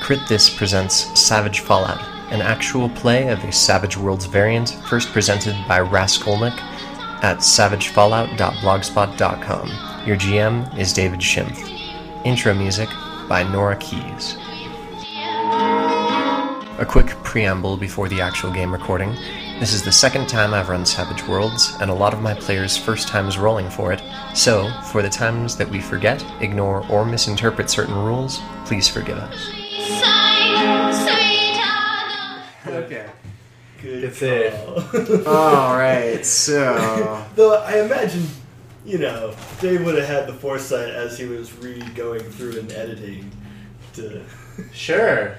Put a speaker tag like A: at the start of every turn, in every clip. A: Crit This presents Savage Fallout, an actual play of a Savage Worlds variant first presented by Raskolnik at savagefallout.blogspot.com. Your GM is David Schimpf. Intro music by Nora Keys. A quick preamble before the actual game recording. This is the second time I've run Savage Worlds, and a lot of my players' first times rolling for it, so for the times that we forget, ignore, or misinterpret certain rules, please forgive us.
B: Okay.
C: Good
B: That's it.
D: All right, so
C: Though I imagine, you know, Dave would have had the foresight as he was re going through and editing to
B: Sure.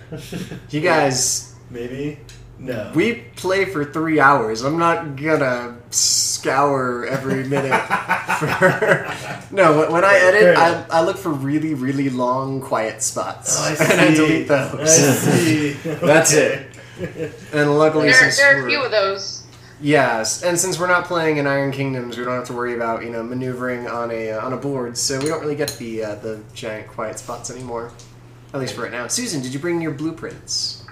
D: you guys,
C: maybe no.
D: we play for three hours. I'm not gonna scour every minute. For... No, when- when I
C: Fair
D: edit, I,
C: enough.
D: I look for really, really long quiet spots,
C: Oh, I
D: and I
C: see.
D: delete
C: I
D: those.
C: see.
D: That's
C: Okay.
D: And luckily,
E: There,
D: since
E: there are
D: we're-
E: a few of those.
D: Yes, and since we're not playing in Iron Kingdoms, we don't have to worry about you know maneuvering on a uh, on a board, so we don't really get the uh, the giant quiet spots anymore, at least for right now. Susan, did you bring your blueprints?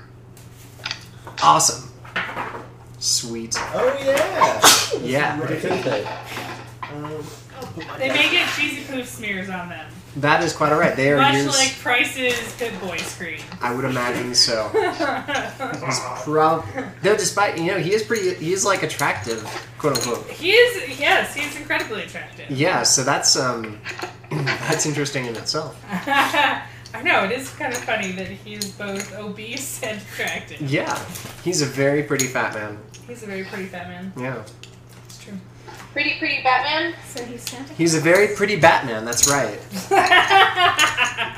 D: Awesome, sweet,
C: Oh yeah.
D: yeah,
C: Right.
B: Perfect.
C: Um, I'll put my
F: They may get cheesy poof smears on them,
D: that is quite all right. They are
F: much
D: used,
F: like Price's Good Boy screen.
D: I would imagine so. He's prob no, despite you know he is pretty, he is like attractive, quote unquote.
F: he is, yes, he's incredibly attractive.
D: Yeah, so that's um, that's interesting in itself.
F: I know it is kind of funny that he's both obese and attractive.
D: Yeah, he's a very pretty fat man.
F: He's a very pretty fat man.
D: Yeah.
F: It's true.
E: Pretty, pretty Batman.
G: So he's Santa
D: He's a very pretty Batman, that's right.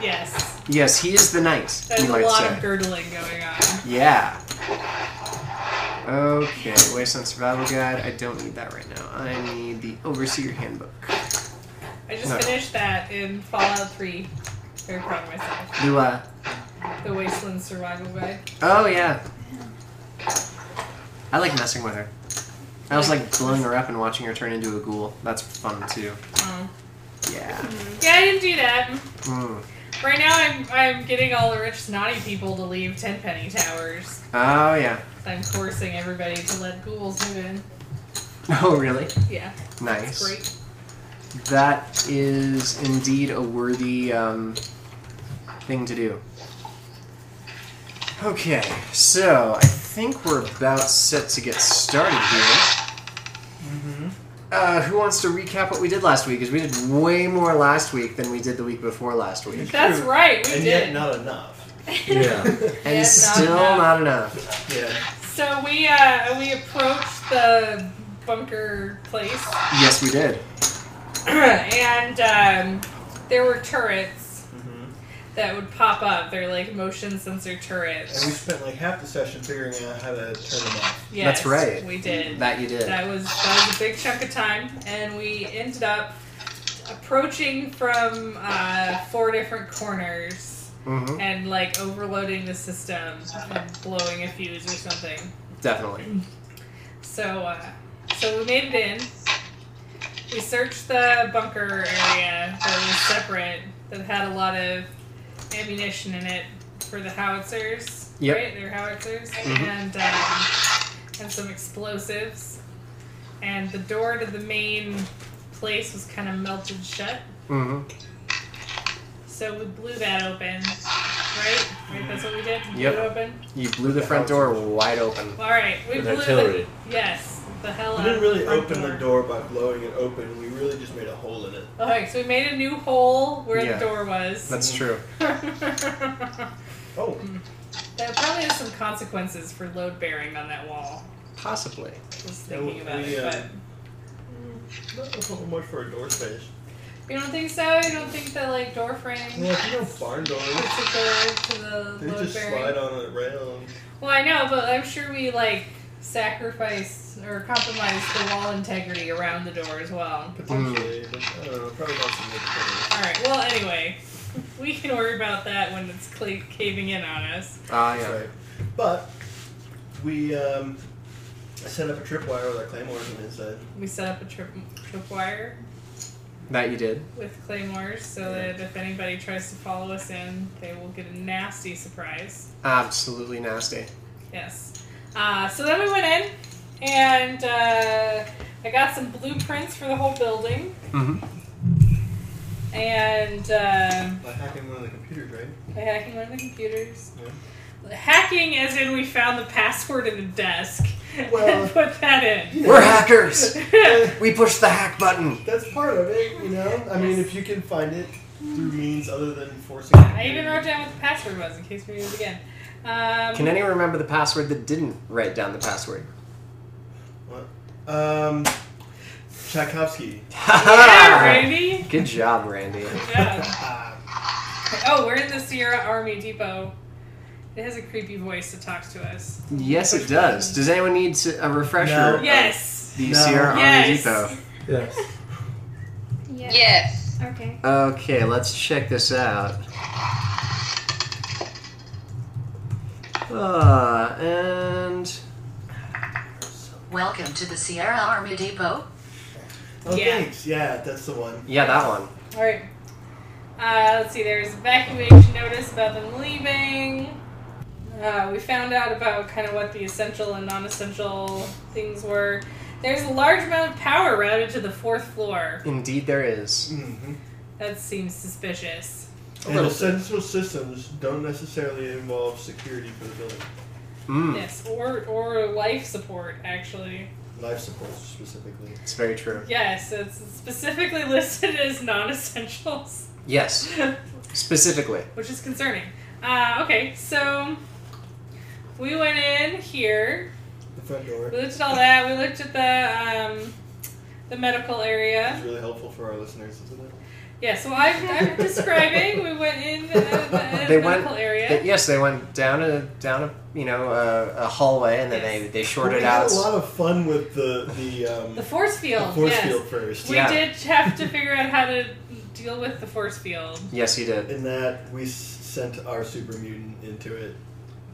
F: yes,
D: Yes, he is the knight,
F: there's
D: we
F: a
D: like to
F: lot
D: say.
F: of girdling going on.
D: yeah. Okay, Waste on Survival Guide. I don't need that right now. I need the Overseer Handbook.
F: I just
D: No.
F: finished that in Fallout 3. Very proud of myself.
D: You, uh,
F: The Wasteland Survival Guide.
D: oh yeah. I like messing with her. I was like blowing her up and watching her turn into a ghoul. That's fun too.
F: Oh.
D: Yeah.
F: Yeah, I didn't do that.
D: Mm.
F: Right now, I'm I'm getting all the rich snotty people to leave Tenpenny Towers.
D: Oh yeah.
F: I'm forcing everybody to let ghouls move in.
D: Oh really?
F: Yeah,
D: Nice.
F: that's great.
D: That is indeed a worthy um, thing to do. Okay, so I think we're about set to get started here.
C: Mm-hmm.
D: Uh, who wants to recap what we did last week? Because we did way more last week than we did the week before last week,
F: That's
C: True.
F: right. We
C: and
F: did.
C: yet not enough.
B: Yeah.
D: and
F: not
D: still
F: enough.
D: not enough.
C: Yeah.
F: So we uh we approached the bunker place,
D: Yes, we did.
F: and um, there were turrets
C: hmm
F: that would pop up. They're like motion sensor
C: And we
F: turrets.
C: spent like half the session figuring out how to turn them off.
F: Yes,
D: That's right.
F: We did.
D: That you did.
F: That was that was a big chunk of time, and we ended up approaching from uh, four different corners
D: hmm
F: and like overloading the system and blowing a fuse or something.
D: Definitely.
F: So uh, so we made it in. We searched the bunker area that was separate that had a lot of ammunition in it for the howitzers.
D: Yep.
F: Right? They're howitzers
D: Mhm.
F: and um, and some explosives. And the door to the main place was kind of melted shut.
D: hmm
F: So we blew that open. Right? Right, that's what we did? We
D: Yep.
F: blew it open?
D: You blew the front door wide open.
F: Alright, we
B: With
F: blew
B: artillery.
F: the Yes. The hell
C: We
F: out
C: didn't
F: of
C: really
F: front
C: open the door by blowing it open. We really just made a hole in it.
F: Okay, so we made a new hole where
D: Yeah.
F: the door was.
D: That's true.
F: there
C: Oh,
F: probably is some consequences for load bearing on that wall.
D: Possibly.
F: Just
C: Yeah,
F: thinking about
C: we,
F: it,
C: uh,
F: but
C: not so much for a door space.
F: you don't think so? You don't think that like door frame
C: Well, if you know barn doors,
F: particular to the
C: they
F: load
C: just
F: bearing?
C: slide on a rail.
F: Well, I know, but I'm sure we like sacrificed or compromised the wall integrity around the door as well.
C: Potentially, but I don't know, Uh, probably not significant.
F: All right. Well, anyway, we can worry about that when it's cla caving in on us.
D: Ah,
C: That's
D: yeah.
C: right. But we um, set up a tripwire with our claymores on the inside.
F: We set up a trip tripwire.
D: That you did.
F: with claymores so
C: Yeah.
F: that if anybody tries to follow us in, they will get a nasty surprise.
D: Absolutely nasty.
F: Yes. Uh, so then we went in, and uh, I got some blueprints for the whole building,
D: Mm-hmm.
F: and uh,
C: By hacking one of the computers, right?
F: by hacking one of the computers. Hacking, as in we found the password in the desk
C: Well-
F: and put that in.
C: You
D: We're
C: know,
D: hackers. We push the hack button.
C: that's part of it, you know. I mean, if you can find it through means other than forcing. it.
F: I even wrote down what the password was in case we do it again. Um,
D: Can anyone remember the password that didn't write down the password?
C: Um, Tchaikovsky.
D: Ah!
F: yeah, Randy.
D: Good job, Randy.
F: Yeah. Oh, we're in the Sierra Army Depot. It has a creepy voice that talks to us.
D: Yes, it does. Does anyone need to- a refresher?
C: No.
D: of
F: Yes.
D: The
C: No.
D: Sierra Army
F: Yes.
D: Depot.
C: Yes.
G: Yeah.
E: Yes.
G: Okay.
D: Okay, let's check this out. Uh, and
H: Welcome to the Sierra Army Depot.
C: Oh,
F: Yeah.
C: thanks. Yeah, that's the one.
D: yeah, that one.
F: All right. Uh, let's see. There's evacuation notice about them leaving. Uh, we found out about kind of what the essential and non-essential things were. There's a large amount of power routed to the fourth floor.
D: Indeed, there is.
C: Mm-hmm.
F: That seems suspicious.
D: A
C: And
D: little bit.
C: essential systems don't necessarily involve security for the building.
D: Mm,
F: Yes, or or life support actually.
C: Life support specifically.
D: it's very true.
F: Yes, it's specifically listed as non-essentials,
D: Yes, specifically.
F: which is concerning. Uh, okay, so we went in here.
C: The front door
F: We looked at all that. We looked at the um, the medical
C: is
F: area.
C: really helpful for our listeners, isn't it?
F: Yeah, so I've, I'm describing. We went in the, the,
D: They
F: the medical
D: But
F: area.
D: yes, they went down a down a you know a, a hallway, and then they
F: Yes.
D: they shorted
C: we had
D: out.
C: a lot of fun with the the um,
F: The force field.
C: the force
F: yes.
C: field first.
F: We
D: Yeah.
F: did have to figure out how to deal with the force field.
D: Yes, you did.
C: In that we s- sent our super mutant into it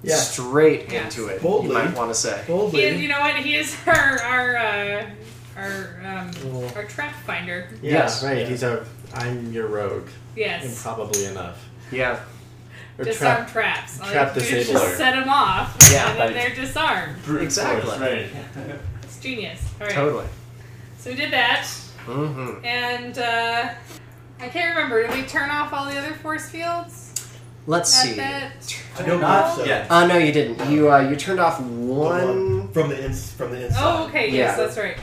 D: Straight
F: Yes.
D: into it.
C: Boldly.
D: You might want to say.
F: He is,
C: boldly.
F: you know what? He is our our uh, our um,
B: Well,
F: our trap finder.
B: yeah,
D: Yes.
B: right.
C: Yeah.
B: He's a. I'm your rogue.
F: Yes.
B: Improbably enough.
D: Yeah,
B: Or
F: Disarm traps. All you
B: trap
F: have to do is
B: disabler.
F: just set them off,
D: Yeah,
F: and then
B: like-
F: they're disarmed.
B: brute
D: Exactly.
B: force, Right.
F: It's genius. All right.
D: totally.
F: So we did that.
D: Mm-hmm.
F: And uh, I can't remember. Did we turn off all the other force fields?
D: Let's
F: at
D: see.
F: that-
C: I don't
B: Not
C: believe so.
B: yet.
D: Uh, no, you didn't. You uh, you turned off
C: The
D: one
C: one from the ins- from the inside.
F: Oh, okay. Yes,
D: Yeah.
F: that's right.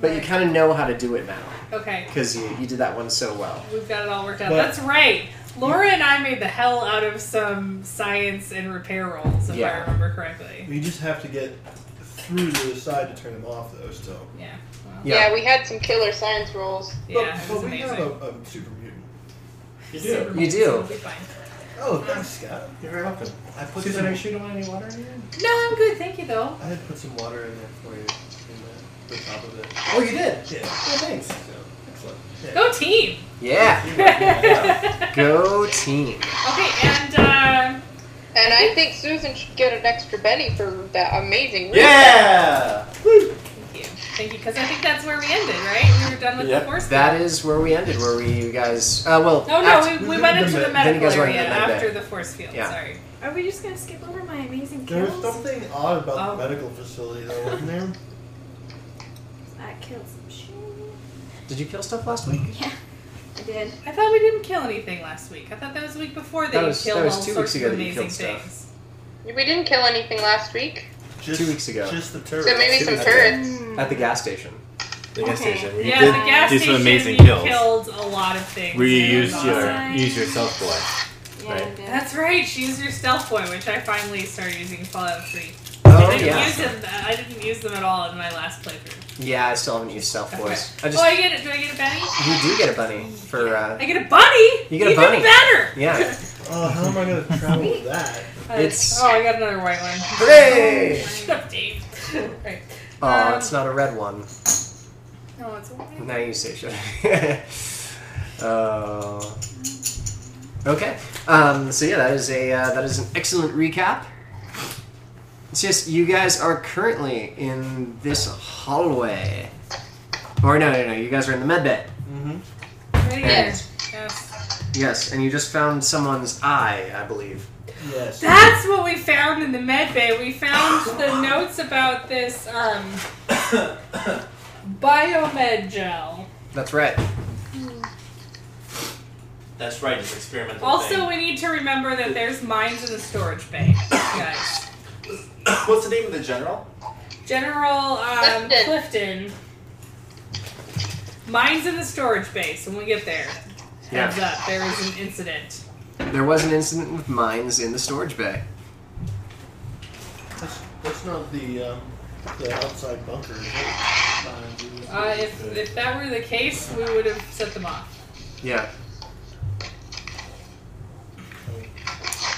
D: But you kind of know how to do it now
F: Okay,
D: because you, you did that one so well.
F: we've got it all worked out.
C: But-
F: that's right. Laura and I made the hell out of some science and repair rolls, if I
D: Yeah.
F: remember correctly.
C: We just have to get through the other side to turn them off, though. Still,
F: Yeah. Well,
D: Yeah.
E: Yeah. we had some killer science rolls.
F: yeah,
C: but,
F: it was
C: but we have
F: amazing.
C: a, a super mutant.
B: You
F: Super
D: You do.
F: It'll be fine.
C: Oh, thanks, Scott.
B: You're very welcome.
C: I put
B: Susan,
C: some,
B: are you sure you don't want any water in here?
F: No, I'm good. Thank you, though.
C: I had put some water in there for you in the, the top of it.
D: Oh, you did.
C: Yeah.
D: Oh, thanks.
C: So excellent.
F: Go team.
D: Yeah.
F: okay,
D: Go team.
F: and uh,
E: And I think Susan should get an extra Benny for that amazing research.
B: Yeah.
F: thank you, thank you, because I think that's where we ended, right? We were done with
B: Yep.
F: the force.
D: That is where we ended. Where we you guys? Uh, well.
F: Oh, No,
D: act-
F: no, we, we went into the
D: Then you
F: medical
D: guys went
F: area
D: into the med
F: after
D: bay.
F: the force field.
D: Yeah.
F: Sorry.
G: Are we just gonna skip over my amazing
C: There was
G: kills?
C: something odd about
F: Oh.
C: the medical facility, though, wasn't there?
G: I killed some shit.
D: Did you kill stuff last week?
G: Yeah, I did.
F: I thought we didn't kill anything last week. I thought that was the week before that,
D: That
F: you
D: was-
F: killed
D: that was
F: all
D: two weeks
F: sorts
D: ago
F: of
D: that you
F: amazing
D: killed stuff.
F: things.
E: We didn't kill anything last week.
C: Just,
D: Two weeks ago.
C: Just the
E: So
C: turret.
E: maybe
B: Two
E: some
B: weeks ago.
E: turrets.
D: At the gas station.
B: The gas
G: Okay.
B: station. We
F: yeah,
B: did
F: the gas
B: do
F: station.
B: some amazing
F: you
B: kills.
F: killed a lot of things.
B: Where you
F: It was
B: used your
F: awesome.
B: use your self boy.
G: Yeah, I
B: Right.
G: did.
F: That's right. She used your stealth boy, which I finally started using in Fallout Three.
D: Oh
F: I didn't
D: yeah.
F: use them. I didn't use them at all in my last playthrough.
D: Yeah, I still haven't used self voice. I
F: oh,
D: just
F: I get it. Do I get a bunny?
D: you do get a bunny for uh,
F: I get a bunny.
D: You get a
F: Even
D: bunny.
F: better.
D: yeah.
C: Oh, how am I going to travel with that?
F: Uh,
D: It's-
F: oh, I got another white one.
D: Hooray!
F: Shut up, Dave. right.
D: Oh, it's not a red one.
F: Uh, No, it's a white.
D: Now you say shit. Oh. okay. Um, so yeah, that is a uh, that is an excellent recap. It's just you guys are currently in this hallway, or no, no, no, you guys are in the med bay.
C: Mm-hmm.
F: Hey,
A: Yes.
F: yes.
D: Yes, and you just found someone's eye, I believe.
C: Yes.
F: That's what we found in the med bay. We found the notes about this um, biomed gel.
D: That's right.
B: That's right, it's experimental.
F: Also, we need to remember that there's mines in the storage bay, guys.
B: thing. what's the name of the general?
F: General um,
E: Clifton.
F: Clifton. Mines in the storage base when we get there. Heads up, there is an incident.
D: There was an incident with mines in the storage bay.
C: That's, that's not the um, the outside bunker. Is it? Uh,
F: Uh, if, if that were the case, we would have set them off.
D: Yeah.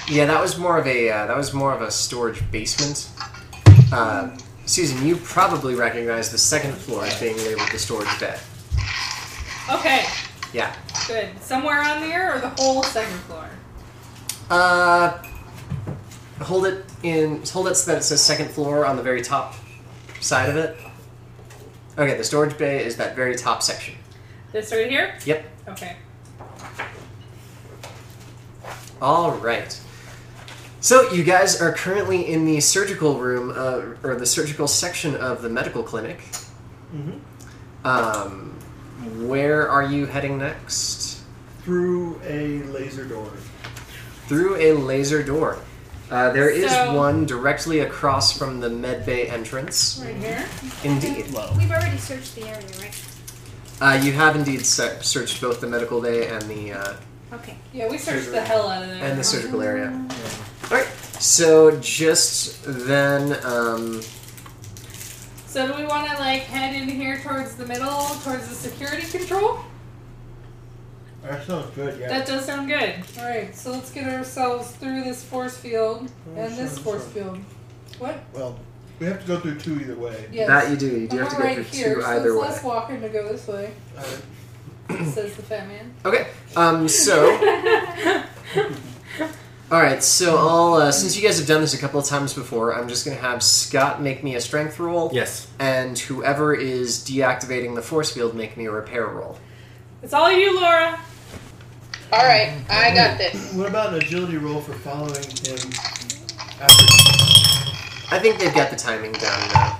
D: Yeah, that was more of a uh, that was more of a storage basement. Uh, Susan, you probably recognize the second floor as being labeled the storage bay.
F: Okay,
D: Yeah.
F: good. Somewhere on there or the whole second floor?
D: Uh, hold it in. Hold it so that it says second floor on the very top side of it. Okay, the storage bay is that very top section.
F: This right here?
D: Yep.
F: Okay.
D: All right. So you guys are currently in the surgical room, uh, or the surgical section of the medical clinic.
C: Mhm.
D: Um, where are you heading next?
C: through a laser door.
D: Through a laser door. Uh, there is
F: So-
D: one directly across from the med bay entrance.
F: Right here?
D: Indeed.
G: We've already searched the area, right?
D: Uh, you have indeed se- searched both the medical bay and the uh,
G: Okay.
F: Yeah, we searched the hell out of there.
D: and the surgical area. All right. So just then, um,
F: So do we want to like head in here towards the middle, towards the security control?
C: That sounds good. Yeah.
F: That does sound good. All right, so let's get ourselves through this force field
D: Oh,
F: and this force field. What?
C: well, we have to go through two either way.
F: Yes.
D: that you do. You do
F: I'm
D: have to go
F: right
D: through
F: here,
D: two
F: so
D: either
F: it's
D: way.
F: less walking to go this way,
C: Uh,
F: says the fat man.
D: Okay. Um, so. All right, so I'll uh, since you guys have done this a couple of times before, I'm just gonna have Scott make me a strength roll,
B: Yes.
D: and whoever is deactivating the force field make me a repair roll.
F: It's all you, Laura.
E: Alright, I got this.
C: what about an agility roll for following him? After
D: I think they've got the timing down now.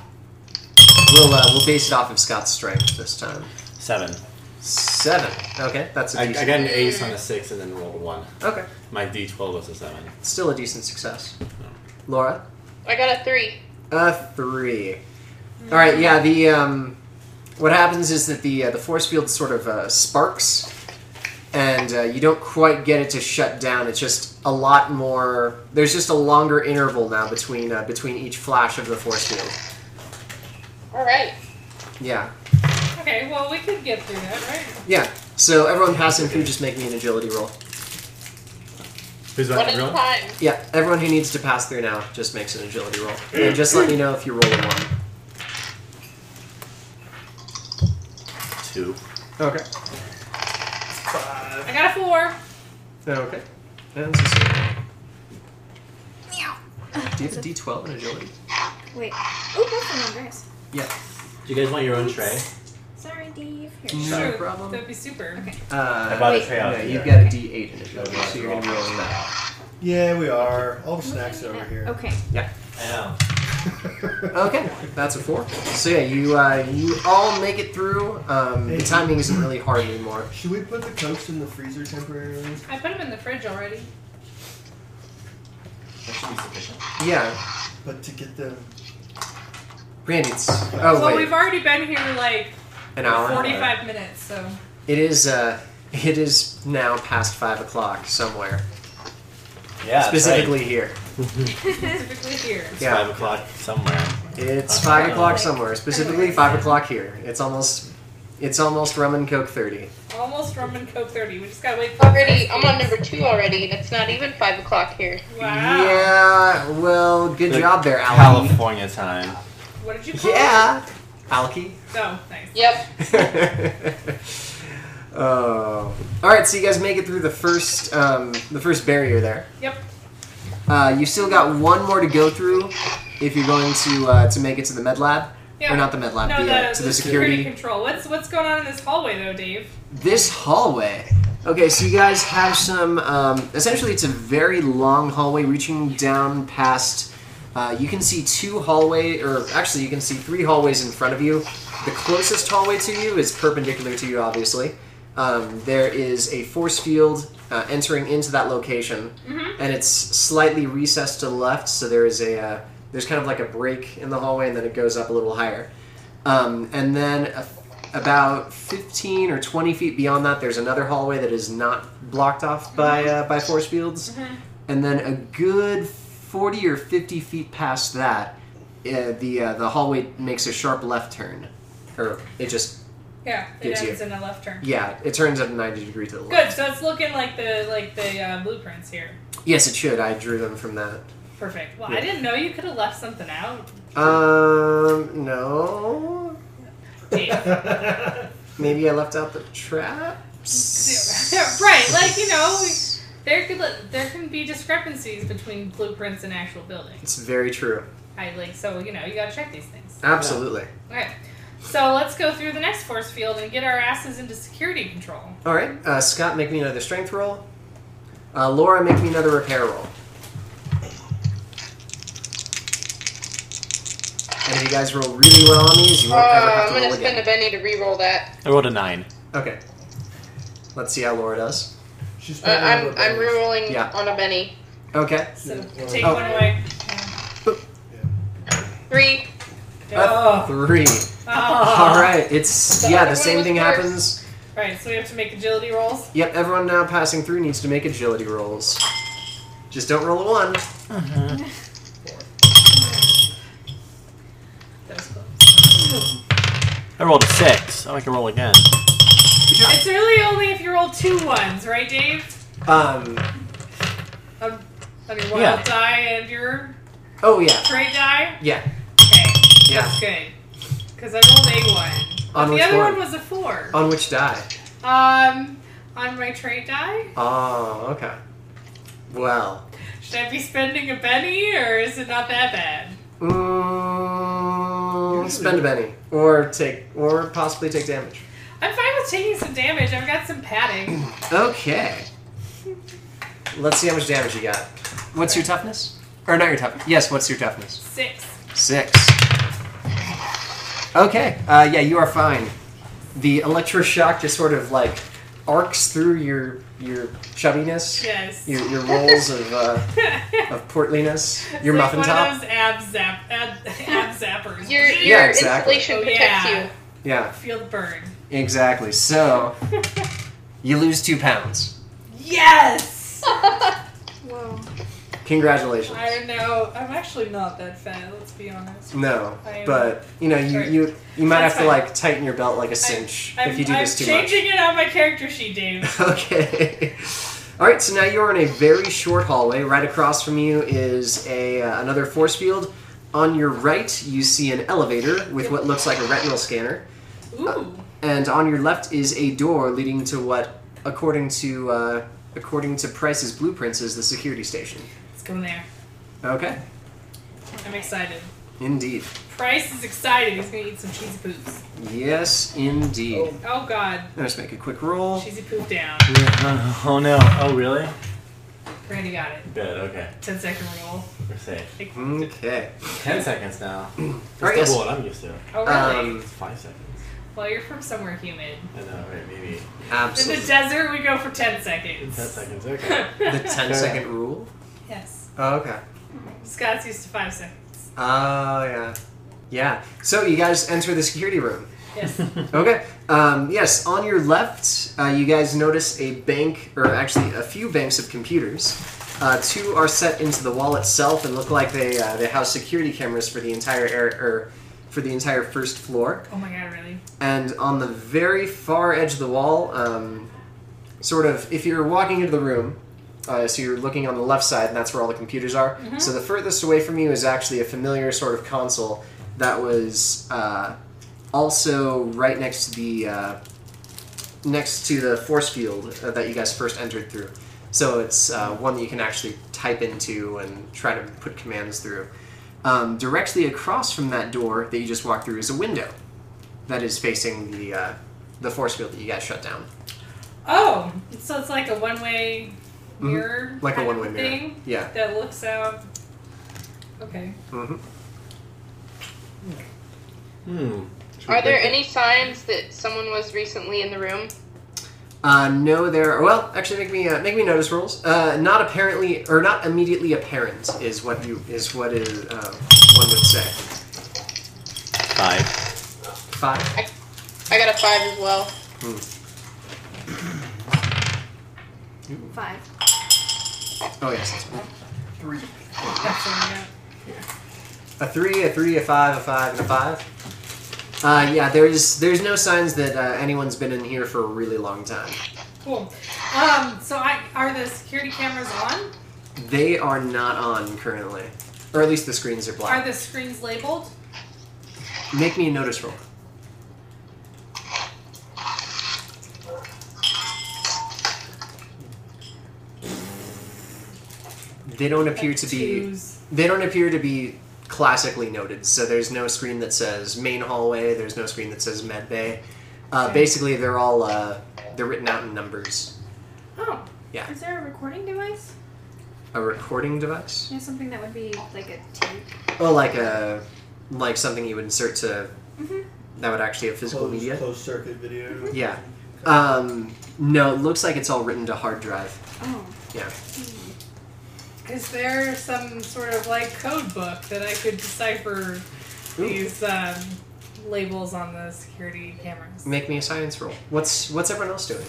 D: We'll uh, we'll base it off of Scott's strength this time.
B: Seven.
D: Seven. Okay, that's
B: I,
D: a
B: I got
D: decent.
B: an ace on a six and then rolled a one.
D: Okay,
B: My d12 was a seven.
D: still a decent success.
B: Oh.
D: Laura.
E: I got a three.
D: A three. All right. Yeah. The um, what happens is that the uh, the force field sort of uh, sparks, and uh, you don't quite get it to shut down. It's just a lot more. There's just a longer interval now between uh, between each flash of the force field.
E: Alright.
D: Yeah.
F: Okay, well we could get through that, right?
D: Yeah. So everyone passing through, just make me an agility roll.
B: Who's
E: One at a
B: everyone?
E: time.
D: Yeah. Everyone who needs to pass through now just makes an agility roll. And just let me know if you roll a one.
B: Two.
D: Okay. Uh,
F: I got a four.
D: Okay. And so- Do you have a D12 in agility?
G: Wait. Oh, that's the wrong dice.
B: Do you guys want your own tray?
G: Sorry, Dave. Here.
D: No
F: Sure,
D: problem.
F: That'd be super.
G: Okay.
D: Uh,
B: I bought a
G: Wait,
B: tray out
D: no,
B: here.
D: you've got a D8 in agility, so you're gonna be rolling that.
C: yeah, we are. All the snacks are over here.
G: Okay.
B: I know.
D: Okay, that's a four. So yeah, you uh, you all make it through. Um, the timing isn't really hard anymore.
C: Should we put the cokes in the freezer temporarily?
F: I put them in the fridge already.
B: That should be sufficient.
D: Yeah,
C: But to get them,
D: Randy, it's
F: well,
D: oh wait,
F: we've already been here like
D: an hour.
F: 45 minutes, so
D: It is uh, it is now past five o'clock somewhere.
B: Yeah. that's
D: Specifically
B: right.
D: here,
F: specifically here.
B: It's
D: yeah.
B: five o'clock somewhere.
D: it's
B: Okay.
D: five o'clock somewhere. Specifically five o'clock here. It's almost it's almost rum and coke thirty.
F: Almost rum and coke 30. We just gotta wait for
E: Already,
F: this.
E: I'm on number two already, and it's not even five o'clock here.
F: Wow.
D: Yeah. Well, good
B: Like
D: job there, Alki.
B: California time.
F: What did you call it?
D: Yeah, Alki.
F: Oh, nice.
E: Yep.
D: oh. All right, so you guys make it through the first um, the first barrier there.
F: Yep.
D: Uh, you still got one more to go through if you're going to uh, to make it to the med lab.
F: Yeah.
D: Or not the med lab,
F: No,
D: the, uh,
F: the,
D: to the
F: the
D: security-
F: control. What's what's going on in this hallway though, Dave?
D: This hallway. Okay, so you guys have some. Um, essentially, it's a very long hallway reaching down past. Uh, you can see two hallway, or actually, you can see three hallways in front of you. The closest hallway to you is perpendicular to you, obviously. Um, there is a force field uh, entering into that location, and it's slightly recessed to the left. So there is a uh, there's kind of like a break in the hallway, and then it goes up a little higher. Um, and then a, about 15 or 20 feet beyond that, there's another hallway that is not blocked off by uh, by force fields. And then a good 40 or 50 feet past that, uh, the uh, the hallway makes a sharp left turn, or it just
F: Yeah, it
D: Gives you-
F: ends in a left turn.
D: yeah, it turns at a 90 degree to the left.
F: Good. So it's looking like the like the uh, blueprints here.
D: Yes, it should. I drew them from that.
F: Perfect. Well,
D: Yeah.
F: I didn't know you could have left something out,
D: Um, no,
F: Dave.
D: maybe I left out the traps.
F: right, like you know, there could there can be discrepancies between blueprints and actual buildings.
D: It's very true.
F: I like so you know you gotta check these things.
D: Absolutely.
F: All right, so let's go through the next force field and get our asses into security control.
D: All right, uh, Scott, make me another strength roll. Uh, Laura, make me another repair roll. And if you guys roll really well on these, you
E: Uh,
D: won't ever have
E: I'm
D: to
E: gonna
D: roll
E: spend a
D: again.
E: penny to re-roll that.
B: I rolled a nine.
D: Okay. Let's see how Laura does.
C: She's
E: Uh, I'm I'm re-rolling
D: Yeah.
E: on a penny.
D: Okay.
F: So
C: Yeah.
F: take
D: Oh.
F: one away.
E: Three.
D: Uh,
F: Oh.
D: Three.
F: Oh.
D: All right. It's
E: The
D: yeah.
E: other
D: The
E: one
D: same
E: was
D: thing
E: worse.
D: happens.
F: Right, so we have to make agility rolls.
D: Yep. Everyone now passing through needs to make agility rolls. Just don't roll a one.
F: That was close.
B: I rolled a six. Oh, I can roll again.
F: It's really only if you roll two ones, right, Dave? Um,
D: Um.
F: On your wild
B: Yeah.
F: die and your
D: Oh yeah.
F: trade die.
D: Yeah.
F: Okay,
D: Yeah.
F: that's good. Because I rolled a one.
D: On
F: the
D: which
F: other
D: one? Uh.
F: one was a four.
D: On which die?
F: Um, on my trade die?
D: Oh. Okay. Well.
F: Should I be spending a penny or is it not that bad?
D: Mm, spend a penny, or take, or possibly take damage.
F: I'm fine with taking some damage. I've got some padding.
D: Okay. Let's see how much damage you got. What's your toughness? Or not your toughness? Yes. What's your toughness?
F: Six.
D: Six. Okay. Uh, yeah, you are fine. The electroshock just sort of like arcs through your your chubbiness,
F: Yes.
D: your your rolls of uh, of portliness,
F: It's
D: your
F: like
D: muffin
F: one
D: top.
F: of those ab zap ab, ab zappers.
E: Your your
D: Yeah, exactly.
E: insulation
F: Oh,
E: protects
F: yeah.
E: you.
D: Yeah,
F: Feel the burn.
D: exactly. So you lose two pounds.
F: Yes.
G: Whoa.
D: Congratulations.
F: I don't know. I'm actually not that fat. Let's be honest.
D: No,
F: I am-
D: but you know, you
F: Sorry.
D: you, you might
F: That's
D: have to
F: fine.
D: like tighten your belt like a cinch
F: I'm,
D: if you do
F: I'm
D: this too
F: changing it on my character sheet, Dave.
D: much. Okay. All right, so now you're in a very short hallway. Right across from you is a uh, another force field. On your right, you see an elevator with what looks like a retinal scanner,
F: Ooh.
D: and on your left is a door leading to what, according to uh, according to Price's blueprints, is the security station.
F: Let's go in there.
D: Okay,
F: I'm excited.
D: indeed.
F: Price is excited. He's gonna eat some cheesy poops.
D: Yes, indeed.
F: Oh God,
D: Let's make a quick roll.
F: cheesy poop down.
B: oh no. Oh really?
F: Randy got it.
B: Good. Okay.
F: Ten second roll.
B: We're safe.
F: Like,
D: Okay.
B: Ten seconds now. That's
D: Alright, yes.
B: double what I'm used to.
F: Oh really?
D: Um,
B: It's five seconds.
F: well, you're from somewhere humid.
B: I know. Right? Maybe
F: In the
D: absolutely.
F: desert, we go for ten
B: ten
F: seconds.
B: seconds. Okay.
D: The 10 second rule?
F: yes.
D: Oh, okay.
F: Scott's used to five seconds.
D: Oh, yeah. Yeah. So you guys enter the security room.
F: Yes.
B: Hmm.
D: Okay. Um, yes, on your left, uh, you guys notice a bank, or actually a few banks of computers. Uh, two are set into the wall itself and look like they uh, they house security cameras for the entire air, or for the entire first floor.
F: oh my God, really?
D: and on the very far edge of the wall, um, sort of, if you're walking into the room, uh, so you're looking on the left side, and that's where all the computers are. So the furthest away from you is actually a familiar sort of console that was uh, also right next to the uh, next to the force field uh, that you guys first entered through. So it's uh, one that you can actually type into and try to put commands through. Um, directly across from that door that you just walked through is a window that is facing the uh, the force field that you guys shut down,
F: Oh, so it's like a one-way mirror,
D: Mm-hmm. like a
F: kind of
D: one way mirror.
F: thing
D: Yeah.
F: that looks out. Okay.
D: hmm
B: Hmm. Should we
E: Are there
B: break
E: any signs that someone was recently in the room?
D: Uh, no, there. Well, actually, make me uh, make me notice rolls. Uh, not apparently, or not immediately apparent is what you is what is uh, one would say.
B: it? Five.
D: Five.
E: I got a five as well.
G: Five.
D: Oh yes. that's right.
F: That's what I got.
D: A three, a three, a five, a five, and a five. Uh, yeah, there's there's no signs that uh, anyone's been in here for a really long time.
F: Cool. Um, so I are the security cameras on?
D: They are not on currently, or at least the screens are
F: Are
D: black.
F: the screens labeled?
D: Make me a notice roll. They don't appear to be
F: Twos.
D: they don't appear to be classically noted. So there's no screen that says main hallway. There's no screen that says med bay. Uh,
F: Okay.
D: Basically, they're all uh, they're written out in numbers.
F: Oh,
D: Yeah,
G: Is there a recording device?
D: a recording device.
G: Yeah, something that would be like a tape.
D: Oh, like a like something you would insert to
G: Mm-hmm.
D: that would actually have physical
C: Closed-
D: media.
C: Closed circuit video.
D: Yeah. Um, no, it looks like it's all written to hard drive.
G: Oh.
D: Yeah.
F: is there some sort of like code book that I could decipher these um, labels on the security cameras?
D: Make me a science roll. What's what's everyone else doing?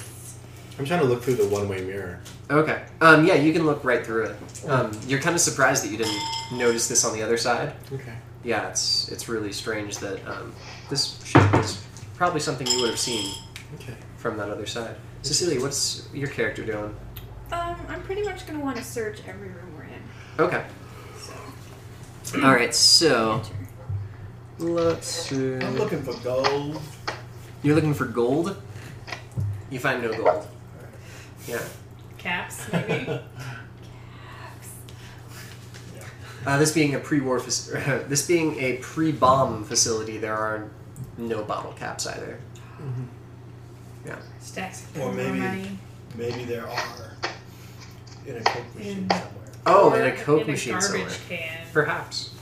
I: I'm trying to look through the one-way mirror.
D: Okay. Um, yeah, you can look right through it. Um, you're kind of surprised that you didn't notice this on the other side.
I: Okay.
D: Yeah, it's it's really strange that um, this ship is probably something you would have seen
I: Okay.
D: from that other side. Cecilia, what's your character doing?
G: Um, I'm pretty much gonna want to search every room we're in.
D: Okay.
G: So.
D: All right. So let's. Uh,
C: I'm looking for gold.
D: You're looking for gold? You find no gold. Yeah.
F: Caps, maybe.
D: Uh, this being a pre-war, fac- this being a pre-bomb facility, there are no bottle caps either.
F: Stacks of
C: Or maybe
F: money.
C: Maybe there are in a coke machine
F: In-
C: somewhere.
D: Oh,
F: Or
D: and a coke
F: in
D: machine
F: garbage
D: somewhere.
F: can.
D: Perhaps.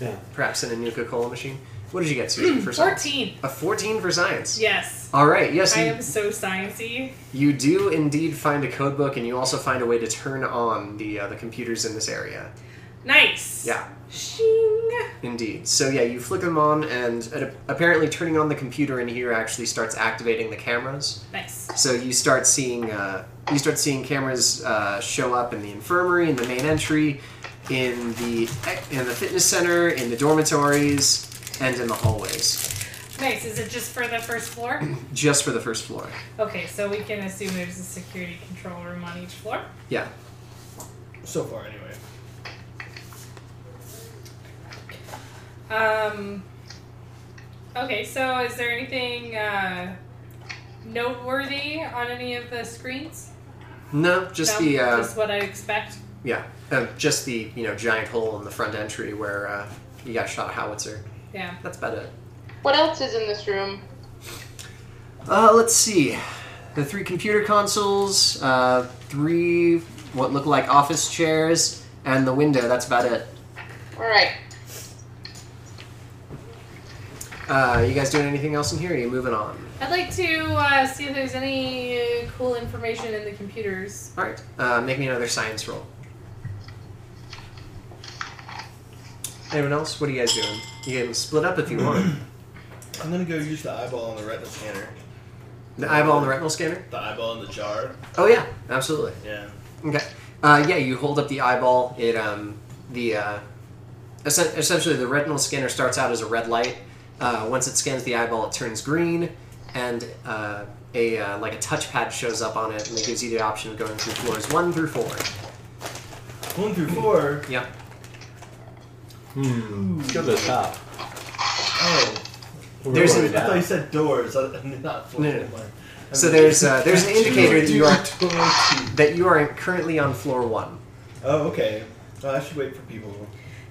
I: Yeah.
D: Perhaps in a new Coca-Cola machine. What did you get, Susan? For science?
F: Fourteen.
D: A fourteen for science.
F: Yes.
D: All right. Yes,
F: I
D: you,
F: am so sciency.
D: you do indeed find a code book, and you also find a way to turn on the uh, the computers in this area.
F: Nice.
D: Yeah.
F: Shing.
D: Indeed. So yeah, you flick them on, and it, apparently turning on the computer in here actually starts activating the cameras.
F: Nice.
D: So you start seeing uh, you start seeing cameras uh, show up in the infirmary, in the main entry, in the in the fitness center, in the dormitories, and in the hallways,
F: Nice. Is it just for the first floor?
D: just for the first floor.
F: Okay, so we can assume there's a security control room on each floor.
D: Yeah.
C: So far, anyway.
F: Um, okay, so is there anything uh, noteworthy on any of the screens?
D: No, just
F: No?
D: the uh,
F: just what I expect.
D: yeah, uh, just the you know giant hole in the front entry where uh, you got shot a howitzer.
F: Yeah.
D: That's about it.
E: What else is in this room?
D: Uh, let's see. The three computer consoles, uh, three what look like office chairs, and the window. That's about it.
E: All right.
D: Uh, you guys doing anything else in here? Or are you moving on?
F: I'd like to uh, see if there's any uh, cool information in the computers.
D: All right. Uh, make me another science roll. Anyone else? What are you guys doing? You can split up if you want.
C: I'm gonna go use the eyeball on the retina scanner.
D: The eyeball and the retinal scanner.
C: The eyeball in the jar.
D: Oh yeah, absolutely.
C: Yeah.
D: Okay. Uh, yeah, you hold up the eyeball. It um the uh, essen- essentially the retinal scanner starts out as a red light. Uh, once it scans the eyeball, it turns green, and uh, a uh, like a touchpad shows up on it, and it gives you the option of going through floors one through four.
C: One through four.
D: Yeah.
I: Hmm. Let's go to the top.
C: Oh,
I: We're
D: There's
I: going
D: an-
C: I thought you
I: down.
C: said doors, I- not floor.
D: No, no, no. So there's uh, there's an indicator that you are
C: Door two.
D: that you are currently on floor one.
C: Oh, okay. Well, I should wait for people.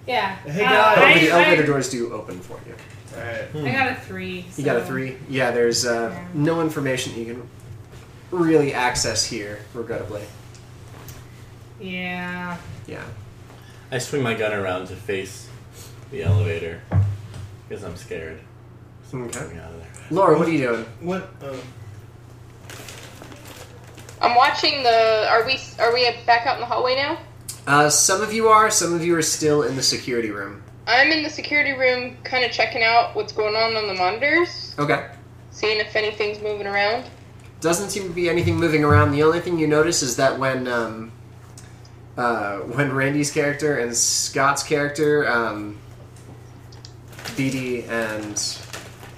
F: Yeah.
C: Hey,
F: Uh,
C: guys.
D: Oh,
F: I,
D: but the elevator
F: I-
D: doors do open for you.
C: Alright.
F: I got a three.
D: You got a
F: so-
D: three? Yeah, there's uh,
F: Yeah.
D: no information you can really access here, regrettably.
F: Yeah.
D: Yeah.
I: I swing my gun around to face the elevator because I'm scared.
D: Okay.
I: Coming out of there.
D: Laura, what are you doing?
C: What? Um,
E: I'm watching the. Are we are we back out in the hallway now?
D: Uh, some of you are, some of you are still in the security room.
E: I'm in the security room, kind of checking out what's going on on the monitors,
D: Okay.
E: seeing if anything's moving around.
D: Doesn't seem to be anything moving around. The only thing you notice is that when um, uh, when Randy's character and Scott's character, um, BD and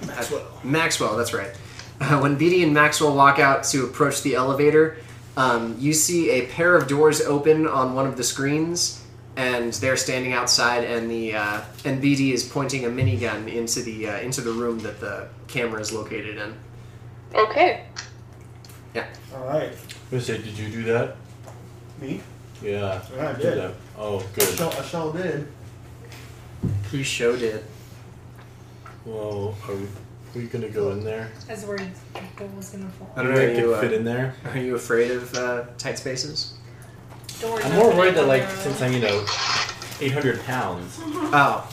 C: Maxwell.
D: Maxwell, that's right. Uh, when BD and Maxwell walk out to approach the elevator, um, you see a pair of doors open on one of the screens, and they're standing outside, and the uh, and BD is pointing a minigun into the uh, into the room that the camera is located in.
E: Okay.
C: Alright.
I: I say, did you do that?
C: Me?
I: Yeah.
C: Yeah, I
I: you
C: did.
I: that. Oh,
C: I
I: good.
C: shall, I shall did.
D: He showed it.
I: Well, are we, we gonna go in there?
F: As where the was gonna fall.
D: I don't
I: You
D: know. Are
I: think it
D: you,
I: fit
D: uh,
I: in there.
D: are you afraid of uh, tight spaces?
F: Doors
I: I'm more
F: open
I: worried
F: up
I: that like
F: on their
I: since
F: own.
I: I'm you know 800 pounds.
D: Oh,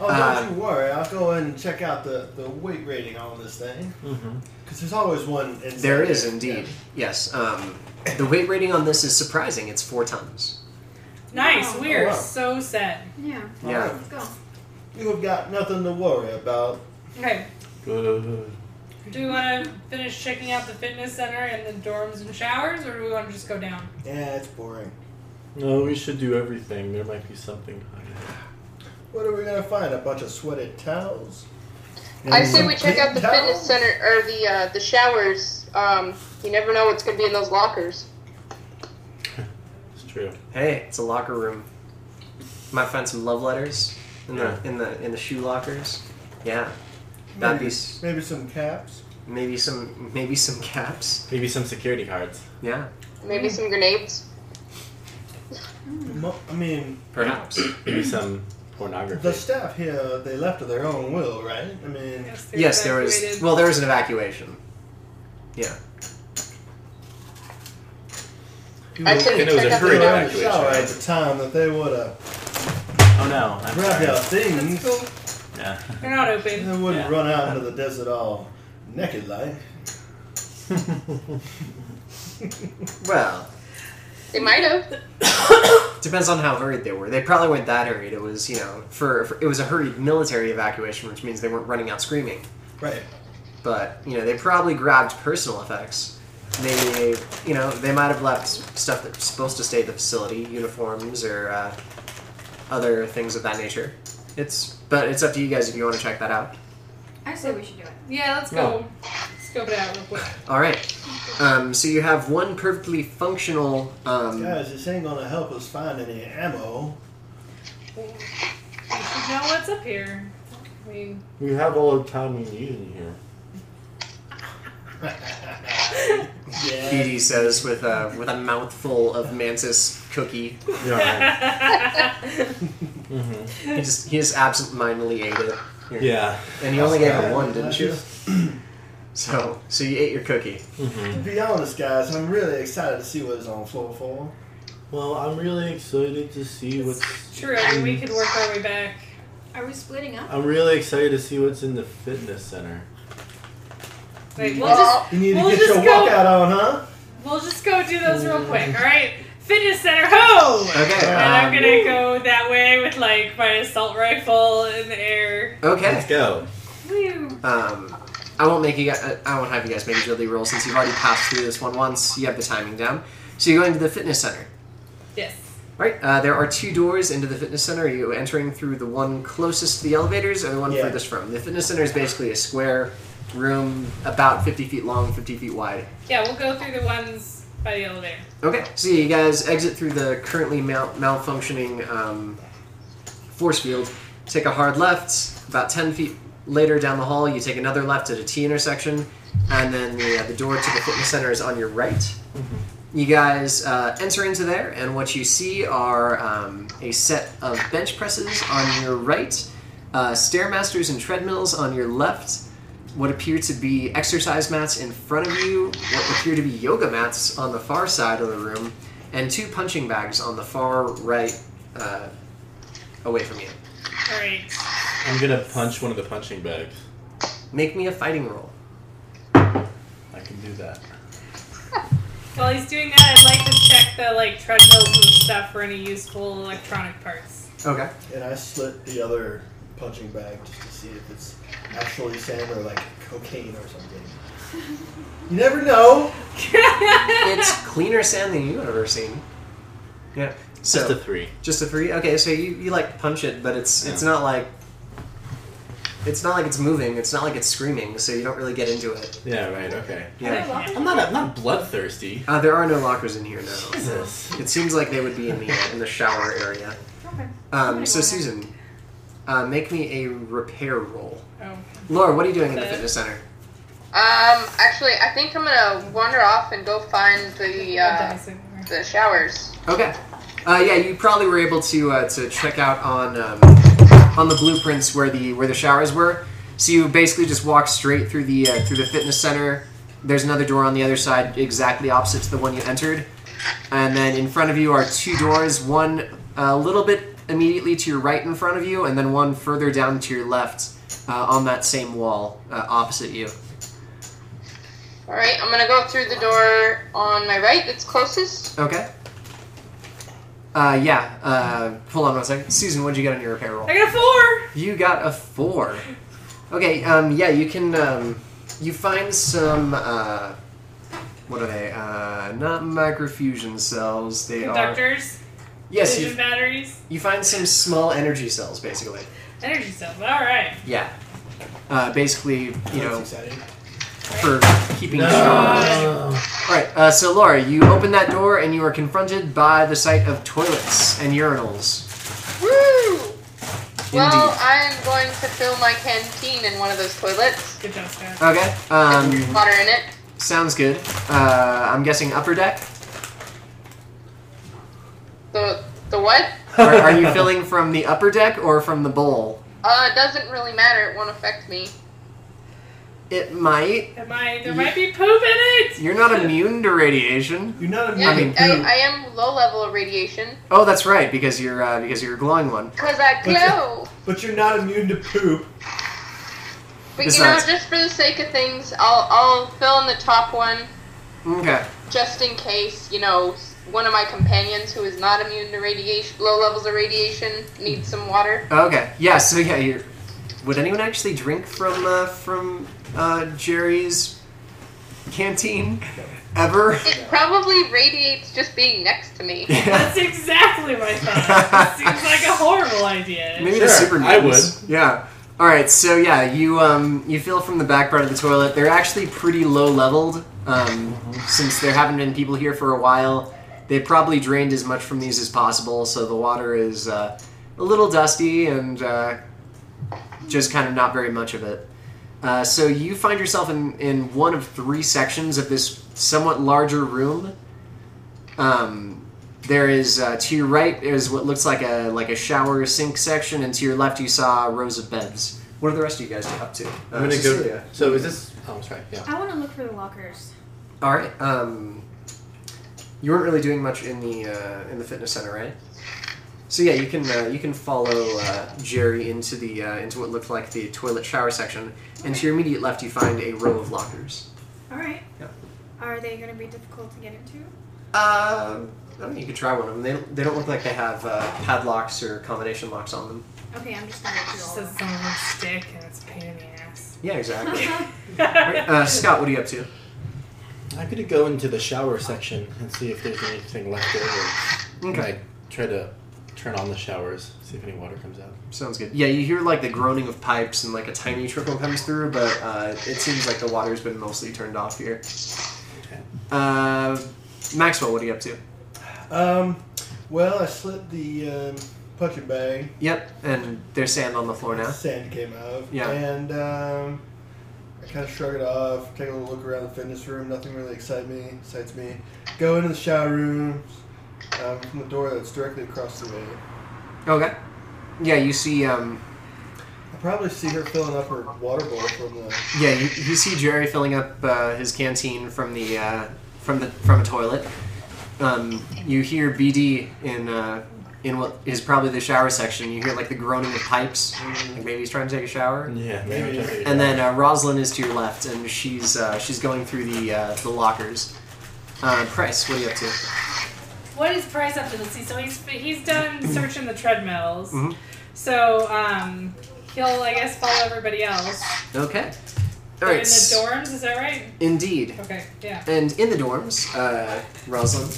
C: Oh,
D: Uh,
C: don't you worry. I'll go and check out the, the weight rating on this thing.
I: Mm-hmm.
C: Because there's always one. Inside
D: there is indeed. Yes. Um, the weight rating on this is surprising. It's four tons.
F: Nice.
G: Oh,
F: We're
C: wow.
F: so set.
G: Yeah.
D: Yeah.
G: Let's go.
C: You have got nothing to worry about.
F: Okay.
I: Good.
F: Do we want to finish checking out the fitness center and the dorms and showers, or do we want to just go down?
C: Yeah, it's boring.
I: No, we should do everything. There might be something hiding.
C: What are we gonna find? A bunch of sweated towels?
E: I say we check out the
C: No.
E: fitness center or the uh, the showers. Um, you never know what's gonna be in those lockers.
I: It's true.
D: Hey, it's a locker room. Might find some love letters in the
I: Yeah.
D: in the in the shoe lockers. Yeah. That'd be
C: maybe,
D: s-
C: maybe some caps.
D: maybe some maybe some caps.
I: Maybe some security cards.
D: Yeah.
E: Maybe some grenades. Hmm.
C: Mo- I mean,
D: Perhaps.
I: Maybe some pornography.
C: the staff here they left of their own will, right? I mean,
F: they're
D: yes, there was.
F: evacuated.
D: Well, there was an evacuation. Yeah.
E: I say
I: And
E: we
I: it was
E: check
I: a
E: out
C: they
I: hurried
E: the
C: were in
E: dorms.
C: the
I: evacuation,
C: shower
I: right?
C: at the time that they would have
I: oh no! I'm
C: grabbed
I: sorry.
C: their
F: That's
C: things.
F: cool.
I: Yeah.
F: They're not
C: They
F: open.
C: wouldn't
I: Yeah.
C: run out into the desert all naked like.
D: Well,
E: They might have. Um,
D: Depends on how hurried they were. They probably weren't that hurried. It was, you know, for, for it was a hurried military evacuation, which means they weren't running out screaming.
C: Right.
D: But you know, they probably grabbed personal effects. Maybe you know they might have left stuff that's supposed to stay at the facility, uniforms or uh, other things of that nature. It's but it's up to you guys if you want to check that out.
G: I say we should do it.
F: Yeah, let's go. Scope it out real quick.
D: All right. Um, so you have one perfectly functional. Um,
C: Guys, this ain't gonna help us find any ammo.
F: We should know what's up here. We
I: We have all the time we need in here.
C: Yeah.
D: Edie says with a with a mouthful of mantis cookie.
I: Yeah.
D: He just he just absentmindedly ate it. Here.
I: Mm-hmm. yeah.
D: And you only gave her
C: Yeah,
D: one, didn't you?
C: just-
D: So, so you ate your cookie.
I: Mm-hmm.
C: To be honest, guys, I'm really excited to see what is on floor four.
I: Well, I'm really excited to see what's.
F: true. I mean, we could work our way back.
G: Are we splitting up?
I: I'm really excited to see what's in the fitness center.
F: Wait, we'll just
E: Well,
C: You need to
F: We'll
C: get
F: just
C: your
F: go-
C: walkout on, huh?
F: we'll just go do those real quick. All right, fitness center, ho!
D: Okay.
F: And
D: um,
F: I'm gonna go that way with like my assault rifle in the air.
I: Let's
D: um, okay.
I: go.
G: Woo.
D: Um, I won't make you. Guys, I- I won't have you guys make a agility roll since you've already passed through this one once. You have the timing down. So you're going to the fitness center,
F: Yes.
D: right? Uh, there are two doors into the fitness center. Are you entering through the one closest to the elevators, or the one
C: Yeah.
D: furthest from? The fitness center is basically a square room, about 50 feet long, 50 feet wide.
F: Yeah, we'll go through the ones by the elevator.
D: Okay, so you guys exit through the currently mal- malfunctioning um, force field, take a hard left. About 10 feet later down the hall, you take another left at a T intersection, and then the, uh, the door to the fitness center is on your right. You guys uh, enter into there, and what you see are um, a set of bench presses on your right, uh, stairmasters and treadmills on your left, what appear to be exercise mats in front of you, what appear to be yoga mats on the far side of the room, and two punching bags on the far right, uh, away from you.
F: All right.
I: I'm gonna punch one of the punching bags.
D: Make me a fighting roll.
I: I can do that.
F: While he's doing that, I'd like to check the like treadmills and stuff for any useful electronic parts.
D: Okay.
C: And I slit the other punching bag just to see if it's actually sand or like cocaine or something. You never know.
D: It's cleaner sand than you've ever seen. Yeah. So
I: Just a three.
D: Just a three. Okay, so you, you like punch it, but it's it's
I: Yeah.
D: not like it's not like it's moving. It's not like it's screaming. So you don't really get into it.
I: Yeah, right, okay.
D: Yeah.
I: I'm not I'm not bloodthirsty.
D: Uh, there are no lockers in here now.
I: Jesus.
D: It seems like they would be in the in the shower area.
G: Okay.
D: Um, so Susan, uh, make me a repair roll.
F: Oh.
D: Laura, what are you doing in the
F: Okay.
D: fitness center?
E: Um, actually, I think I'm gonna wander off and go find the uh,
F: Dice everywhere.
E: the showers.
D: Okay. Uh, yeah, you probably were able to uh, to check out on um, on the blueprints where the where the showers were. So you basically just walk straight through the uh, through the fitness center. There's another door on the other side, exactly opposite to the one you entered, and then in front of you are two doors. One a little bit immediately to your right in front of you, and then one further down to your left uh, on that same wall uh, opposite you.
E: All right, I'm gonna go through the door on my right that's closest.
D: Okay. Uh, yeah. Uh, hold on one second, Susan. What'd you get on your repair roll?
F: I got a four.
D: You got a four. Okay, um, yeah, you can, um, you find some, uh, what are they? Uh, not microfusion cells, they are.
F: Conductors,
D: Yes,
F: vision
D: you,
F: batteries,
D: you find some small energy cells, basically.
F: energy stuff. All right.
D: Yeah. Uh, basically, you
C: That's
D: know,
C: exciting.
D: for keeping strong. Alright, uh, so Laura, you open that door and you are confronted by the sight of toilets and urinals.
E: Woo! Well,
D: Indeed.
E: I am going to fill my canteen in one of those toilets.
F: Good job, Scott.
D: Okay,
E: There's
D: um,
E: water in it.
D: sounds good. Uh, I'm guessing upper deck?
E: The the what?
D: Are, are you filling from the upper deck or from the bowl?
E: Uh, it doesn't really matter. It won't affect me.
D: It might.
F: Am I, there might be poop in it.
D: You're not immune to radiation.
C: You're not
E: Yeah,
D: I
E: I,
D: mean,
E: I,
D: who-
E: am low level of radiation
D: Oh, that's right, because you're uh, because you're a glowing one.
E: because I glow.
C: but you're not immune to poop.
E: But you know,
D: Besides-
E: just for the sake of things, I'll I'll fill in the top one
D: Okay.
E: just in case you know one of my companions who is not immune to radiation, low levels of radiation, needs some water.
D: Okay. Yeah. So yeah, you're. Would anyone actually drink from uh, from uh, Jerry's canteen ever?
E: It probably radiates just being next to me.
D: Yeah.
F: That's exactly my thought. It seems like a horrible idea.
D: Maybe the super
I: Sure, I
D: mutants. Yeah. All right. So yeah, you um you feel from the back part of the toilet. They're actually pretty low leveled. Um, since there haven't been people here for a while, they probably drained as much from these as possible. So the water is uh, a little dusty and uh, just kind of not very much of it. Uh, so you find yourself in in one of three sections of this somewhat larger room. Um, there is uh, to your right is what looks like a like a shower sink section, and to your left you saw rows of beds. What are the rest of you guys up to? Uh,
I: I'm gonna go. So is this? Oh, I'm sorry. Yeah.
G: I want to look for the lockers.
D: All right. Um, you weren't really doing much in the uh, in the fitness center, right? So yeah, you can uh, you can follow uh, Jerry into the uh, into what looked like the toilet shower section, and to your immediate left you find a row of lockers.
G: All right.
D: Yeah.
G: Are they going to be difficult to get into?
D: Uh, I don't know, you could try one of them. They, they don't look like they have uh, padlocks or combination locks on them.
G: Okay, I'm just going to
F: She
G: do all
F: says
G: of
F: it's on one stick and it's a pain in the ass.
D: Yeah, exactly.
G: them.
D: uh, Scott, what are you up to?
I: I'm gonna go into the shower section and see if there's anything left over. And I try to turn on the showers, see if any water comes out.
D: Sounds good. Yeah, you hear like the groaning of pipes and like a tiny trickle comes through, but uh, it seems like the water's been mostly turned off here.
I: Okay.
D: Uh, Maxwell, what are you up to?
C: Um, well, I slit the um, punching bag.
D: Yep, and there's sand on the floor now.
C: Sand came out.
D: Yeah.
C: And um, I kind of shrug it off, take a little look around the fitness room. Nothing really excites me. Excites me. Go into the shower room um, from the door that's directly across the way.
D: Okay. Yeah, you see. Um,
C: I probably see her filling up her water bowl from the.
D: yeah, you, you see Jerry filling up uh, his canteen from the uh, from the from a toilet. Um, you hear BD in uh, in what is probably the shower section. You hear like the groaning of pipes. Like maybe he's trying to take a shower.
I: Yeah, maybe. I'm trying to figure
D: And
I: it out.
D: then uh, Rosalind is to your left, and she's uh, she's going through the uh, the lockers. Uh, Price, what are you up to?
F: What is price up to this? So he's he's done searching the treadmills.
D: Mhm.
F: So um, he'll I guess follow everybody else.
D: Okay. All
F: They're
D: right.
F: in the
D: s-
F: dorms, is that right?
D: Indeed.
F: Okay, yeah.
D: And in the dorms, uh, Rosalind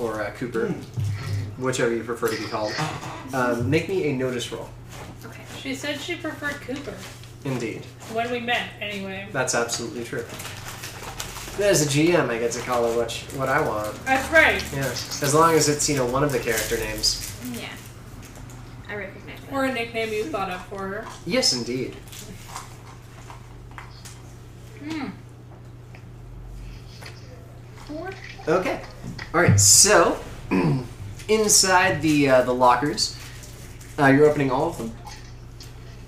D: or uh, Cooper,
F: Hmm.
D: whichever you prefer to be called, um, make me a notice roll.
G: Okay.
F: She said she preferred Cooper
D: Indeed.
F: when we met. Anyway,
D: That's absolutely true. As a GM, I get to call it what, sh- what I want.
F: that's right.
D: Yeah. As long as it's, you know, one of the character names.
G: Yeah. I recognize that.
F: Or a nickname you thought up for her.
D: Yes, indeed.
F: Hmm.
D: Okay. All right. So, inside the uh, the lockers, uh, you're opening all of them.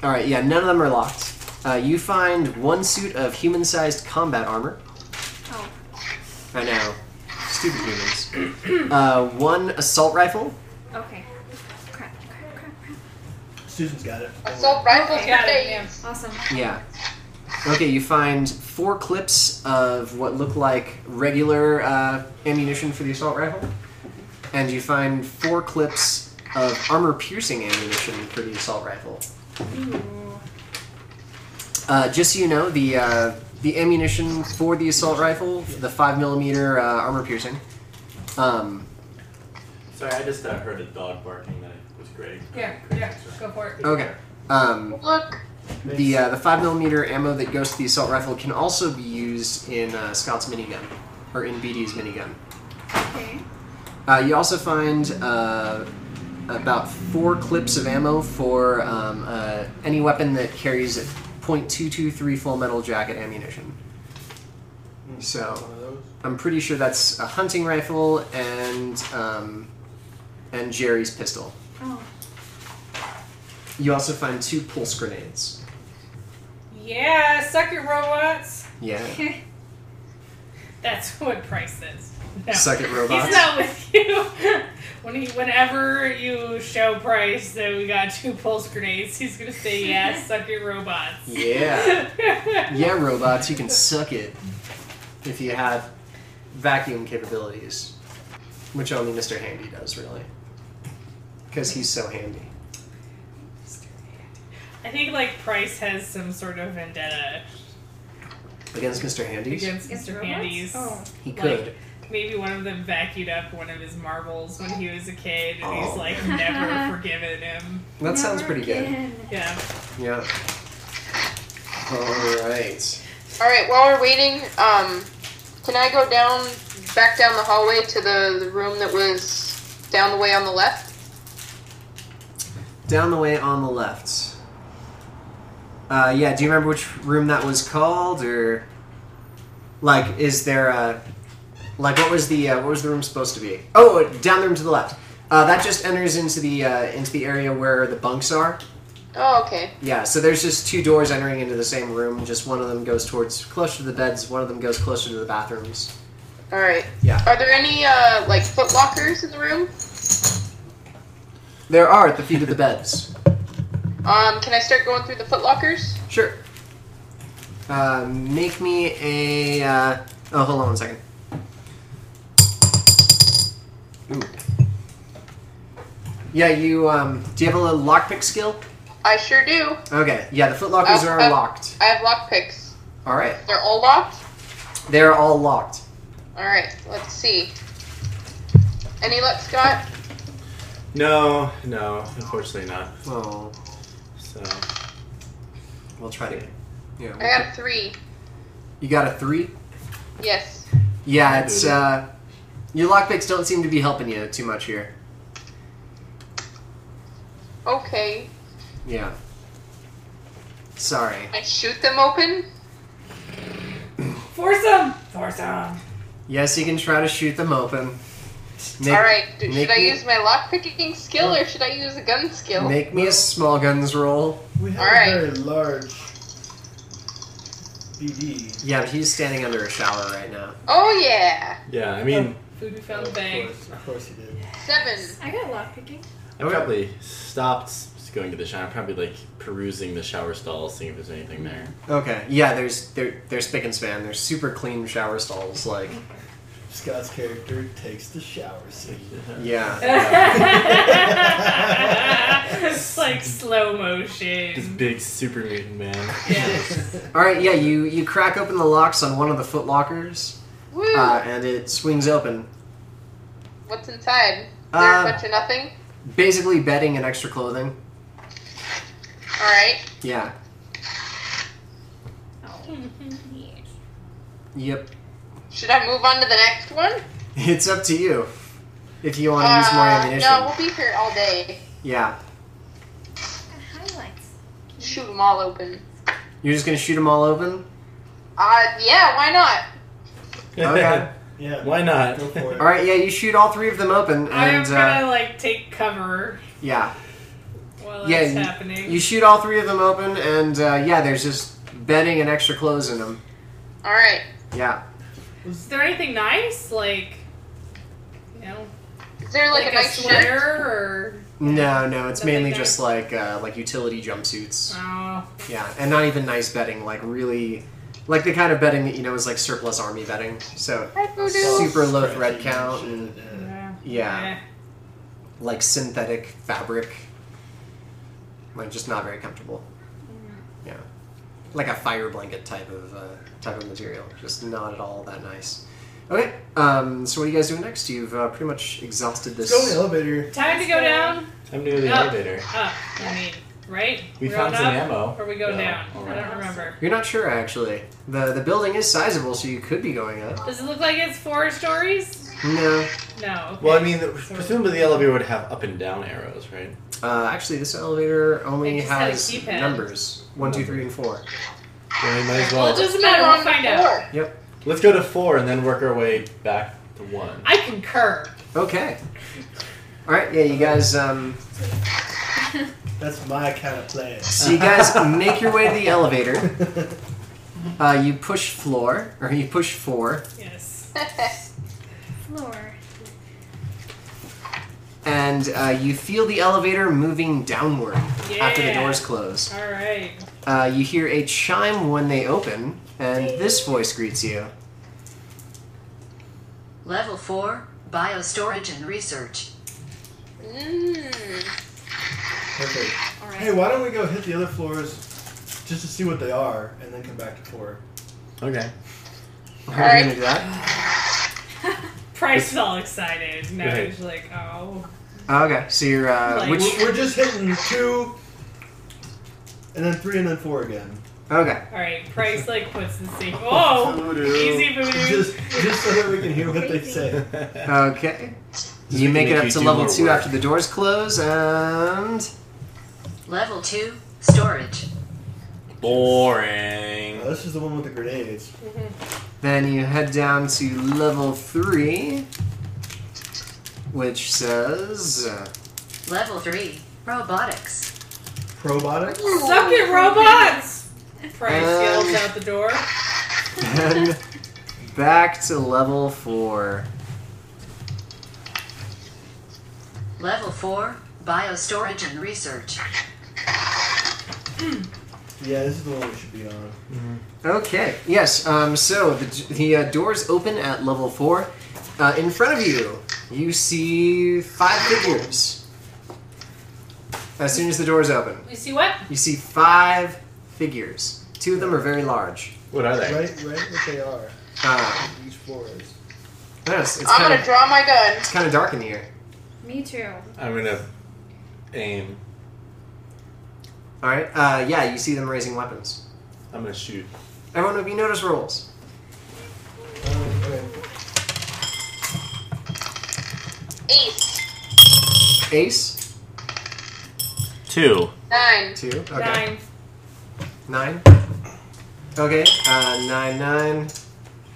D: All right. Yeah. None of them are locked. Uh, you find one suit of human-sized combat armor.
G: Oh.
D: I know. Stupid humans. uh, one assault rifle.
G: Okay. Crap, crap, crap, crap.
C: Susan's got it.
E: Assault rifle
G: Okay.
F: Got it.
E: grenades.
F: Yeah.
G: Awesome.
D: Yeah. Okay. You find four clips of what look like regular uh, ammunition for the assault rifle, and you find four clips of armor-piercing ammunition for the assault rifle.
G: Ooh.
D: Uh, just so you know, the uh, the ammunition for the assault rifle, the five millimeter uh, armor piercing. Um,
B: Sorry, I just uh, heard a dog barking that it was great.
F: Yeah, yeah. Go for it.
D: okay. Um,
E: Look,
D: the uh, the five millimeter ammo that goes to the assault rifle can also be used in uh, Scott's minigun or in BD's minigun.
G: Okay.
D: Uh, you also find uh, about four clips of ammo for um, uh, any weapon that carries .223 full metal jacket ammunition. So.
C: One of those.
D: I'm pretty sure that's a hunting rifle and um, and Jerry's pistol.
G: Oh.
D: You also find two pulse grenades.
F: Yeah, suck it, robots.
D: Yeah,
G: Okay.
F: That's what Price is. No.
D: suck it,
F: He's
D: robots.
F: not with you. when he, whenever you show Price that we got two pulse grenades, he's gonna say, "Yeah, suck your robots."
D: Yeah, yeah, robots. You can suck it if you have vacuum capabilities, which only Mr. Handy does really, because he's so handy.
F: I think like Price has some sort of vendetta
D: Against Mr. Handy's,
F: against
G: Against
F: Mr.
G: robots?
F: Handy's.
G: Oh.
D: he
F: like,
D: could.
F: Maybe one of them vacuumed up one of his marbles when he was a kid, and
D: Oh.
F: he's like never forgiven him.
D: that sounds
G: Never
D: pretty
G: again.
F: Yeah.
D: good. Yeah. All right.
E: All right. While we're waiting, um, can I go down, back down the hallway to the, the room that was down the way on the left?
D: Down the way on the left. Uh, yeah, do you remember which room that was called, or like, is there a like what was the uh, what was the room supposed to be? Oh, down the room to the left. Uh, that just enters into the uh, into the area where the bunks are.
E: Oh, okay.
D: Yeah, so there's just two doors entering into the same room. Just one of them goes towards closer to the beds. One of them goes closer to the bathrooms.
E: All right.
D: Yeah.
E: Are there any uh, like foot lockers in the room?
D: There are at the feet of the beds.
E: Um, can I start going through the foot lockers?
D: Sure. Uh, make me a. Uh, oh, hold on one second. Ooh. Yeah, you. Um, do you have a little lockpick skill?
E: I sure do.
D: Okay. Yeah, the footlockers are
E: Uh, uh.
D: locked.
E: I have lock picks.
D: All right,
E: They're all locked.
D: they're all locked.
E: All right. Let's see. Any luck, Scott?
I: No, no, unfortunately not.
D: Oh,
I: So
D: we'll try to.
E: I
D: Yeah.
E: got a three.
D: You got a three.
E: Yes.
D: Yeah, it's. Uh, your lockpicks don't seem to be helping you too much here.
E: Okay.
D: Yeah. Sorry.
E: I shoot them open.
F: doors on.
D: Yes, you can try to shoot them open. Make-
E: All right, d-
D: make
E: should I
D: me-
E: use my lockpicking skill or should I use a gun skill?
D: Make me a small guns roll.
C: We have
E: All
C: a
E: right.
C: very large BD.
D: Yeah, but he's standing under a shower right now.
E: oh yeah,
I: Yeah, I mean,
F: Food we found
C: of
F: bang.
C: course, of course he did.
E: seven.
G: I got lockpicking.
I: I probably stopped going to the shower. I'm probably like perusing the shower stalls, seeing if there's anything there.
D: Okay. Yeah, there's there there's spick and span. There's super clean shower stalls. Like
C: Scott's character takes the shower scene.
D: yeah.
F: it's like slow motion.
I: This big super mutant man.
F: Yes.
D: All right. Yeah, you you crack open the locks on one of the foot lockers,
E: Woo!
D: uh, and it swings open.
E: What's inside? Is there
D: uh,
E: a bunch of nothing?
D: Basically, bedding and extra clothing.
E: All right.
D: Yeah.
G: Oh.
D: Yep.
E: Should I move on to the next one?
D: It's up to you. If you want to use more
E: Uh,
D: ammunition.
E: No, we'll be here all day.
D: Yeah.
G: Highlights.
E: Shoot them all open.
D: You're just gonna shoot them all open.
E: Uh, yeah, why not?
D: Okay.
C: Yeah.
I: Why not?
C: Go for it.
D: All right. Yeah, you shoot all three of them open,
F: I'm
D: and uh,
F: gonna like take cover
D: yeah.
F: while
D: Yeah,
F: that's
D: you-
F: happening.
D: You shoot all three of them open, and uh, yeah, there's just bedding and extra clothes in them.
E: All right.
D: Yeah.
F: Is there anything nice? Like, you know,
E: Is there like, a nice
F: sweater
E: shirt?
F: or
D: No, no, it's
F: Nothing
D: mainly
F: there.
D: just like uh, like utility jumpsuits.
F: oh,
D: Yeah, and not even nice bedding, like really, like the kind of bedding that you know is like surplus army bedding. So
E: Hi, Voodoo.
D: super low
C: Stretchy
D: thread count
C: shit,
D: and
C: yeah.
F: yeah,
D: yeah, like synthetic fabric, like just not very comfortable.
F: Mm-hmm.
D: Yeah, like a fire blanket type of uh, type of material, just not at all that nice. Okay, um, so what are you guys doing next? You've uh, pretty much exhausted this.
C: Let's go in the elevator.
F: Time to go down.
I: I'm new to the
F: Up.
I: elevator.
F: Up. I mean, right?
I: We
F: We're
I: found
F: on
I: some
F: up,
I: ammo.
F: Or we go
I: No,
F: down.
I: all
F: I
I: right.
F: don't remember.
D: You're not sure actually. the The building is sizable, so you could be going up.
F: Does it look like it's four stories?
D: No,
F: No. Okay.
I: Well, I mean, the- presumably the elevator would have up and down arrows, right?
D: uh, actually, this elevator only
F: It just had a
D: has
F: keypad.
D: numbers one, two, three, and four.
I: Yeah, we might as
F: Well,
I: well.
F: it doesn't matter. We'll find out.
E: Four.
I: Let's go to four and then work our way back to one.
F: I concur.
D: Okay. All right. Yeah, you guys. Um,
C: That's my kind of plan.
D: so you guys make your way to the elevator. Uh, you push floor, or you push four,
F: Yes.
G: Floor.
D: and uh, you feel the elevator moving downward after the
F: Yeah.
D: doors close.
F: All right.
D: Uh, you hear a chime when they open, and this voice greets you.
H: Level 4, biostorage and research.
E: mm.
C: Perfect.
G: Alright.
C: Hey, why don't we go hit the other floors just to see what they are and then come back to four?
I: Okay.
D: Are
E: All
D: you
E: right.
D: gonna do that?
F: Price is all excited. Now
I: Right.
F: he's like, oh.
D: Okay. So you're uh,
F: Like-
D: which?
C: We're, we're just hitting two and then three and then four again.
D: Okay.
F: All right. Price like puts the same. Oh, easy voodoo.
C: Just, just so that we can hear what they say.
D: Okay. You
I: making
D: make it
I: you
D: up to
I: do
D: level
I: more
D: two
I: work.
D: after the doors close, and
H: Level 2, storage.
C: Uh,
I: Boring.
C: Oh, this is the one with the grenades.
D: Then you head down to level three, which says uh,
H: Level 3, robotics.
C: Probotics?
F: Suck it, robots! Price yells out the door.
D: and uh, back to level four.
H: Level 4, biostorage and research.
C: Yeah, this is the one we should be on.
D: Okay. Yes. Um. So the the uh, doors open at level four. Uh, in front of you, you see five figures. As soon as the doors open,
F: You see what?
D: you see five figures. Two of them are very large.
I: What are they?
C: Right, right what they are.
D: Uh,
C: Each floor is.
D: yes, it's
E: I'm
D: kind
E: gonna
D: of
E: draw my gun.
D: it's kind of dark in here.
G: Me too.
I: I'm gonna aim.
D: All right. Uh, yeah, you see them raising weapons.
I: I'm gonna shoot.
D: Everyone would be notice rolls.
C: Oh, okay.
E: Eight,
D: Ace,
I: Two.
E: nine.
D: two, okay,
F: Nine.
D: Nine. Okay, uh, nine, nine.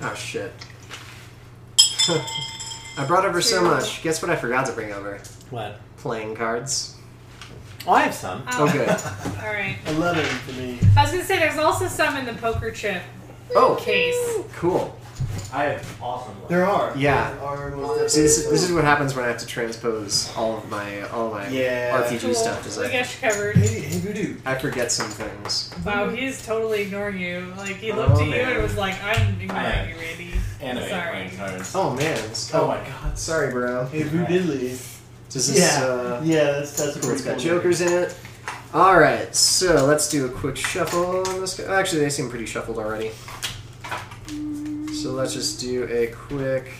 D: Oh shit. I brought over so much. Guess what I forgot to bring over?
B: What?
D: Playing cards.
B: Oh, I have some.
D: Oh good.
F: Ah. All right.
C: Eleven for me.
F: I was gonna say there's also some in the poker chip
D: Oh,
F: case.
D: cool.
B: I have awesome ones.
C: There are.
D: Yeah.
C: There are most
D: See, this, this is
C: definitely
D: what happens when I have to transpose all of my all my
C: Yeah.
D: RPG
F: Cool.
D: stuff. Is
F: we
D: I,
F: got you covered.
C: some. Hey, hey, voodoo.
D: I forget some things.
F: Wow, he's totally ignoring you. Like he looked
D: Oh,
F: at you
D: man.
F: and was like, "I'm ignoring
B: I-
F: you, Randy."
B: Anime
F: Sorry.
B: playing cards.
D: Oh man. it's-
B: Oh my god.
D: Sorry, bro.
C: Hey, voodoo.
D: Does this?
C: Yeah.
D: Uh,
C: yeah, that's that's
D: Cool,
C: pretty
D: it's got
C: cool.
D: jokers in it. All right, so let's do a quick shuffle on this guy. Actually, they seem pretty shuffled already. So let's just do a quick,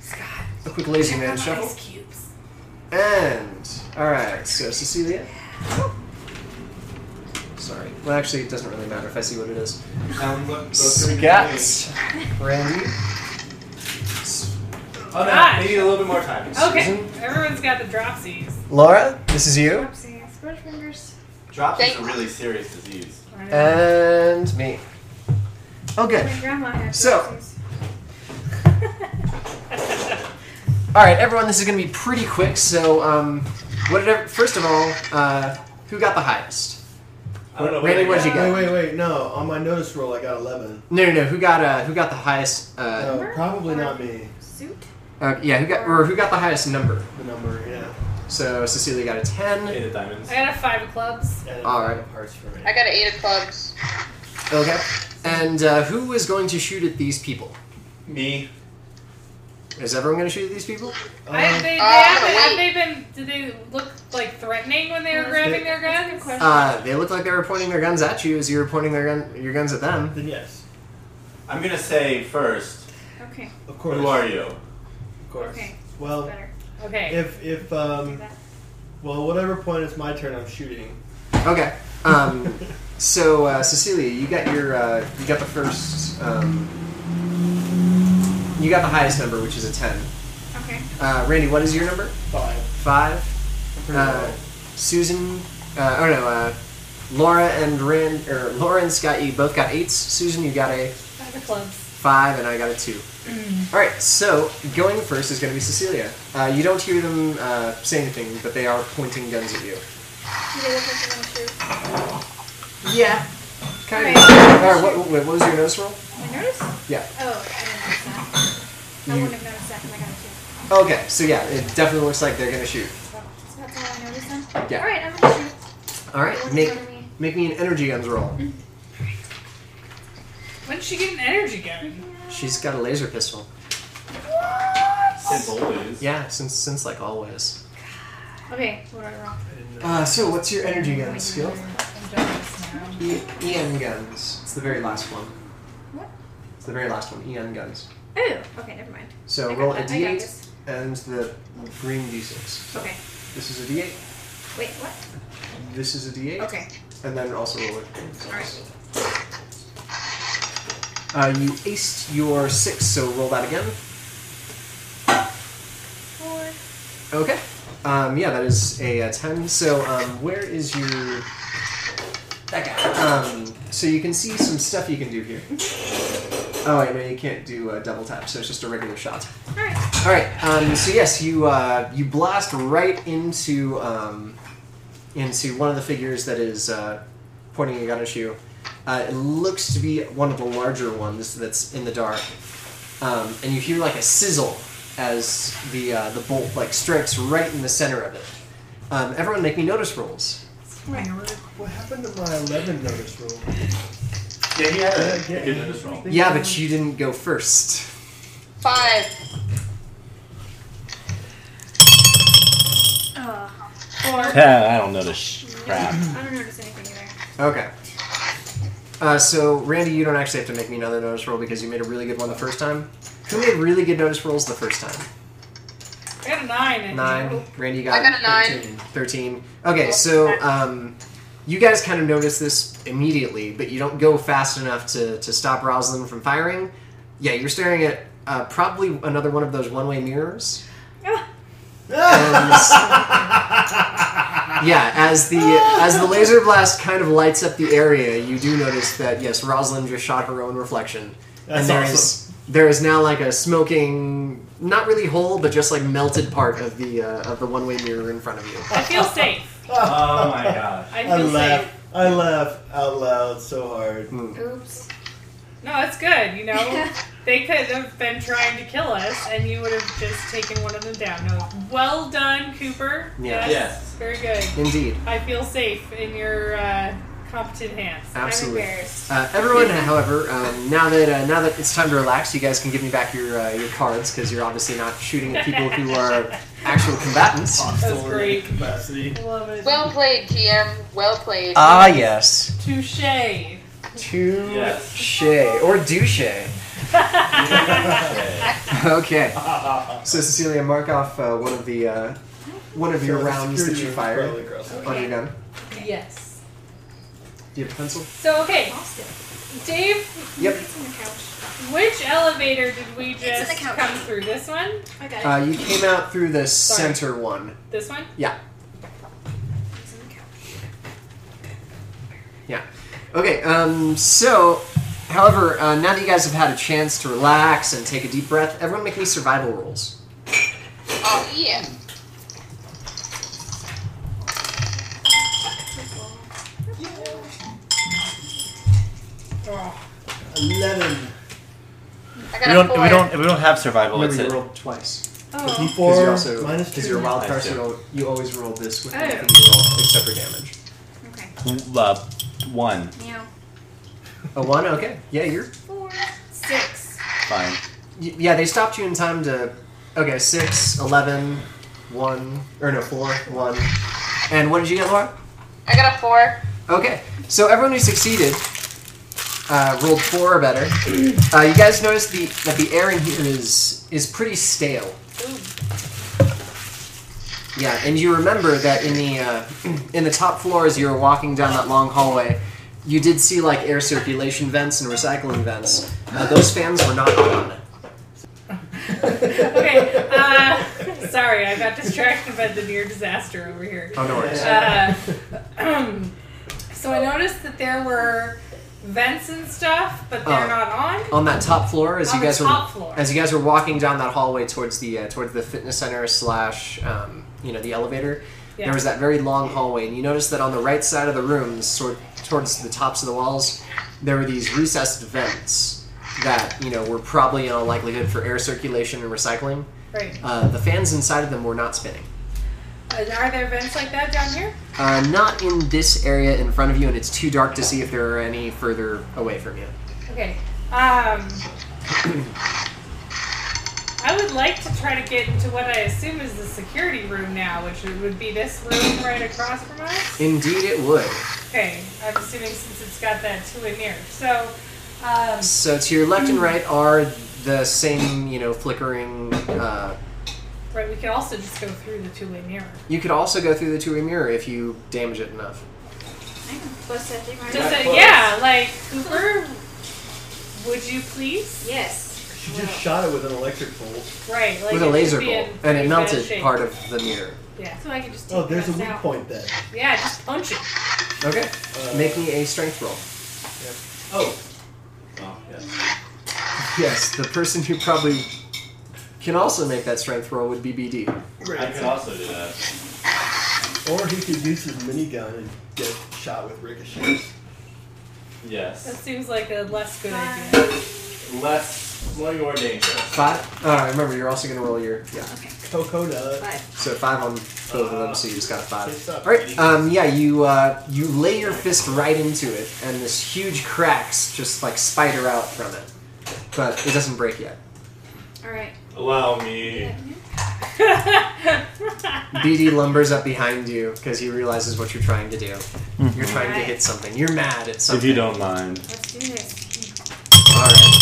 F: Scott,
D: a quick lazy man
F: ice
D: shuffle.
F: cubes.
D: And all right, so Cecilia. Sorry. Well, actually, it doesn't really matter if I see what it is.
C: Um, look, look,
D: Scats, Randy,
B: Oh no,
F: Gosh.
B: maybe a little bit more time.
F: Okay,
D: Susan?
F: everyone's got the dropsies.
D: Laura. This is you,
G: Oopsie, squidge fingers.
I: Drop
E: Thank-
I: really serious disease.
F: I know.
D: and me. Oh, Okay.
G: My grandma had
D: So-
G: dropsies.
D: All right, everyone, this is going to be pretty quick. So, um, what did ev- first of all, uh, who got the highest?
I: I don't know what
D: Randy,
I: I
D: what did you
C: Wait,
D: get?
C: wait, wait. No, on my notice roll, I got eleven.
D: No, no, no. Who got uh, who got the highest? Uh,
C: No, probably not me.
G: Suit?
D: uh, yeah, who got or who got the highest number?
C: The number, yeah.
D: So Cecilia got a ten.
I: Eight of diamonds.
F: I got a five of clubs.
C: And
D: All right.
C: Parts for me.
E: I got an eight of clubs.
D: Okay. And uh, who is going to shoot at these people?
I: Me.
D: Is everyone going to shoot at these people?
F: I,
C: Um,
F: they, they
E: Uh,
F: haven't, have
E: wait.
F: they been? Did they look like threatening when they were
G: That's
F: grabbing
C: good.
F: their
G: That's a good
F: guns?
G: question.
D: Uh, they looked like they were pointing their guns at you as you were pointing their gun your guns at them.
C: Then yes,
I: I'm gonna say first.
D: Uh,
G: okay,
C: of course.
I: Who are you?
C: Of course.
G: okay,
C: Well,
G: better.
F: Okay.
C: if if um, well, whatever point it's my turn, I'm shooting.
D: Okay. Um, so uh, Cecilia, you got your uh, you got the first um, you got the highest number, which is a ten.
G: Okay.
D: Uh, Randy, what is your number?
C: Five.
D: Five.
C: Pretty
D: Uh, Susan, uh, oh no, uh, Laura and Rand or Laura and Scott, you both got eights. Susan, you got a
F: five of clubs.
D: five, and I got a two. All right, so going first is going to be Cecilia. Uh, you don't hear them uh, say anything, but they are pointing guns at you.
G: Do they look like they want to shoot?
D: Yeah. Kind of.
G: Okay.
D: Or what, what, what was your nose roll?
G: My notice?
D: Yeah.
G: Oh, I didn't notice that. I
D: You-
G: wouldn't have noticed that because I got a two.
D: Okay, so yeah, it definitely looks like they're gonna shoot.
G: So so that's all I noticed then?
D: Yeah.
G: Alright, I'm gonna shoot.
D: All right,
G: What's
D: make
G: gonna be-
D: make me an energy guns roll.
F: When did she get an energy gun?
D: She's got a laser pistol.
I: Since always.
D: Yeah, since since like always.
G: Okay, what do I roll?
D: Uh, so what's your energy gun skill?
F: I'm done this now.
D: E- EN guns. It's the very last one.
G: What?
D: It's the very last one. EN guns.
G: Oh, okay, never mind. I
D: So
G: got
D: roll a
G: that, I got
D: D8
G: this.
D: and the green D6.
G: Okay.
D: This is a D8.
G: Wait, what?
D: This is a D8.
G: Okay.
D: And then also roll it.
G: Alright.
D: Uh, you aced your six, so roll that again.
G: Four.
D: Okay. Um, yeah, that is a, uh ten. So, um, where is your that guy? Um, so you can see some stuff you can do here. Oh, I know you can't do a double tap, so it's just a regular shot.
G: Alright.
D: All right. Um, so yes, you uh, you blast right into um, into one of the figures that is uh, pointing a gun at you. Uh, it looks to be one of the larger ones that's in the dark, um, and you hear like a sizzle as the uh, the bolt like strikes right in the center of it. Um, everyone, make me notice rolls.
C: What happened to my eleven notice roll?
I: Yeah, he had a
C: Yeah, yeah.
I: good notice roll.
D: Yeah, but you didn't go first.
E: Five.
G: Oh,
I: Yeah, I don't notice crap.
G: I don't notice anything either.
D: Okay. Uh, so, Randy, you don't actually have to make me another notice roll because you made a really good one the first time. Who made really good notice rolls the first time?
F: I got a nine. I think.
D: Nine. Randy got,
E: I got a nine.
D: 13. 13. Okay, so um, you guys kind of notice this immediately, but you don't go fast enough to, to stop Rosalind from firing. Yeah, you're staring at uh, probably another one of those one way mirrors.
G: Ah,
D: And Um, yeah, as the as the laser blast kind of lights up the area, you do notice that yes, Rosalind just shot her own reflection,
C: That's
D: and there is
C: awesome.
D: there is now like a smoking, not really hole, but just like melted part of the uh, of the one way mirror in front of you.
F: I feel safe.
B: Oh my gosh.
F: I
C: I
F: feel
C: laugh.
F: safe.
C: I laugh out loud so hard.
G: Oops.
F: No, that's good. You know, they could have been trying to kill us, and you would have just taken one of them down. No, well done, Cooper.
D: Yeah.
B: Yes.
F: very good.
D: Indeed.
F: I feel safe in your uh, competent hands.
D: Absolutely.
F: I'm embarrassed.
D: Uh, everyone, however, um, now that uh, now that it's time to relax, you guys can give me back your uh, your cards because you're obviously not shooting at people who are actual combatants.
C: Hostile in any
F: great.
C: Capacity.
F: Love it.
E: Well played, GM. Well played.
D: Uh,
A: Ah, yes.
F: Touche.
D: Touche
B: Yes.
D: or douche.
B: Okay.
D: Okay. So Cecilia, mark off uh, one of the uh, one of your
C: So the
D: rounds that
C: security
D: you
C: is
D: fired
C: probably across the way.
D: on your gun.
F: yes.
D: Do you have a pencil?
F: So okay,
G: Lost it.
F: Dave,
D: Yep.
G: It's in the couch.
F: which elevator did we
G: in the
F: just
G: couch.
F: come through? This one?
G: I got it.
D: Uh, you came out through the
F: Sorry.
D: center one.
F: This one?
D: Yeah.
G: it's in the couch.
D: Yeah. Okay. Um, so, however, uh, now that you guys have had a chance to relax and take a deep breath, everyone make me survival rolls.
E: Oh yeah.
F: Oh,
C: Eleven.
E: I
B: We
E: got a
B: don't.
E: four.
B: We don't. We don't have
I: Oh,
B: survival. It's
D: Remember, you
B: it.
D: rolled twice.
F: oh.
D: Because you
C: Four
D: also
C: minus
D: because
C: two.
D: you're a wild
B: Minus
D: card,
B: two.
D: you, al- you always roll this with
F: Oh.
D: anything you roll except for damage.
G: Okay.
B: Uh, one.
G: Meow.
D: A one. Okay. Yeah, you're.
G: Four. Six.
B: Fine.
D: y- Yeah, they stopped you in time to. Okay, six, eleven, one, or no, four, one, and what did you get, Laura?
E: I got a four.
D: Okay, so everyone who succeeded uh, rolled four or better. Uh, you guys notice the that the air in here is is pretty stale. Yeah, and you remember that in the uh, in the top floor as you were walking down that long hallway, you did see like air circulation vents and recycling vents. Uh, those fans were not on.
F: Okay. Uh, sorry, I got distracted by the near disaster over here.
D: Oh no worries.
F: Uh, so I noticed that there were vents and stuff, but they're
D: Oh.
F: not on.
D: On that top floor, as
F: On
D: you
F: the
D: guys were
F: top floor.
D: as you guys were walking down that hallway towards the uh, towards the fitness center slash um, you know the elevator,
F: Yeah.
D: there was that very long hallway, and you noticed that on the right side of the rooms, sort towards the tops of the walls, there were these recessed vents that you know were probably in all likelihood for air circulation and recycling.
F: Right.
D: Uh, the fans inside of them were not spinning.
F: Uh, are there vents like that down here?
D: Uh, not in this area in front of you, and it's too dark to see if there are any further away from you.
F: Okay. Um, I would like to try to get into what I assume is the security room now, which would be this room right across from us.
D: Indeed, it would.
F: Okay. I'm assuming since it's got that two in there. So, um,
D: So to your left and right are the same, you know, flickering. Uh,
F: right, we could also just go through the two-way mirror.
D: you could also go through the two-way mirror if you damage it enough.
G: I can bust that thing right
F: Just
G: out.
F: a, yeah, like Cooper, would you please?
G: Yes.
C: She just shot it with an electric bolt.
F: Right, like
D: With a
F: it
D: laser
F: should be
D: bolt,
F: in
D: and
F: pretty
D: it melted
F: bad shape.
D: part of the mirror.
F: Yeah,
G: So I can just take
C: Oh, there's a
G: that
C: weak
G: out.
C: point then.
F: yeah, just punch it.
D: Okay,
C: Uh,
D: make me a strength roll.
B: Oh. Oh yes.
D: Yes, the person who probably can also make that strength roll would be BD.
B: I could also do that.
C: Or he could use his minigun and get shot with ricochets.
F: That
B: Yes.
F: seems like a less good
G: Five.
F: idea.
B: Less. More dangerous.
D: Five. All right, remember you're also going to roll your yeah.
C: Coconut.
G: Five.
D: So five on both of them, so you just got a five.
C: It's up,
D: All right.
C: baby.
D: Um, yeah, you uh, you lay your fist right into it, and this huge cracks just like spider out from it, but it doesn't break yet.
G: All right.
B: Allow me.
D: BD lumbers up behind you because he realizes what you're trying to do. You're trying to hit something. You're mad at
B: Mm-hmm. If
D: something.
B: you don't mind.
G: Let's do this.
D: All right.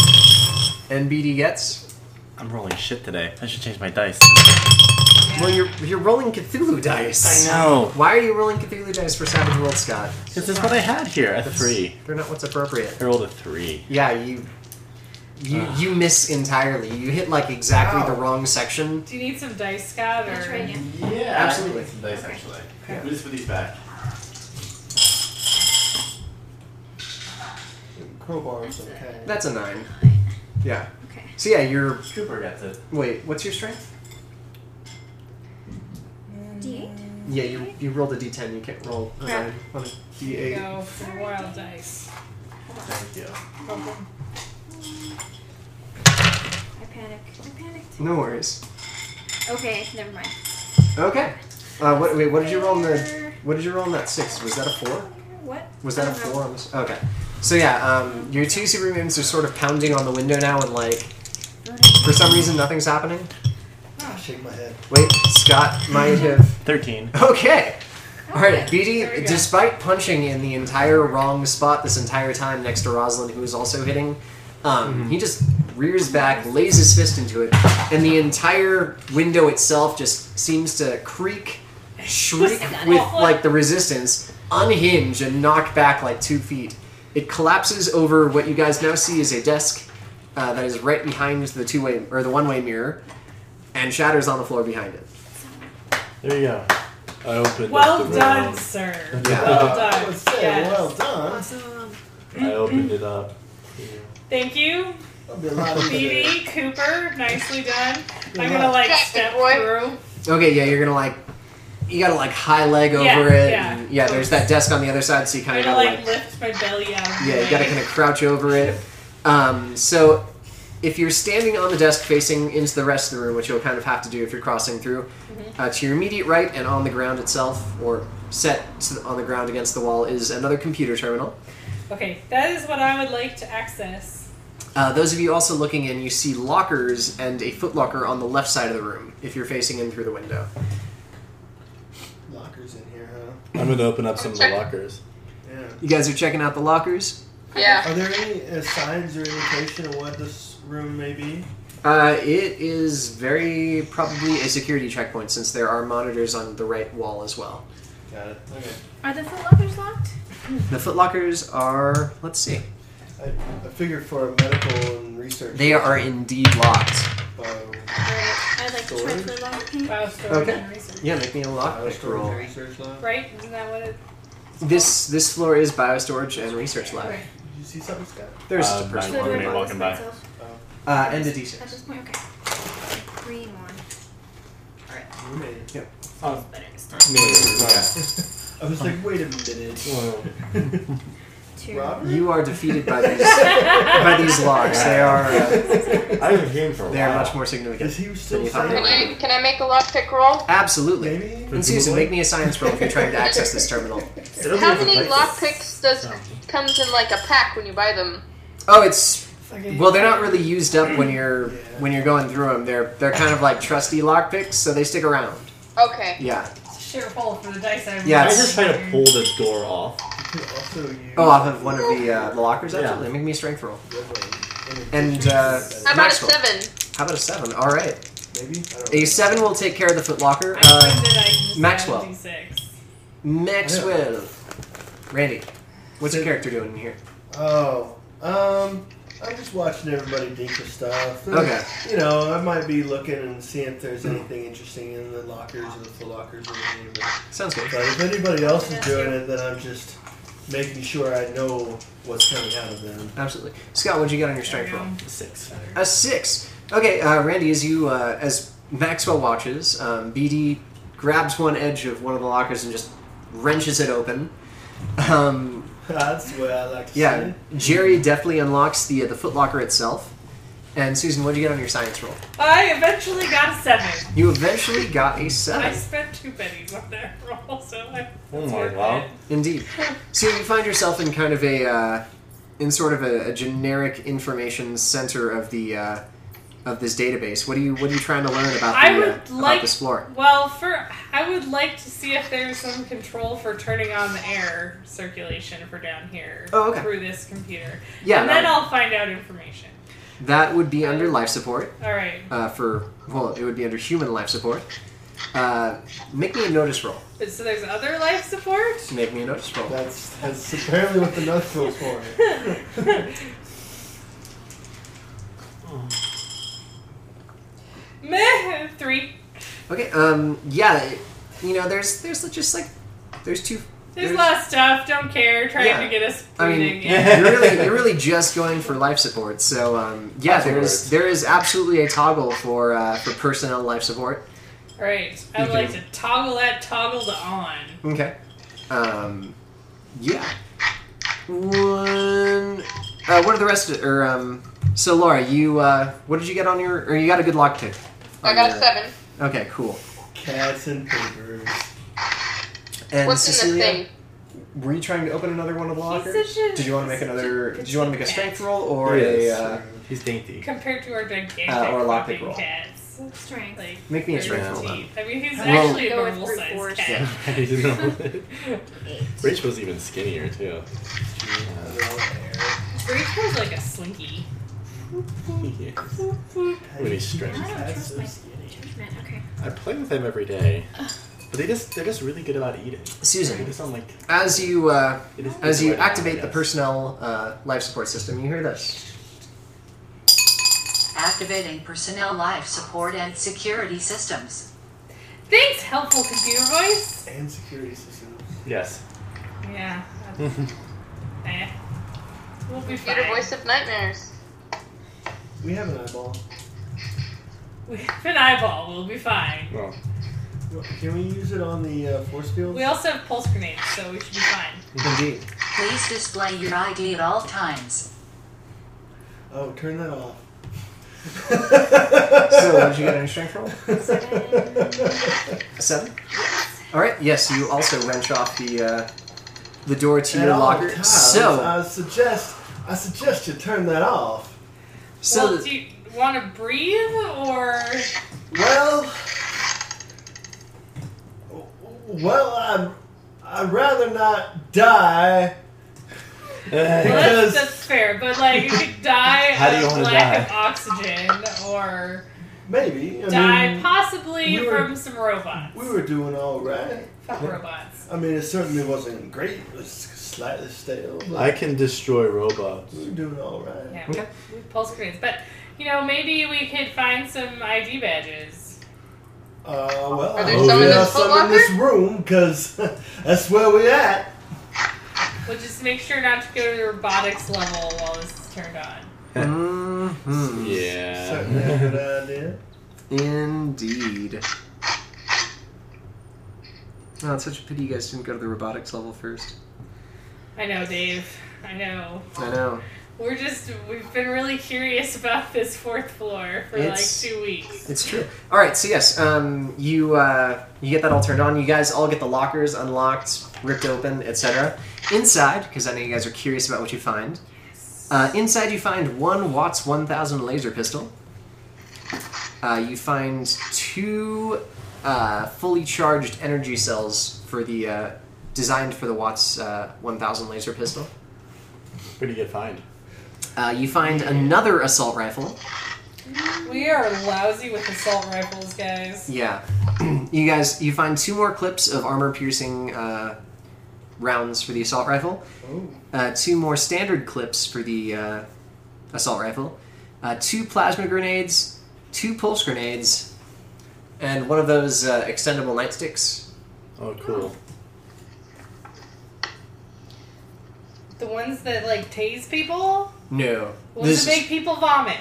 D: And BD gets.
B: I'm rolling shit today. I should change my dice.
D: Well, you're you're rolling Cthulhu dice.
B: know.
D: Why are you rolling Cthulhu dice for Savage World, Scott?
B: This is what I had here. A three.
D: They're not what's appropriate.
B: I rolled a three.
D: Yeah, you You you miss entirely. You hit like exactly
C: Wow.
D: the wrong section.
F: Do you need some dice, Scott?
G: Can I try
F: Or
G: again?
I: Yeah,
D: Absolutely.
I: Some dice, actually. Let me just put these back.
C: Crowbar of some kind.
D: That's a nine. Yeah.
G: Okay.
D: So yeah, you're.
I: Cooper gets it.
D: Wait, what's your strength?
G: D8?
D: Yeah, you you rolled a d10. You can't roll a
G: Yeah.
D: nine on a
F: you
D: d8.
F: go for wild dice.
I: Thank you.
G: I panicked. I panicked.
D: No worries.
G: Okay, never mind.
D: Okay. Uh, what wait? What did you roll in the? What did you roll in that six? Was that a four?
G: What?
D: Was that
G: I
D: a
G: don't know.
D: four? On this? Okay. So yeah, um, your two supermutants are sort of pounding on the window now, and like for some reason nothing's happening.
C: I shake my head.
D: Wait, Scott might have.
B: 13.
D: Okay. All right,
G: Okay.
F: There we
D: BD.
F: go.
D: Despite punching in the entire wrong spot this entire time next to Rosalind, who is also hitting, um, he just rears back, lays his fist into it, and the entire window itself just seems to creak, shriek with like the resistance, unhinge, and knock back like two feet. It collapses over what you guys now see is a desk uh, that is right behind the two-way or the one-way mirror, and shatters on the floor behind it.
I: There you go. I opened
F: Well
I: up the
F: done,
I: room.
F: sir.
D: Yeah.
F: Well
C: Uh, I
F: done.
C: would say,
F: Yes.
C: well done.
I: I opened it up.
F: Thank you,
C: That'd be a lot easier.
F: BD Cooper. Nicely done. I'm
C: Yeah.
F: gonna like
E: Yeah,
F: step
E: good boy.
F: through.
D: Okay, yeah, you're gonna like, you gotta like high leg over
F: Yeah,
D: it.
F: yeah.
D: and, yeah there's that desk on the other side, so you kind
F: I'm
D: of
F: gonna
D: gotta
F: like
D: like,
F: lift my belly out. Of the
D: yeah, you gotta
F: way.
D: kind of crouch over it. Um, so if you're standing on the desk facing into the rest of the room, which you'll kind of have to do if you're crossing through,
F: Mm-hmm.
D: uh, to your immediate right and on the ground itself, or set to the, on the ground against the wall, is another computer terminal.
F: Okay, that is what I would like to access.
D: Uh, those of you also looking in, you see lockers and a footlocker on the left side of the room if you're facing in through the window.
C: Lockers in here, huh?
I: I'm gonna open up some of the lockers.
C: Yeah.
D: You guys are checking out the lockers.
E: Yeah.
C: Are there any uh, signs or indication of what this room may be?
D: Uh, it is very probably a security checkpoint since there are monitors on the right wall as well.
C: Got it. Okay.
G: Are the foot lockers locked?
D: The footlockers are, let's see,
C: I, I figured for medical and research.
D: they are indeed locked.
C: bio-
G: Alright, I'd like to try
C: Storage?
G: foot locking.
F: Wow, storage
D: Okay.
F: and research.
D: Yeah, make me a lockpick
C: biostorage
D: roll.
C: research lab.
F: Right? Isn't that what it?
D: This this floor is biostorage and research lab.
F: Okay.
C: Did you see something, Scott?
D: There's
B: Uh,
D: just
C: Um,
D: a person.
G: So do I
B: Maybe
G: roll
B: walking
G: this
B: by.
G: myself
D: Uh, and a
G: At
D: d6.
G: this point, okay. Green one.
C: You made it.
I: Oh,
G: Better this time.
C: I was like, wait a minute.
I: well,
G: Two.
C: Robert?
D: You are defeated by these by these locks. They are uh,
I: I haven't game for a while.
D: they are much more
C: Is
D: significant.
C: he still
D: you find
E: Can
C: silent?
E: you can I make a lock pick roll?
D: Absolutely.
C: Maybe?
D: And Susan, make me a science roll if you're trying to access this terminal.
I: It'll be
E: How
I: different
E: many
I: places.
E: lock picks does comes in like a pack when you buy them?
D: Oh, it's
F: Okay.
D: Well, they're not really used up when you're
C: Yeah.
D: when you're going through them. They're they're kind of like trusty lockpicks, so they stick around.
E: Okay.
D: Yeah.
F: Sheer pull for the dice I rolled.
D: Yeah,
I: I
D: it's-
I: just try to pull the door off.
C: You could also use
D: Oh, off of one of the uh, the lockers.
I: Yeah.
D: Absolutely. Make me a strength roll.
C: Lovely.
D: And uh,
E: How about a
D: Maxwell.
E: seven?
D: How about a seven? All right.
C: maybe I don't
D: A
C: know.
D: seven will take care of the footlocker.
F: I
D: Uh,
F: opened it, I just
D: Maxwell.
F: rolled D6.
D: Maxwell. Randy, what's your character doing in here?
C: Oh, um, I'm just watching everybody do for stuff. And,
D: Okay.
C: You know, I might be looking and seeing if there's anything interesting in the lockers or the full lockers or anything. But
D: Sounds good.
C: but if anybody else is doing it, then I'm just making sure I know what's coming out of them.
D: Absolutely. Scott, what'd you get on your
F: There we
D: strength roll?
F: go.
I: Six.
D: A six. Okay, uh, Randy, as you uh, as Maxwell watches, um, BD grabs one edge of one of the lockers and just wrenches it open. Um,
C: That's what I like to
D: yeah,
C: say.
D: Jerry deftly unlocks the uh, the footlocker itself. And Susan, what did you get on your science roll?
F: I eventually got a seven.
D: You eventually got a
F: I
D: seven.
F: spent two pennies on that roll, so I.
I: Oh
F: it's
I: my
F: worth
I: wow.
F: it.
D: Indeed. So you find yourself in kind of a uh, in sort of a, a generic information center of the uh, of this database. What are you what are you trying to learn about the
F: I would
D: uh, about
F: like-
D: this floor?
F: Well, for I would like to see if there's some control for turning on the air circulation for down here
D: Oh, okay.
F: through this computer,
D: Yeah,
F: and
D: no,
F: then I'll find out information.
D: that would be under life support.
F: All right,
D: uh, for well, it would be under human life support. Uh, make me a notice roll.
F: but so there's other life support.
D: Make me a notice roll.
C: That's that's apparently what the nuts goes for.
F: Meh, three.
D: Okay. Um. Yeah. it- You know, there's there's just like there's two.
F: There's, a lot of stuff. Don't care. Trying
D: Yeah.
F: to get us
D: I mean,
F: breathing.
I: yeah.
D: you're really you're really just going for life support. So um. Yeah.
I: That's what
D: There's
I: works.
D: there is absolutely a toggle for uh, for personnel life support.
F: Right. I would
D: You
F: like to
D: can-
F: toggle that toggle to on.
D: Okay. Um. Yeah. One. Uh, what are the rest of or um. So Laura, you uh, what did you get on your or you got a good luck tick?
E: I
D: on
E: got a
D: your-
E: seven.
D: Okay, cool.
C: Cats and papers.
D: And
E: What's in
D: Cecilia,
E: the thing?
D: were you trying to open another one of the lockers?
F: He's such a-
D: Did you want to make
F: such a
D: another?
F: good
D: Did you want to make a
F: cat.
D: strength roll or
I: There he
D: a
I: is.
D: uh,
I: He's dainty.
F: Compared to our gigantic
D: Uh, or a lockpick
F: fucking
D: roll.
F: cats.
G: Strength.
F: Like,
D: make me a strength
I: Yeah.
D: roll? Then.
F: teeth. I mean, he's
G: Well-
F: actually a
G: Go with
F: normal
G: brute
F: sized
G: force.
F: cat.
D: Yeah.
I: You know.
G: Eight.
I: Rich was even skinnier too.
C: They're all there.
F: Breach was like a slinky.
I: When he's stretched.
C: Cats so skinny.
G: Man, okay.
I: I play with them every day, but they just they're just really good about eating. They
D: Susan,
I: just don't like
D: as you uh,
I: it is-
D: as you
I: it's right
D: activate
I: now,
D: the
I: yes.
D: personnel uh, life support system, you hear this.
H: Activating personnel life support and security systems.
F: Thanks, helpful computer voice.
C: And security system.
I: Yes.
F: Yeah. eh. We'll be
E: Computer
F: fine.
E: voice of nightmares.
C: We have an eyeball.
F: We have an eyeball. We'll be fine.
I: Well,
C: Can we use it on the uh, force field?
F: We also have pulse grenades, so we should be fine.
D: Indeed.
H: Please display your ID at all times.
C: Oh, turn that off.
D: So, what did you get on your strength roll? A seven. All right. Yes, you also wrench off the uh, the door to
C: At
D: your
C: all
D: locker.
C: times,
D: So,
C: I suggest I suggest you turn that off.
D: so
F: well, do you want to breathe or
C: Well, well, I'd, I'd rather not die.
F: well,
I: Eh,
F: that's,
C: Because-
F: that's fair, but like you could die
I: How do you
F: of
I: wanna
F: lack of oxygen or
C: Maybe. I
F: die
C: mean,
F: possibly
C: we were-
F: from some robots.
C: we were doing all right.
F: Fuck robots.
C: I mean, it certainly wasn't great. It was slightly stale, but
I: I can destroy robots.
C: we were doing all right.
F: Yeah,
D: Okay.
F: we, we pulse grenades, but you know maybe we could find some ID badges.
C: Uh, well,
E: Are
I: there some in
C: yeah,
E: this
C: some
E: Foot
C: in this room because that's where we at.
F: We'll just make sure not to go to the robotics level while this is turned on.
D: Mhm.
I: Uh,
C: Certainly a
I: Yeah.
C: good idea.
D: Indeed. Oh, it's such a pity you guys didn't go to the robotics level first.
F: I know, Dave. I know.
D: I know.
F: We're just we've been really curious about this fourth floor for
D: It's-
F: like two weeks.
D: It's true. All right, so yes, um, you uh, you get that all turned on. You guys all get the lockers unlocked, ripped open, etc. Inside, because I know you guys are curious about what you find. Uh, inside, you find one Watts 1000 laser pistol. Uh, you find two uh, fully charged energy cells for the uh, designed for the Watts uh, 1000 laser pistol.
I: Pretty good find.
D: Uh, you find another assault rifle.
F: We are lousy with assault rifles, guys.
D: Yeah. you guys, you find two more clips of armor piercing uh, rounds for the assault rifle,
C: Oh,
D: uh, two more standard clips for the uh, assault rifle, uh, two plasma grenades, two pulse grenades, and one of those uh, extendable nightsticks.
I: Oh, cool.
F: The ones that like tase people,
D: No.
F: ones
D: This
F: that make
D: is,
F: people vomit.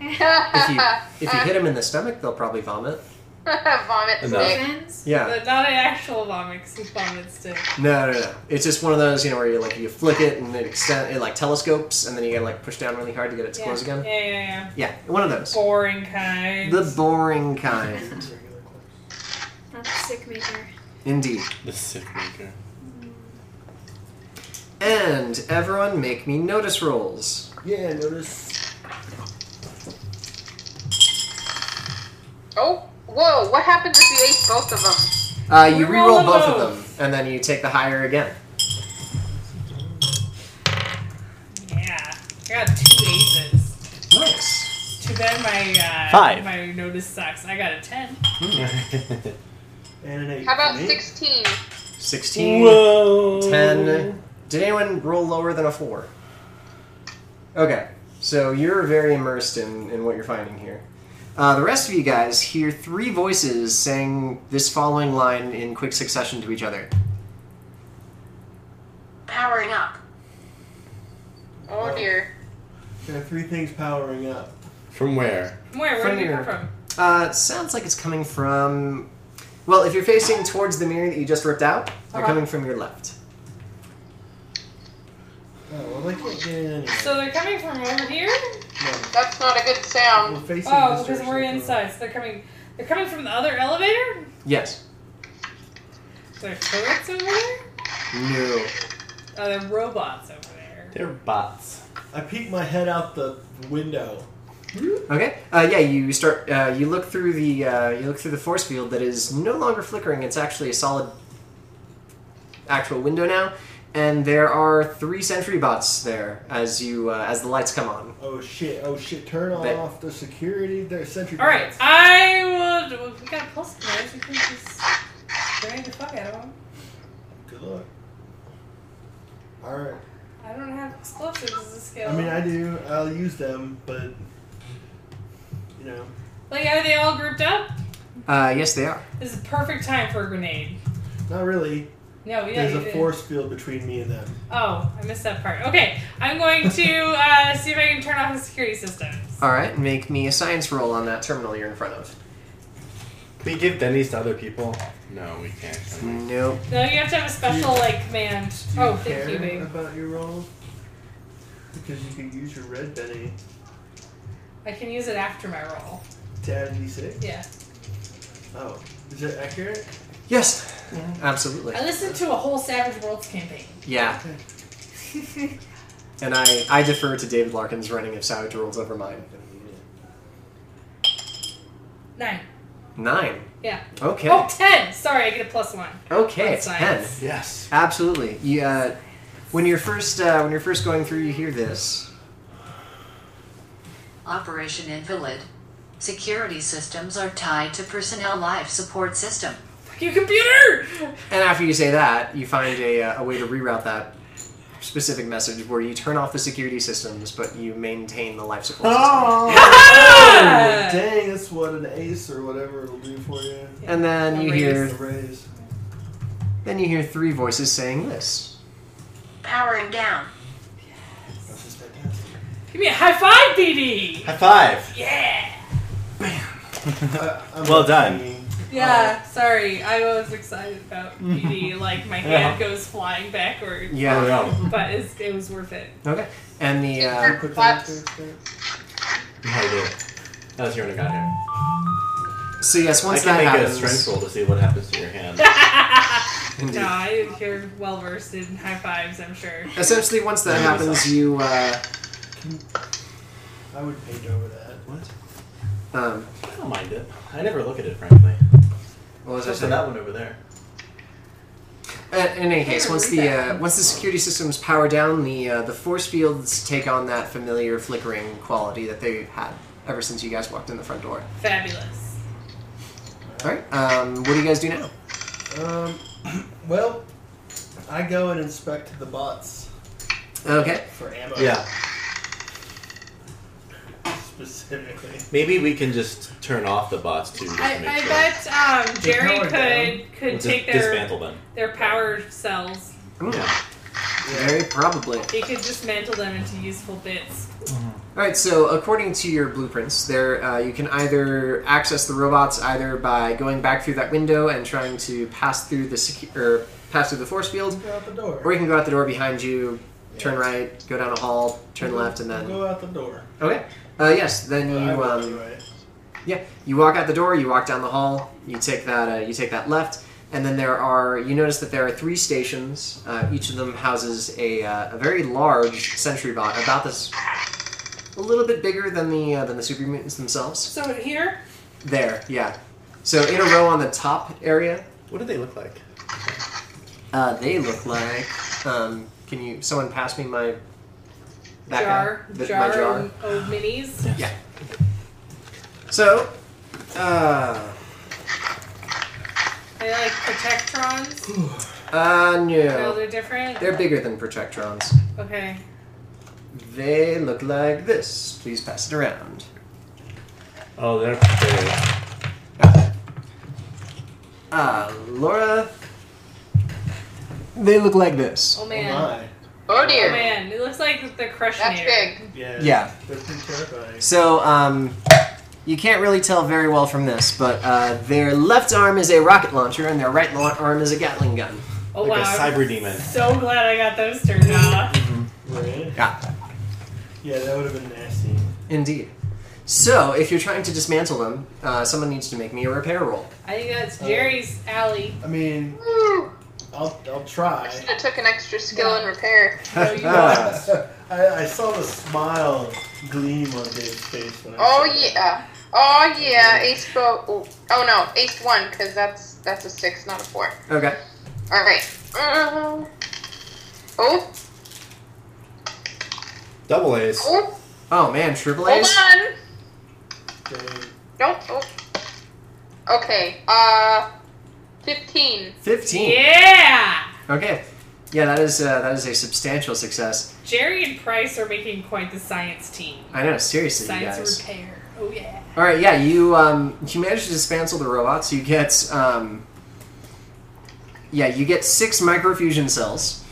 D: if, you, if you
F: uh,
D: hit them in the stomach, they'll probably vomit.
E: Vomit
I: Enough.
E: stick.
G: Friends?
D: Yeah.
F: But not an actual vomit, 'cause it's vomit stick.
D: No, no, no. It's just one of those, you know, where you like you flick it and it extend, it like telescopes, and then you gotta like push down really hard to get it to
F: yeah.
D: close again.
F: Yeah, yeah, yeah.
D: Yeah, one of those.
F: Boring kind.
D: The boring kind.
C: regular clip.
G: Not the sick maker.
D: Indeed.
I: The sick maker.
D: And everyone make me notice rolls.
C: Yeah, notice.
E: Oh, whoa! What happens if you ate both of them?
D: Uh, you
F: We
D: re-roll
F: roll
D: both,
F: them
D: of
F: both.
D: them, and then you take the higher again.
F: yeah, I got two aces.
D: Nice.
F: Too bad my uh,
B: Five.
F: my notice sucks. I got a ten.
C: And an eight.
E: How about
C: for me.
E: sixteen?
D: 16,
I: Whoa.
D: 10. Did anyone roll lower than a 4? Okay, so you're very immersed in, in what you're finding here. Uh, the rest of you guys hear three voices saying this following line in quick succession to each other.
H: Powering up.
E: Oh dear.
C: There are three things powering up.
I: From where?
F: Where? Where
D: From
F: did you
D: your-
F: come from?
D: Uh, it sounds like it's coming from. Well, if you're facing towards the mirror that you just ripped out, they're
F: Uh-huh.
D: coming from your left.
C: Oh, well, they can't get in anyway.
F: So they're coming from over here.
C: No,
E: That's not a good
C: we're
E: sound.
C: facing
F: Oh,
C: this
F: because we're
C: direction.
F: inside. So they're coming. They're coming from the other elevator.
D: Yes.
F: There's toilets over there.
D: No.
F: Oh, there are robots over there.
I: They're bots.
C: I peeked my head out the window. Hmm?
D: Okay. Uh, yeah, you start. Uh, you look through the. Uh, you look through the force field that is no longer flickering. It's actually a solid, actual window now, and there are three sentry bots there as you uh, as the lights come on.
C: Oh shit! Oh shit! Turn
D: They-
C: off the security. There's sentry.
F: All right,
C: guards.
F: I will. We got pulse knives. We can just drain the fuck out of them.
C: Good luck. All right.
F: I don't have explosives as a skill.
C: I mean, I do. I'll use them, but you know,
F: like, are they all grouped up?
D: Uh, yes, they are.
F: This is a perfect time for a grenade.
C: not really.
F: No, we don't
C: There's
F: need
C: a
F: it.
C: force field between me and them.
F: Oh, I missed that part. Okay, I'm going to uh, see if I can turn off the security systems.
D: All right. Make me a science roll on that terminal you're in front of.
I: Can we give Denny's to other people? No, we can't. can we?
D: Nope.
F: No, you have to have a special like command.
C: Do
F: Oh,
C: you
F: thank
C: care
F: you, babe.
C: about your role? Because you can use your red Benny
F: I can use it after my roll.
C: to add d6.
F: Yeah.
C: Oh, is that accurate?
D: Yes. Absolutely.
F: I listened to a whole Savage Worlds campaign.
D: Yeah. And I I defer to David Larkin's running of Savage Worlds over mine.
F: Nine.
D: Nine.
F: Yeah.
D: Okay.
F: Oh, ten! Sorry, I get a plus one.
D: okay.
F: That's
D: Ten.
F: science.
I: Yes.
D: Absolutely. You, uh, when you're first uh, when you're first going through, you hear this.
H: Operation Invalid. Security systems are tied to personnel life support system.
F: Fuck you, computer!
D: And after you say that, you find a, uh, a way to reroute that specific message where you turn off the security systems, but you maintain the life support system.
I: Ah!
C: Oh, dang, that's what an ace or whatever it'll do for you.
D: And then you hear
C: A raise.
D: then you hear three voices saying this.
H: Powering down.
C: This is fantastic.
F: Give me a high five, BD!
I: High five.
F: Yeah!
C: I- Uh, I'm
I: Well done.
C: thinking-
F: Yeah, sorry, I was excited about BD. Oh. like, my hand goes flying backwards.
I: Oh,
D: Yeah.
I: no.
F: But it's, it was worth it.
D: Okay. And the uh,
C: Quick
E: Claps.
C: thing, quick thing.
I: No idea. That was here when I got here.
D: so yes, once
I: I can
D: that
I: make
D: happens,
I: a strength roll to see what happens to your hand.
D: Indeed.
F: No, I, you're well versed in high fives, I'm sure.
D: essentially once that
I: Yeah, we
D: happens, you uh,
C: I would paint over that.
I: what?
D: um,
I: I don't mind it. I never look at it, frankly.
D: what was I
I: Especially
D: saying?
I: that one over there.
D: Uh, in any case,
F: Here,
D: once
F: read
D: the
F: that.
D: uh, once the security systems power down, the uh, the force fields take on that familiar flickering quality that they had ever since you guys walked in the front door.
F: Fabulous.
D: All right, um, what do you guys do now?
C: Um, well, I go and inspect the bots
D: Okay,
C: for ammo.
I: Yeah.
C: Specifically.
I: Maybe we can just turn off the bots too. Just to
F: I,
I: make
F: I
I: sure.
F: bet um, Jerry
C: power
F: could could
I: We'll just
F: take their
I: dismantle them.
F: their power cells.
D: Hmm,
I: Yeah.
D: very probably. All
F: He could dismantle them into useful bits.
D: right, so according to your blueprints, there uh, you can either access the robots either by going back through that window and trying to pass through the secu- or pass through the force field,
C: Go out the door.
D: or you can go out the door behind you, turn right, go down a hall, turn left, and then
C: Go out the door.
D: okay. Uh, yes, then you
C: I will
D: um,
C: anyway.
D: Yeah, you walk out the door, you walk down the hall, you take that, uh, you take that left, and then there are. You notice that there are three stations. Uh, each of them houses a, uh, a very large sentry bot, about this, a little bit bigger than the uh, than the super mutants themselves.
F: So here,
D: There, yeah. So in a row on the top area,
I: What do they look like?
D: uh, they look like. Um, can you? Someone pass me my. That
F: jar,
D: guy, The-
F: jar,
D: my jar.
F: Old, old minis.
D: So, uh,
F: Are they like protectrons?
D: uh,
F: No,
D: no,
F: they're different.
D: they're bigger than projectrons.
F: okay.
D: They look like this. Please pass it around.
B: Oh, they're prepared.
D: Uh, Laura. They look like this.
F: Oh
C: Oh
F: man.
C: my.
E: Oh
F: Oh
E: dear.
F: man, it looks like they're crushing
E: That's
F: it.
E: big.
C: Yeah.
D: Yeah.
C: They're pretty terrifying.
D: So, um, you can't really tell very well from this, but uh, their left arm is a rocket launcher and their right la- arm is a Gatling gun.
F: Oh
I: like
F: wow.
I: a
F: I'm
I: cyber demon.
F: so glad I got those turned off.
C: Right?
D: Yeah.
C: Yeah, that would have been nasty.
D: Indeed. So, if you're trying to dismantle them, uh, someone needs to make me a repair roll.
F: I think that's Jerry's alley.
C: I mean,
E: Woo.
C: I'll, I'll
E: I
C: try.
E: should have took an extra skill in repair.
F: So you
D: Ah.
C: I, I saw the smile gleam on Dave's face when I
E: Oh
C: said that.
E: yeah. Oh yeah. Ace bo- oh, oh no, ace one because that's that's a six, not a four.
D: Okay.
E: All right. Uh, oh
I: Double A's.
E: oh.
D: Oh man, triple
E: Hold
D: A's?
E: on.
C: Dave,
E: Nope. Oh. Okay. Uh, fifteen.
D: 15.
F: Yeah.
D: Okay. Yeah, that is uh, that is a substantial success.
F: Jerry and Price are making quite the science team.
D: I know, seriously, you
F: science
D: guys.
F: repair. Oh yeah.
D: All right, yeah, you um, you manage to dismantle the robots. You get um, yeah, you get six microfusion cells.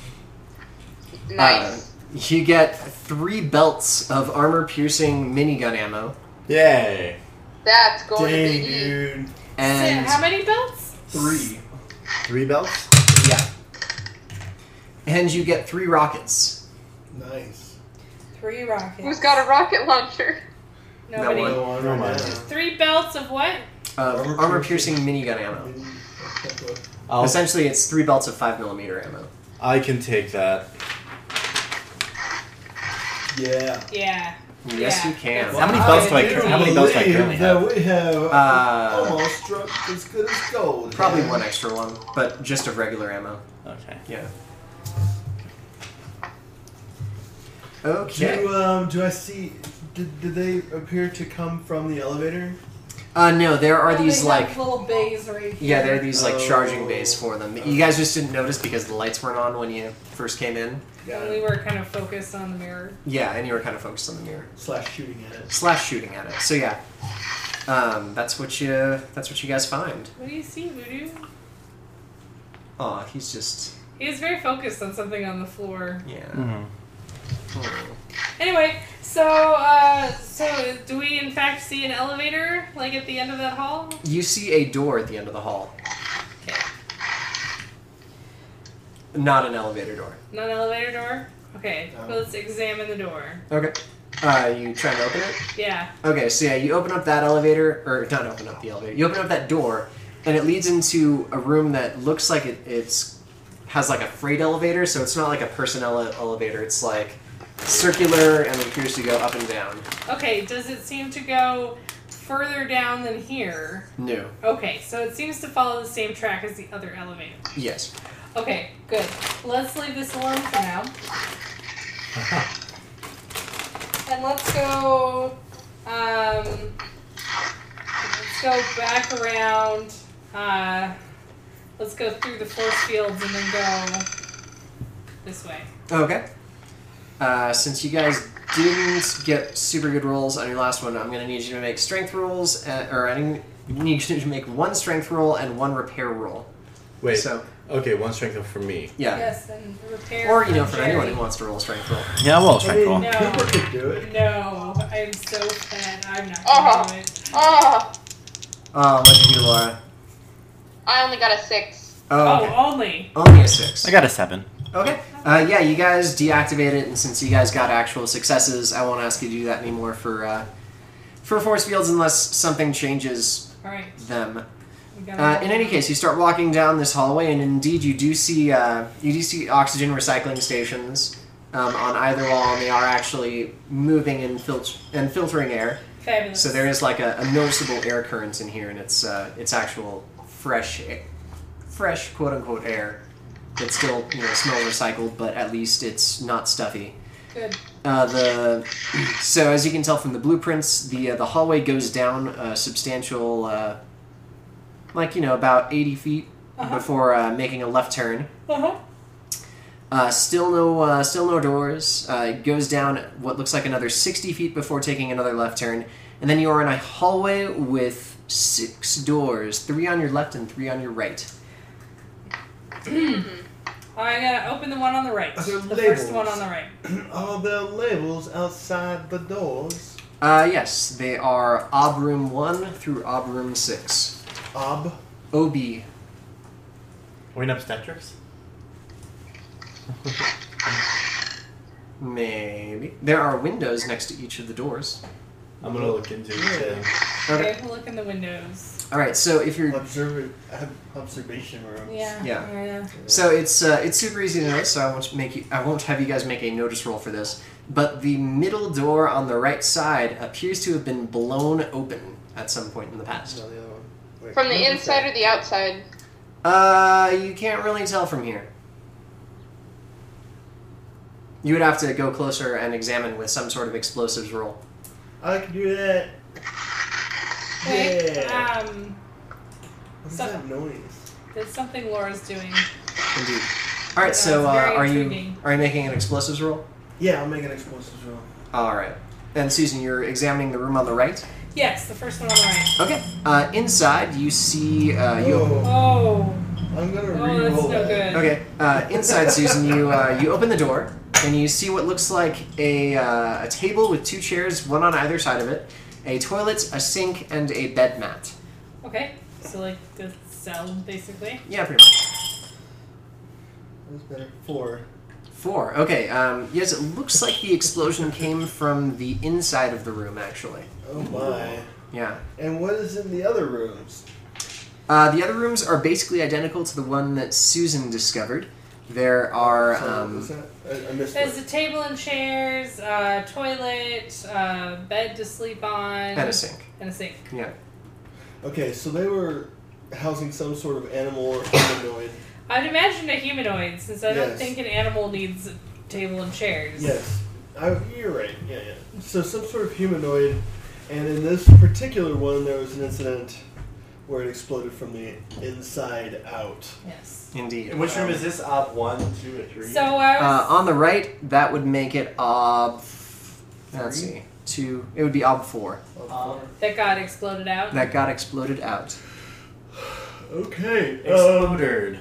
E: Nice.
D: Uh, you get three belts of armor-piercing minigun ammo,
I: Yay.
E: that's going
C: Dang,
E: to E. be.
C: dude.
D: and
F: so how many belts?
C: Three.
I: Three belts?
D: yeah, and you get three rockets.
C: Nice.
F: Three rockets.
E: Who's got a rocket launcher?
F: Nobody.
D: That one.
C: Go on
I: Never
C: right
I: mind.
C: now.
F: Three belts of what?
D: Of
C: Armor-piercing-
D: armor-piercing minigun ammo.
I: I'll,
D: Essentially, it's three belts of five millimeter ammo.
I: I can take that.
C: Yeah.
F: Yeah.
D: Yes,
F: Yeah.
D: you can.
F: How
I: many belts do I
C: can't
I: cur- how many belts do I
C: believe
I: currently
C: that we have
D: Uh,
C: almost struck as good as gold.
D: Probably
C: Yeah.
D: one extra one, but just of regular ammo.
I: Okay.
D: Yeah.
C: Do
D: Okay.
C: um do I see? Did, did they appear to come from the elevator?
D: Uh, no, there are these like
F: little bays right
D: yeah, there are these like charging
C: Oh.
D: bays for them. You guys just didn't notice because the lights weren't on when you first came in.
F: And we were kind of focused on the mirror.
D: Yeah, and you were kind of focused on the mirror
C: Slash shooting at it.
D: slash shooting at it. So yeah, um, that's what you that's what you guys find.
F: What do you see, Voodoo?
D: Oh, he's just
F: He was very focused on something on the floor.
D: yeah.
I: Mm-hmm.
D: Hmm.
F: Anyway, so uh, so do we in fact see an elevator like at the end of that hall?
D: You see a door at the end of the hall.
F: Okay.
D: Not an elevator door.
F: Not an elevator door. Okay,
C: No.
F: well, let's examine the door.
D: Okay. Uh, you trying to open it?
F: Yeah.
D: Okay, so yeah, you open up that elevator, or not open up the elevator. You open up that door, and it leads into a room that looks like it, it's has like a freight elevator. So it's not like a personnel ele- elevator. It's like circular and it appears to go up and down.
F: Okay. Does it seem to go further down than here?
D: No.
F: Okay, so it seems to follow the same track as the other elevator.
D: Yes.
F: Okay, good. Let's leave this alone for now. and let's go. Um, let's go back around. Uh, let's go through the force fields and then go this way.
D: Okay. Uh, since you guys didn't get super good rolls on your last one, I'm gonna need you to make strength rolls, uh, or I need you to make one strength roll and one repair roll.
I: Wait.
D: So
I: Okay, one strength up for me.
D: yeah.
F: Yes, and repair.
D: Or you know, for
F: Jerry.
D: anyone who wants to roll a strength roll.
I: Yeah, well,
C: I mean,
F: No.
C: Cooper could do it.
F: No, I'm so fat. I'm not gonna
E: Uh-huh.
F: do it.
E: Oh,
D: Oh, what did you do, Laura?
E: I only got a six.
D: Oh, okay.
F: Oh, only.
D: only a six.
I: I got a seven.
D: Okay. Uh, yeah, you guys deactivate it, and since you guys got actual successes, I won't ask you to do that anymore for uh, for force fields unless something changes
F: All right.
D: them.
F: we gotta
D: Uh,
F: go.
D: in any case, you start walking down this hallway, and indeed, you do see uh, you do see oxygen recycling stations um, on either wall, and they are actually moving and, filter and filtering air.
F: Fabulous.
D: So there is like a, a noticeable air current in here, and it's uh, it's actual fresh, air, fresh quote unquote air that still you know smells recycled, but at least it's not stuffy.
F: Good.
D: Uh, the so as you can tell from the blueprints, the uh, the hallway goes down a substantial, uh, like you know about eighty feet
F: Uh-huh.
D: before uh, making a left turn.
F: Uh-huh.
D: Uh, still no, uh, still no doors. Uh, it goes down what looks like another sixty feet before taking another left turn, And then you are in a hallway with six doors, three on your left and three on your right.
F: I'm gonna open the one on the right.
C: Are there
F: The first
C: labels?
F: one on the right.
C: Are there labels outside the doors?
D: Uh, yes, they are Ob Room 1 through Ob Room 6.
C: Ob.
D: OB.
B: we in obstetrics?
D: Maybe. There are windows next to each of the doors.
I: I'm gonna look into it.
C: Yeah.
I: too.
D: Okay.
F: Okay, we'll look in the windows.
D: Alright, so if you're
C: Observ- ob- observation room.
F: Yeah.
D: Yeah.
F: yeah.
D: So it's uh, it's super easy to notice. So I won't make you, I won't have you guys make a notice roll for this. But the middle door on the right side appears to have been blown open at some point in the past.
C: No, the other one. Wait,
E: From
C: what
E: the
C: was
E: inside or
C: that?
E: the outside?
D: Uh, you can't really tell from here. You would have to go closer and examine with some sort of explosives roll.
C: I can do that.
F: Okay.
C: Yeah.
F: Um,
C: What's
F: so-
C: that noise?
F: there's something Laura's doing.
D: Indeed. All right. So uh,
F: That's very
D: are you
F: intriguing.
D: are you making an explosives roll?
C: Yeah, I'll make an explosive roll.
D: All right. And Susan, you're examining the room on the right.
F: Yes, the first one on the right.
D: Okay. Uh, inside, you see uh, you.
C: Whoa.
F: Oh,
C: I'm gonna
F: oh,
C: re-roll
F: that's no
C: that.
F: good.
D: Okay. Uh, inside, Susan, you uh, you open the door and you see what looks like a uh, a table with two chairs, one on either side of it, a toilet, a sink, and a bed mat.
F: Okay, so like the cell basically.
D: Yeah, pretty much.
C: That's better. Four.
D: Four. Okay. Um, yes, it looks like the explosion came from the inside of the room, actually.
C: Oh my.
D: Yeah.
C: And what is in the other rooms?
D: Uh, the other rooms are basically identical to the one that Susan discovered. There are.
C: So,
D: Um,
C: what's that? I, I missed
F: There's a
C: it.
F: table and chairs, uh, toilet, uh, bed to sleep on,
D: and a sink.
F: and a sink.
D: Yeah.
C: Okay, so they were housing some sort of animal or humanoid.
F: I'd imagine a humanoid, since I don't
C: Yes.
F: think an animal needs a table and chairs.
C: Yes, I, you're right. Yeah, yeah. So some sort of humanoid, and in this particular one, there was an incident where it exploded from the inside out.
F: Yes.
D: Indeed.
B: Which room is this? Op one, two, or three?
F: So I
D: Uh,
F: was
D: on the right, that would make it ob. Let's see, two. It would be ob four
F: that got exploded out.
D: that got exploded out.
C: Okay. Um,
I: Exploded.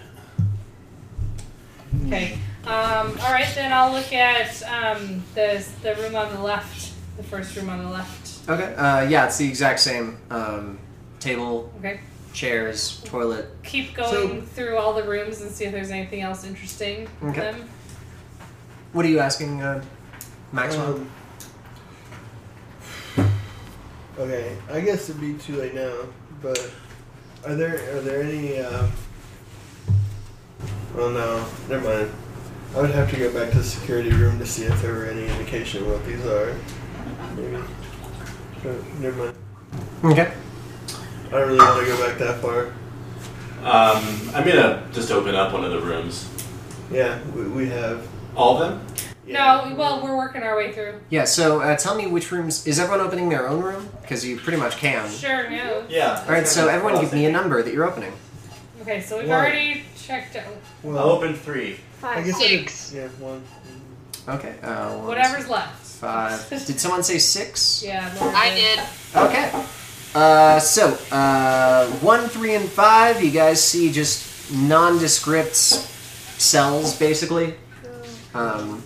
F: Okay. Um, all right, then I'll look at um, the the room on the left, the first room on the left.
D: Okay. Uh, yeah, it's the exact same um, table,
F: Okay.
D: chairs, toilet.
F: Keep going through all the rooms and see if there's anything else interesting. in
D: Okay.
F: Them.
D: What are you asking, uh, Maxwell?
C: um, okay, I guess it'd be too late now. But are there are there any? Um, well, no, never mind. I would have to go back to the security room to see if there were any indication of what these are. Maybe. But never mind.
D: okay.
C: I don't really want to go back that far.
B: Um, I'm gonna just open up one of the rooms.
C: Yeah, we, we have.
B: All of them?
C: Yeah.
F: No, well, we're working our way through.
D: Yeah. So uh, tell me which rooms. Is everyone opening their own room? Because you pretty much can.
F: Sure. No.
C: Mm-hmm.
B: Yeah.
D: All right. So everyone, give me a
B: enough.
D: number that you're opening.
F: Okay. So we've
C: One.
F: already checked out
B: I'll
C: Well,
B: open three.
C: I
G: Five.
C: guess I did-
E: Six.
C: yeah, one.
D: Okay. Uh, one,
F: whatever's left.
D: Five. Did someone say six?
F: Yeah. Laura
E: I did.
D: Okay. Uh, so, uh, one, three, and five, you guys see just nondescript cells, basically. Um,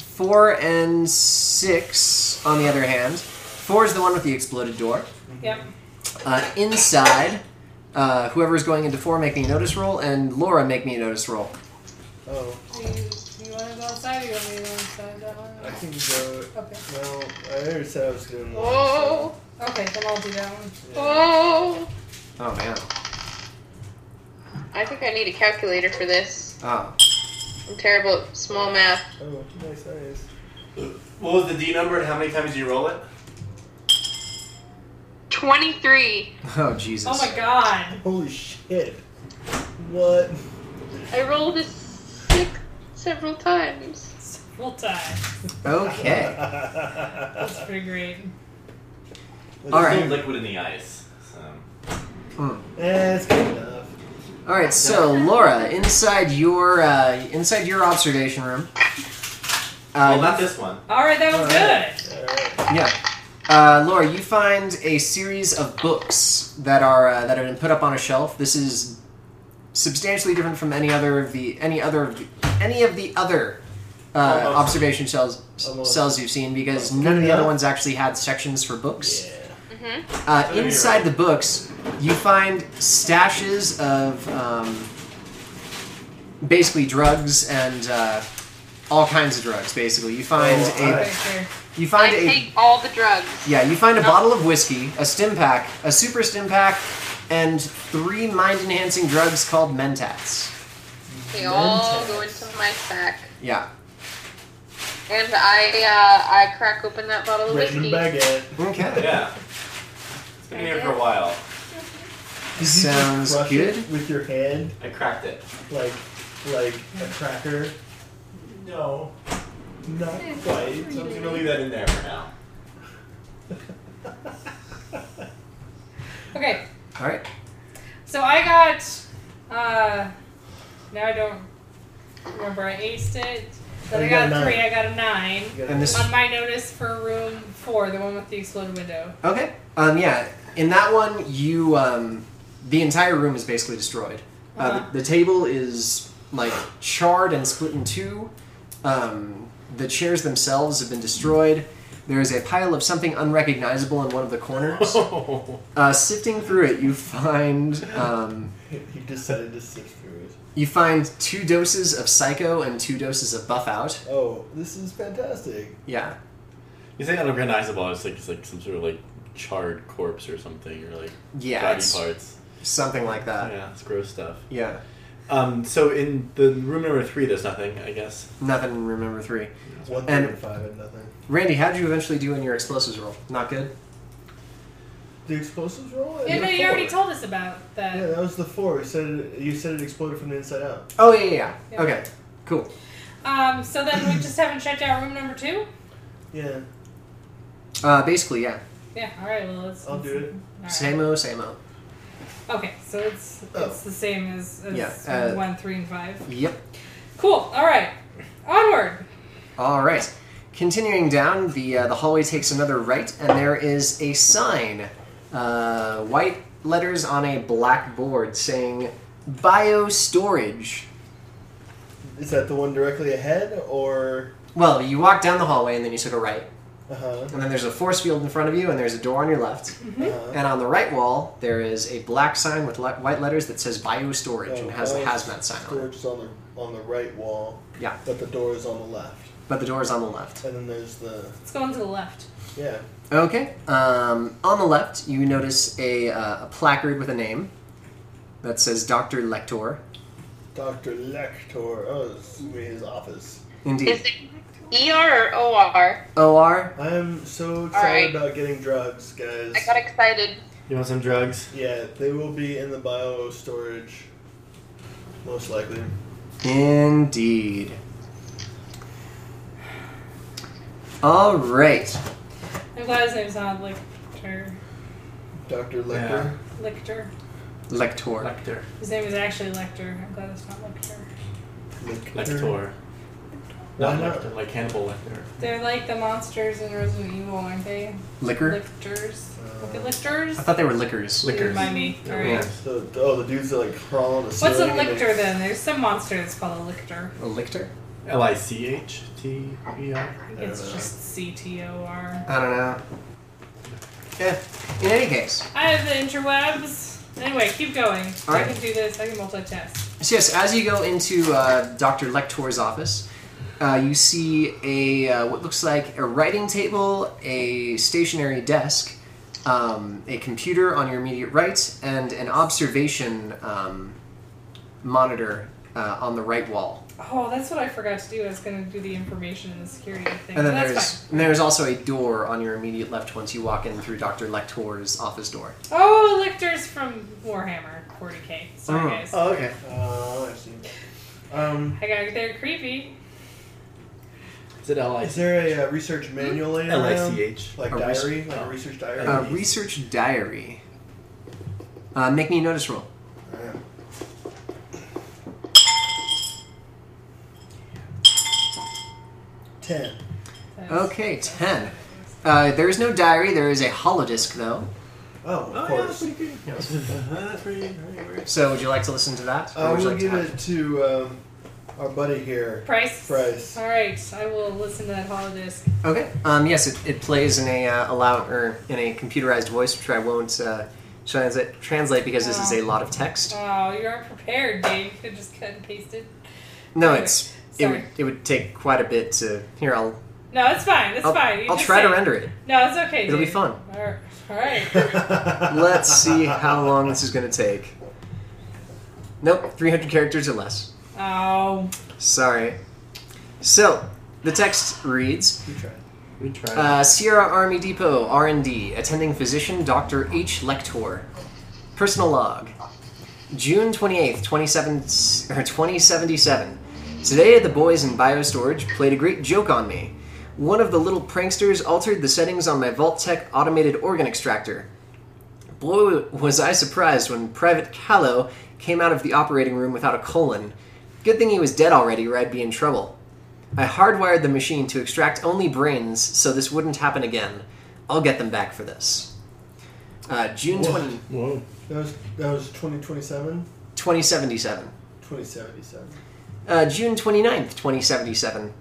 D: four and six, on the other hand. Four is the one with the exploded door.
F: Yep.
D: Uh, inside, uh, whoever's going into four, make me a notice roll, and Laura, make me a notice roll.
C: Oh,
F: Do you, do you want to go outside or you want me to go inside that
C: I
F: one?
C: can go.
F: Okay.
C: Well, I already said I was doing.
E: Whoa.
F: Okay. Then I'll do that one.
E: Whoa.
D: Oh, man.
E: I think I need a calculator for this.
D: Oh.
E: I'm terrible at small math.
C: Oh, nice eyes.
B: What was the D number and how many times do you roll it?
E: 23.
D: Oh, Jesus.
F: Oh my God.
C: Holy shit! What?
E: I rolled a six several times.
F: Several times.
D: Okay.
F: That's pretty great.
D: All right.
B: Still liquid in the ice. So.
C: Eh, it's good enough.
D: All right, so Laura, inside your uh, inside your observation room. Uh,
B: well, not this one.
F: All right. That was
C: All
F: good.
C: right. All right.
D: yeah. Uh, Laura, you find a series of books that are uh, that have been put up on a shelf. This is substantially different from any other of the any other of the, any of the other uh,
C: Almost.
D: observation cells
C: Almost.
D: cells you've seen because none of the other
C: enough.
D: ones actually had sections for books.
E: Mhm.
D: Uh,
C: Oh, you're
D: inside
C: right.
D: the books, you find stashes of um, basically drugs and uh, all kinds of drugs. Basically, you find
C: Oh,
D: a
C: I-
F: Right there.
D: you
E: I
D: find a
E: take all the drugs.
D: yeah, you find a
E: No.
D: bottle of whiskey, a stim pack, a super stim pack, and three mind enhancing drugs called Mentats.
E: They all go into my sack.
D: Yeah.
E: And I uh, I crack open that bottle of
C: Written
E: whiskey.
C: baguette.
D: Okay.
B: Yeah. It's been here for a while.
C: Did you just
D: Sounds
C: crush
D: good.
C: it with your hand,
B: I cracked it.
C: like like a cracker.
B: No,
C: Not
G: Yeah.
C: quite.
B: I'm just gonna leave that in there for now.
F: Okay,
D: All right.
F: so I got. Uh, now I don't remember. I aced it. Then
C: Oh,
F: I
C: you got
F: got,
C: a
F: a
C: nine.
F: three. I got a nine.
D: And this.
F: On my notice for room four, the one with the exploded window.
D: Okay. Um. Yeah. In that one, you um, the entire room is basically destroyed. Uh,
F: Uh-huh.
D: the, the table is like charred and split in two. Um, the chairs themselves have been destroyed. There is a pile of something unrecognizable in one of the corners.
I: Oh.
D: Uh, sifting through it, you find um,
C: You decided to sift through it.
D: You find two doses of Psycho and two doses of Buff Out.
C: Oh, this is fantastic.
D: Yeah.
I: You say unrecognizable, it's like it's like some sort of like charred corpse or something, or like
D: Yeah.
I: body
D: it's
I: parts.
D: something like
B: uh,
D: that.
I: yeah, it's gross stuff.
D: Yeah.
I: Um, so in the room number three, there's nothing, I guess.
D: Nothing in room number three.
C: One
D: And-
C: thirty-five and nothing.
D: Randy, how'd you eventually do in your explosives roll? Not good?
C: The explosives roll.
F: Yeah,
C: And
F: no,
C: the
F: you already
C: four.
F: told us about that.
C: Yeah, that was the four. You said it, you said it exploded from the inside out.
D: Oh, yeah, yeah, yeah.
F: Yeah.
D: Okay. Cool.
F: Um, so then we just haven't shut down room number two.
C: Yeah,
D: Uh, basically, yeah.
F: Yeah. All right. Well, let's.
C: I'll
F: let's-
C: do it.
F: all right.
D: Samo, Samo.
F: Okay, so it's it's
C: Oh.
F: the same as, as
D: Yeah, uh,
F: one, three, and five.
D: Yep.
F: Cool. All right, onward.
D: All right. Continuing down, the uh, the hallway takes another right, and there is a sign, uh, white letters on a black board saying "Bio Storage."
C: is that the one directly ahead or?
D: Well, you walk down the hallway and then you took a right.
C: Uh huh.
D: And then there's a force field in front of you, and there's a door on your left.
C: Uh-huh.
D: And on the right wall, there is a black sign with le- white letters that says bio storage and has the
C: Oh,
D: hazmat sign on it.
C: Storage is on the on the right wall.
D: Yeah.
C: But the door is on the left,
D: But the door is on the left.
C: and then there's the
F: Let's go on to the left.
C: yeah.
D: Okay. Um, on the left, you notice a, uh, a placard with a name that says Dr. Lector.
C: Dr. Lector. Oh, this is his office.
E: Is
D: Indeed.
E: it ER or OR?
D: OR?
C: I am so excited
E: right.
C: about getting drugs, guys.
E: I got excited.
I: You want some drugs?
C: Yeah, they will be in the bio storage, most likely.
D: Indeed. All right.
F: I'm glad his name's not Lichter.
C: Dr. Lecter.
F: Lichter.
D: Lector.
I: Lector.
F: His name is actually Lecter. I'm glad it's not Lichter.
C: Lecter.
I: Lector.
C: Why
I: Not
C: not?
I: Lecter, like Hannibal Lecter.
F: They're like the monsters in Resident Evil, aren't they?
D: Liquor?
F: Lichters. Look at
C: Uh,
D: I
F: Lichters.
D: thought they were liquors.
F: You
I: Lickers.
F: Remind me. All right.
D: Yeah.
C: so, oh, the dudes that like crawl on the ceiling.
F: What's a
C: and they-
F: lictor then? There's some monster that's called a lictor.
D: A lictor?
I: L I C H T E R.
C: don't
F: It's
C: know.
F: just C T O R.
D: I don't know. Yeah. In any case,
F: I have the interwebs. Anyway, keep going.
D: All right.
F: I can do this. I can multitask.
D: so yes, as you go into uh, Dr. Lector's office, uh, you see a uh, what looks like a writing table, a stationary desk, um, a computer on your immediate right, and an observation um, monitor uh, on the right wall.
F: Oh, that's what I forgot to do. I was going to do the information and the security thing.
D: And then
F: but
D: there's
F: that's
D: and there's also a door on your immediate left once you walk in through Dr. Lector's office door.
F: fine. Oh, lictors from Warhammer 40k. Sorry,
D: Oh.
F: guys.
C: Oh, okay. Uh, I see. Um,
F: I got they're creepy.
I: Is it L I
C: is
I: C
C: there a uh, research manual laying
I: L I
C: around?
I: C H?
C: Like
D: A
C: diary? Like a research diary?
D: Uh, research diary. Uh, make me a notice roll.
C: Oh, Yeah. Ten.
F: That's-
D: Okay, ten. Uh, there is no diary. There is a holodisk, though.
C: Oh,
B: Oh,
C: of
B: yeah, that's
C: course.
B: pretty good. Uh-huh, that's pretty, pretty weird.
D: So, would you like to listen to that?
C: I
D: would you
C: will
D: like
C: Uh, give
D: have-
C: it to um, our buddy here.
F: Price.
C: Price.
F: All right, I will listen to that holodisc.
D: Okay. Um, yes, it, it plays in a uh, allow or in a computerized voice, which I won't uh, translate translate because this is a lot of text.
F: Oh, you aren't prepared, Dave. You could just cut and paste it.
D: No, it's it
F: Sorry.
D: would it would take quite a bit to here. I'll
F: No, it's fine. It's
D: I'll,
F: fine. You
D: I'll
F: just
D: try to
F: say-
D: render it.
F: No, it's okay.
D: It'll be
F: Dave.
D: fun.
F: All right. All right.
D: Let's see how long this is going to take. Nope, 300 characters or less.
F: Oh,
D: Sorry. So the text reads.
C: You try.
I: We tried.
D: Uh, Sierra Army Depot, R&D, attending physician Dr. H. Lector. Personal log. June 28th, 27, or 2077. Today, the boys in biostorage played a great joke on me. One of the little pranksters altered the settings on my Vault Tech automated organ extractor. Boy, was I surprised when Private Callow came out of the operating room without a colon. Good thing he was dead already, or I'd be in trouble. I hardwired the machine to extract only brains so this wouldn't happen again. I'll get them back for this. Uh, June 20,
I: Whoa.
C: That was, that was 2027?
D: 2077.
C: 2077.
D: Uh, June 29th, 2077.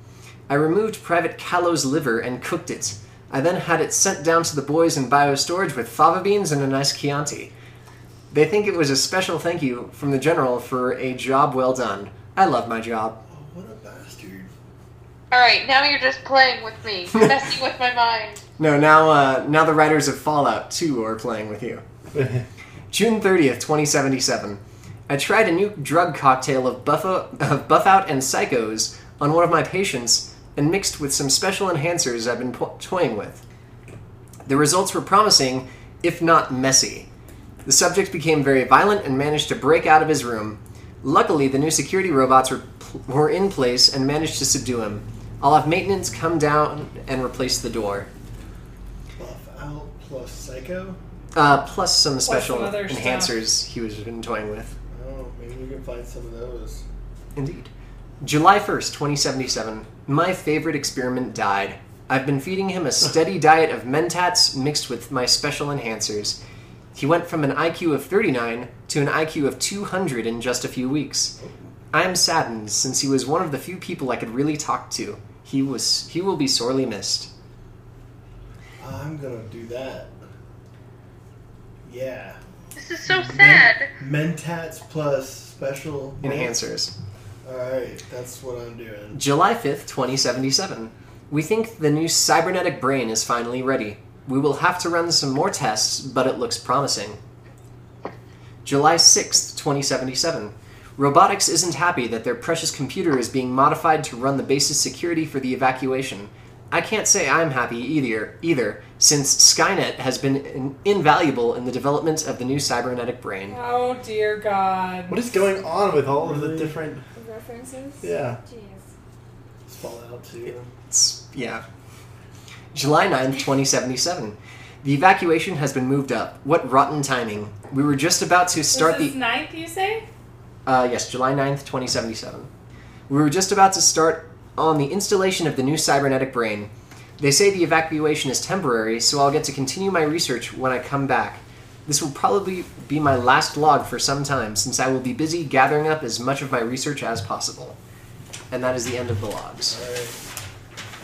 D: I removed Private Callow's liver and cooked it. I then had it sent down to the boys in biostorage with fava beans and a nice Chianti. They think it was a special thank you from the general for a job well done. I love my job.
C: Oh, what a bastard.
E: All right, now you're just playing with me, messing with my mind.
D: No, now uh, now the writers of Fallout 2 are playing with you. June 30th, 2077. I tried a new drug cocktail of buff, of buff out and psychos on one of my patients and mixed with some special enhancers I've been po- toying with. The results were promising, if not messy. The subject became very violent and managed to break out of his room. Luckily, the new security robots were, pl- were in place and managed to subdue him. I'll have maintenance come down and replace the door.
C: Buff out plus psycho?
D: Uh, plus some special
F: some other stuff.
D: enhancers he was been toying with.
C: Oh, maybe we can find some of those.
D: Indeed. July 1st, 2077. My favorite experiment died. I've been feeding him a steady diet of mentats mixed with my special enhancers. He went from an IQ of 39 to an IQ of 200 in just a few weeks. I am saddened since he was one of the few people I could really talk to. He was he will be sorely missed.
C: I'm gonna do that. Yeah.
E: This is so
D: Mm-hmm.
E: sad.
C: Mentats plus special
D: Enhancers.
C: Alright, that's what I'm doing.
D: July 5th, 2077. We think the new cybernetic brain is finally ready. We will have to run some more tests, but it looks promising. July 6th, 2077. Robotics isn't happy that their precious computer is being modified to run the base's security for the evacuation. I can't say I'm happy either, either since Skynet has been in- invaluable in the development of the new cybernetic brain.
F: oh dear God.
I: What is going on with all of the different?
G: References?
I: Yeah.
G: Jeez.
C: It's Fallout 2.
D: It's, yeah. July 9th, 2077. The evacuation has been moved up. What rotten timing. We were just about to start
F: this is
D: the.
F: ninth, you say?
D: Uh, yes, July 9th, 2077. We were just about to start on the installation of the new cybernetic brain. They say the evacuation is temporary, so I'll get to continue my research when I come back. This will probably be my last log for some time, since I will be busy gathering up as much of my research as possible. And that is the end of the logs.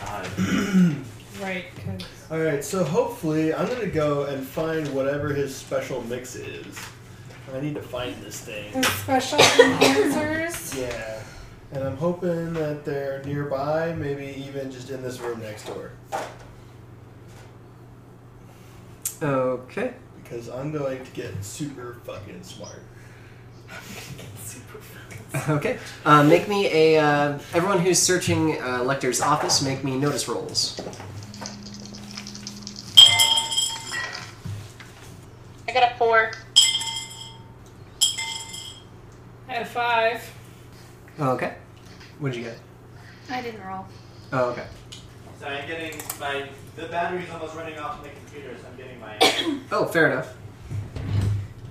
C: Alright.
I: God.
F: Right. 'cause-
C: Alright, so hopefully I'm gonna go and find whatever his special mix is. I need to find this thing.
F: Those special enhancers.
C: Yeah. And I'm hoping that they're nearby, maybe even just in this room next door.
D: Okay.
C: Because I'm going to get super fucking smart.
D: Okay. Uh, make me a. Uh, everyone who's searching uh, Lecter's office, make me notice rolls.
E: I got a four.
F: I had a five.
D: Okay. What'd you get?
G: I didn't roll.
D: Oh, okay.
B: So I'm getting my the battery's almost running off my computer, so I'm getting my
D: Oh, fair enough.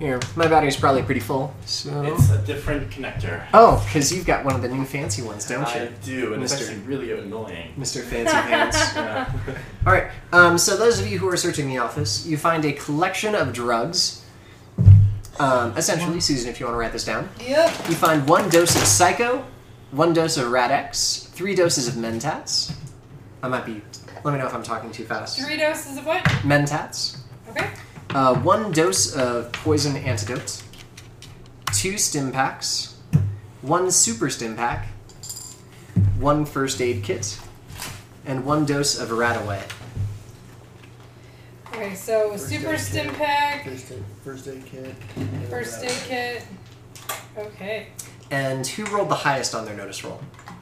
D: Here, my battery's probably pretty full. So.
I: It's a different connector.
D: Oh, because you've got one of the new fancy ones, don't
I: I
D: you,
I: do, and it's
D: Mr.
I: actually really annoying.
D: Mister Fancy Pants?
I: Yeah.
D: All right. Um, so those of you who are searching the office, you find a collection of drugs. Um, essentially, Susan, if you want to write this down,
F: Yep.
D: you find one dose of Psycho, one dose of Radex, three doses of Mentats. I might be. Let me know if I'm talking too fast.
F: Three doses of what?
D: Mentats.
F: Okay.
D: Uh, one dose of poison antidote, two stim packs, one super stim pack, one first aid kit, and one dose of Radaway.
F: Okay, so super
C: First aid
F: stim
C: kit.
F: pack,
C: First aid, first aid kit.
F: first aid kit. Okay.
D: And who rolled the highest on their notice roll?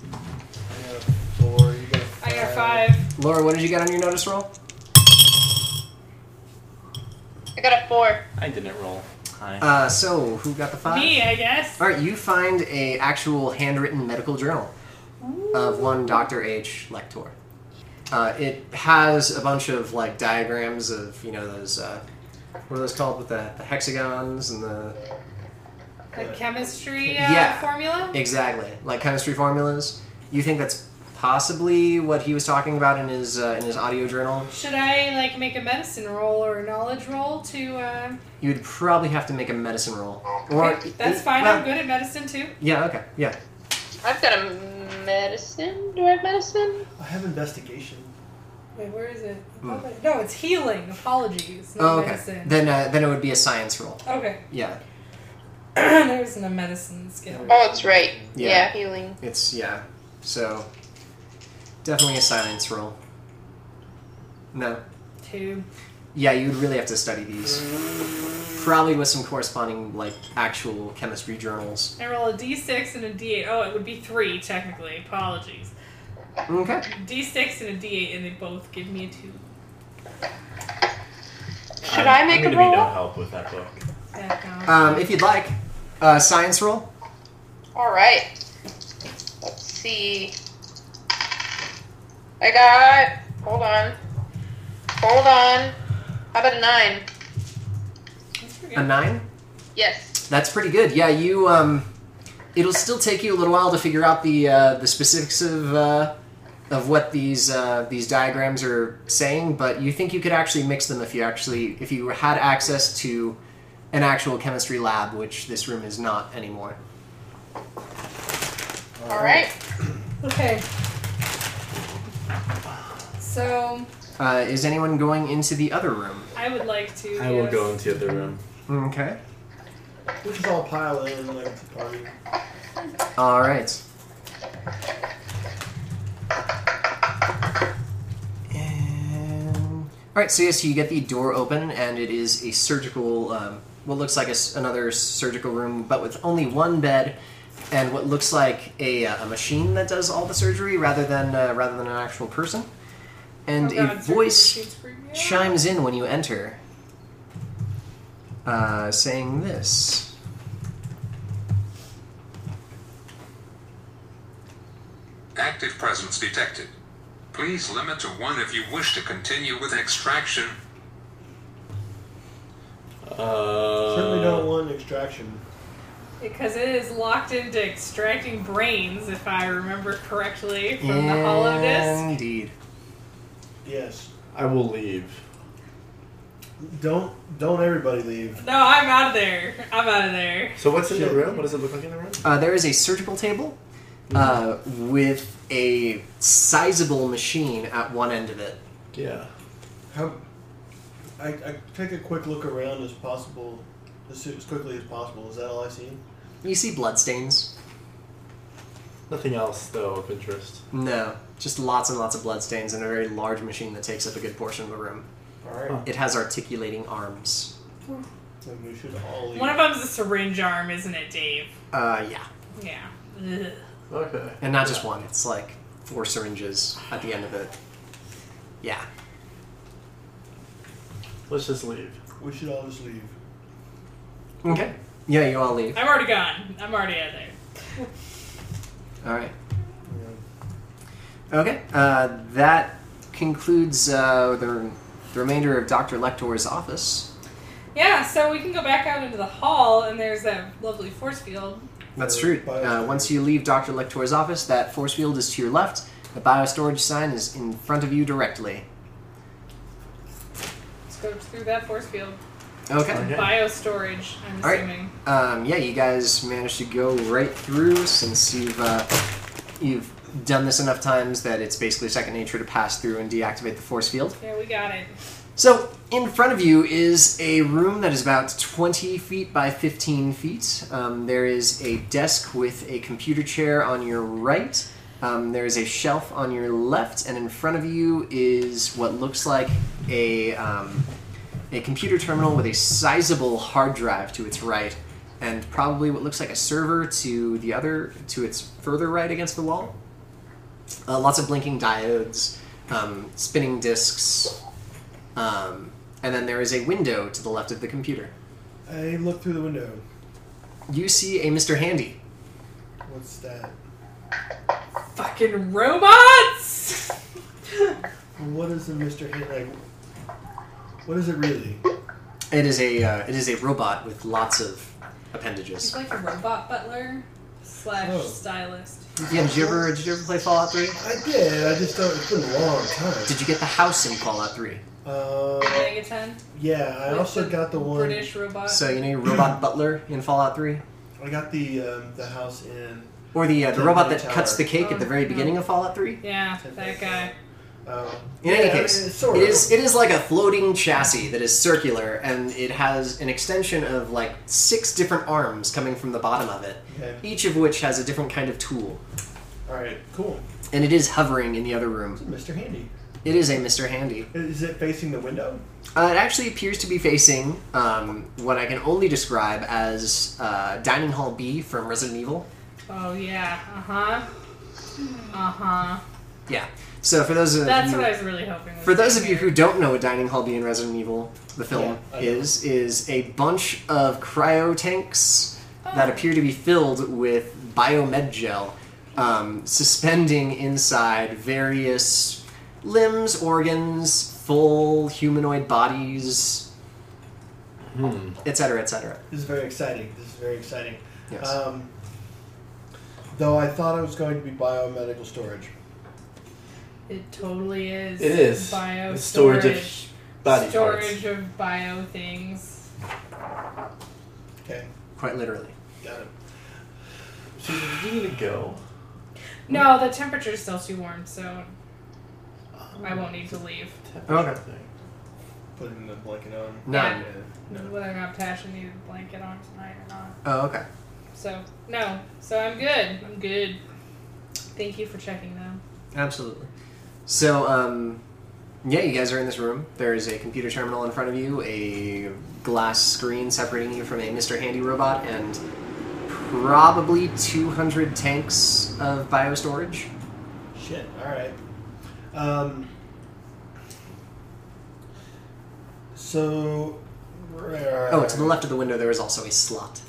C: I got a four. You got a
F: I
D: Uh,
F: got five.
D: Laura, what did you get on your notice roll?
E: I got a four.
I: I didn't roll high.
D: Uh, so who got the five?
F: Me, I guess.
D: All right, you find a actual handwritten medical journal of one Dr. H. Lector. Uh, it has a bunch of like diagrams of you know those uh, what are those called with the, the hexagons and the
F: The chemistry uh,
D: Yeah.
F: formula.
D: exactly like chemistry formulas. You think that's possibly what he was talking about in his uh, in his audio journal?
F: Should I like make a medicine roll or a knowledge roll to? Uh...
D: You would probably have to make a medicine roll. Or
F: That's fine.
D: Well,
F: I'm good at medicine too.
D: Yeah. Okay. Yeah.
E: I've got a medicine. Do I have medicine?
C: I have investigation.
F: Wait, where is it? Oh, No, it's healing. Apologies. Not
D: Hmm. Oh, okay.
F: medicine.
D: Then uh, then it would be a science roll.
F: Okay.
D: Yeah.
F: There's no medicine skill.
E: Oh, it's right.
D: Yeah.
E: Yeah, healing.
D: It's yeah. So definitely a science roll. No.
F: Two.
D: Yeah, you'd really have to study these. Probably with some corresponding like actual chemistry journals.
F: I roll a d6 and a d8. Oh, it would be three technically. Apologies.
D: Okay.
F: D6 and a D8, and they both give me a two.
E: Should I make
I: am
E: a
I: gonna be no
E: roll?
I: help with that book.
F: That counts.
D: Um, if you'd like, uh, science roll.
E: All right. Let's see. I got. Hold on. Hold on. How about a nine?
F: That's pretty
D: A
F: good.
D: nine.
E: Yes.
D: That's pretty good. Yeah, you. Um, it'll still take you a little while to figure out the uh, the specifics of uh, of what these uh, these diagrams are saying, but you think you could actually mix them if you actually if you had access to an actual chemistry lab, which this room is not anymore.
E: All right.
F: Okay. So
D: Uh, is anyone going into the other room?
F: I would like to.
I: I will
F: yes.
I: go into the other room.
D: Okay.
C: Um, Which is all pile in like it's a party.
D: All right. And... All right, so yes, you get the door open, and it is a surgical, um, what looks like a s another surgical room, but with only one bed and what looks like a, uh, a machine that does all the surgery rather than uh, rather than an actual person. And
F: Oh, God,
D: a
F: surgery
D: voice
F: machines freak me out.
D: chimes in when you enter, uh, saying this.
J: Active presence detected. Please limit to one if you wish to continue with extraction.
I: Uh,
C: Certainly don't want extraction.
F: Because it is locked into extracting brains, if I remember correctly, from the hollow disk.
D: Indeed.
C: Yes.
I: Uh, I will leave.
C: Don't don't everybody leave.
F: No, I'm out of there. I'm out of there.
I: So what's in the
C: Shit.
I: room? What does it look like in the room?
D: Uh, there is a surgical table uh, with a sizable machine at one end of it.
I: Yeah.
C: How, I, I take a quick look around as possible, as, soon- as quickly as possible. Is that all I see?
D: You see bloodstains?
I: Nothing else though of interest.
D: No, just lots and lots of bloodstains and a very large machine that takes up a good portion of the room.
C: All right.
I: Huh.
D: It has articulating arms.
C: Then we should all leave.
F: One of them's a syringe arm, isn't it, Dave?
D: Uh, yeah,
F: Yeah. Ugh.
I: Okay.
D: and not just one. It's like four syringes at the end of it. Yeah.
I: Let's just leave.
C: we should all just leave.
D: Okay. Yeah, you all leave.
F: I'm already gone. I'm already out of there.
D: All right.
C: Yeah.
D: Okay, uh, that concludes uh, the, the remainder of Dr. Lector's office.
F: Yeah, so we can go back out into the hall, and there's that lovely force field.
D: That's true. Uh, once you leave Dr. Lector's office, that force field is to your left. The biostorage sign is in front of you directly.
F: Let's go through that force field.
D: Okay.
F: Bio storage, I'm
D: All right.
F: assuming.
D: Um, yeah, you guys managed to go right through since you've uh, you've done this enough times that it's basically second nature to pass through and deactivate the force field.
F: Yeah, we got it.
D: So in front of you is a room that is about 20 feet by 15 feet. Um, there is a desk with a computer chair on your right. Um, there is a shelf on your left, and in front of you is what looks like a um, a computer terminal with a sizable hard drive to its right, and probably what looks like a server to the other to its further right against the wall. Uh, lots of blinking diodes, um, spinning discs, um, and then there is a window to the left of the computer.
C: I look through the window.
D: You see a Mr. Handy.
C: What's that?
F: Fucking robots!
C: What is a Mr. Hand like? What is it really?
D: It is a uh, it is a robot with lots of appendages.
F: He's like a robot butler slash
C: Oh.
F: stylist.
D: Yeah, did you ever did you ever play Fallout Three?
C: I did. I just don't. It's been a long time.
D: Did you get the house in Fallout Three?
C: Uh,
F: Megaton,
C: yeah, I also got the one.
F: British robot.
D: So you know your robot butler in Fallout Three,
C: I got the um, the house in.
D: or the uh, the
C: Dead
D: robot
C: Man
D: that cuts
C: Tower.
D: the cake at the very beginning of Fallout Three.
F: yeah, that guy.
C: Uh,
D: In
C: yeah,
D: any
C: I mean,
D: case,
C: it's sort
D: it
C: of.
D: is it is like a floating chassis that is circular, and it has an extension of like six different arms coming from the bottom of it,
C: Okay.
D: each of which has a different kind of tool,
C: All right. Cool.
D: and it is hovering in the other room.
C: Mr. Handy.
D: It is a Mr. Handy.
C: Is it facing the window?
D: Uh, it actually appears to be facing um, what I can only describe as uh, Dining Hall B from Resident Evil.
F: Oh, yeah. Uh huh. Uh huh.
D: Yeah. So for those of
F: That's
D: you,
F: what I was really hoping. was
D: for those of
F: gonna
D: you who
F: hear.
D: don't know what Dining Hall B in Resident Evil, the film
C: Yeah, I know.
D: is, is a bunch of cryo tanks that
F: Oh.
D: appear to be filled with biomed gel, um, suspending inside various limbs, organs, full humanoid bodies,
I: Hmm.
D: etc., etc.
C: This is very exciting. This is very exciting.
D: Yes.
C: Um, though I thought it was going to be biomedical storage.
F: It totally is.
I: It is.
F: Bio
I: It's storage of
F: storage.
I: Body
F: storage of bio things.
C: Okay.
D: Quite literally.
C: Got it.
I: parts. So we need to go.
F: No, the temperature's still too warm, so I won't need to leave.
D: Okay.
C: Putting the blanket on.
D: None.
F: Whether or not Tasha needed a blanket on tonight or not.
D: Oh, okay.
F: So no. So I'm good. I'm good. Thank you for checking them.
D: Absolutely. So, um, yeah, you guys are in this room. There is a computer terminal in front of you, a glass screen separating you from a Mr. Handy robot, and probably 200 tanks of biostorage.
C: Shit. All right. Um, so.
D: Oh, to the left of the window, there is also a slot.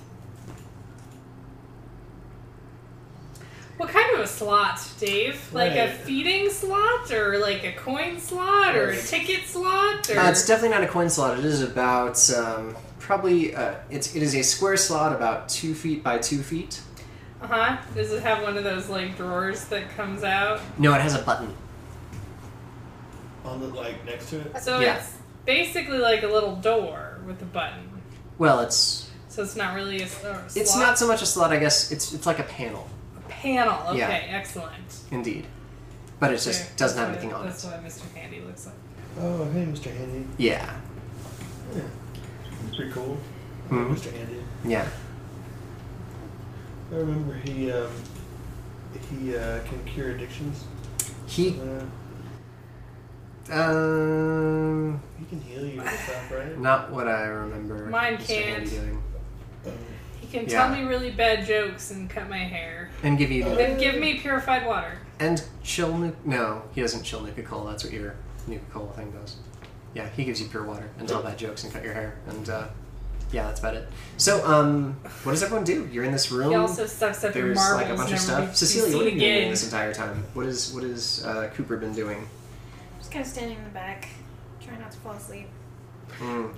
F: What kind of a slot, Dave? Like a
C: Right.
F: feeding slot, or like a coin slot, or a
C: Yes.
F: ticket slot, or
D: Uh, it's definitely not a coin slot. It is about um, probably uh, it's it is a square slot about two feet by two feet.
F: uh huh. Does it have one of those like drawers that comes out?
D: No, it has a button.
C: On the like next to it.
F: So
D: Yeah.
F: it's basically like a little door with a button.
D: Well, it's
F: So it's not really a, s- a
D: it's
F: slot.
D: not so much a slot. I guess it's it's like a panel.
F: panel. Okay,
D: Yeah.
F: excellent.
D: Indeed. But it just
F: There.
D: doesn't have
F: That's
D: anything
F: what-
D: on
F: That's
D: it.
F: what Mr. Handy looks like.
C: Oh, hey, Mr. Handy.
D: Yeah.
C: Yeah. That's pretty cool.
D: Mhm.
C: Mr. Handy.
D: Yeah.
C: I remember he um, he uh, can cure addictions.
D: He
C: Uh,
D: um
C: he can heal you and stuff, right?
D: not what I remember.
F: Mine
D: Mr.
F: can't.
D: Handy doing.
C: Um,
F: He can
D: Yeah.
F: tell me really bad jokes and cut my hair.
D: And give you
F: Then give me purified water.
D: and chill nu- no, he doesn't chill Nuka Cola, that's what your Nuka Cola thing does. Yeah, he gives you pure water and tell bad jokes and cut your hair and uh yeah, that's about it. So, um, what does everyone do? You're in this room.
F: He also sucks up your
D: Oh, There's
F: marbles
D: like a bunch of
F: and never
D: stuff.
F: gets
D: Cecilia, what
F: seen
D: have you been doing
F: again.
D: this entire time? What is what is uh, Cooper been doing?
G: Just kind of standing in the back, trying not to fall asleep.
D: Mm.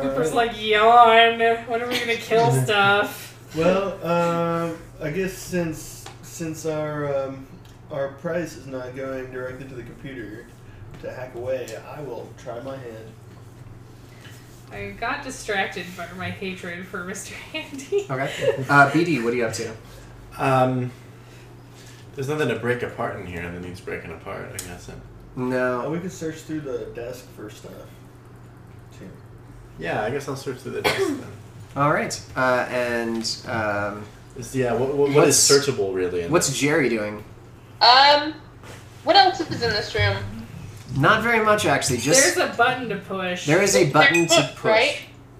F: Cooper's like, yawn. When are we gonna kill stuff?
C: Well, um, I guess since since our um, our price is not going directly to the computer to hack away, I will try my hand.
F: I got distracted by my hatred for Mr. Handy.
D: Okay. Uh, BD, what are you up to?
I: Um, there's nothing to break apart in here that needs breaking apart. I guess. And
C: Uh,
D: No.
C: we could search through the desk for stuff. Too.
I: yeah, I guess I'll search through the desk then.
D: All right. Uh, and um,
I: Is- yeah, what, what, what is
D: What's-
I: searchable really? In
D: what's Jerry doing?
E: Um, what else is in this room?
D: Not very much, actually. Just
F: There's a button to push.
D: there is a button
E: There's
D: to
E: books,
D: push.
E: Right?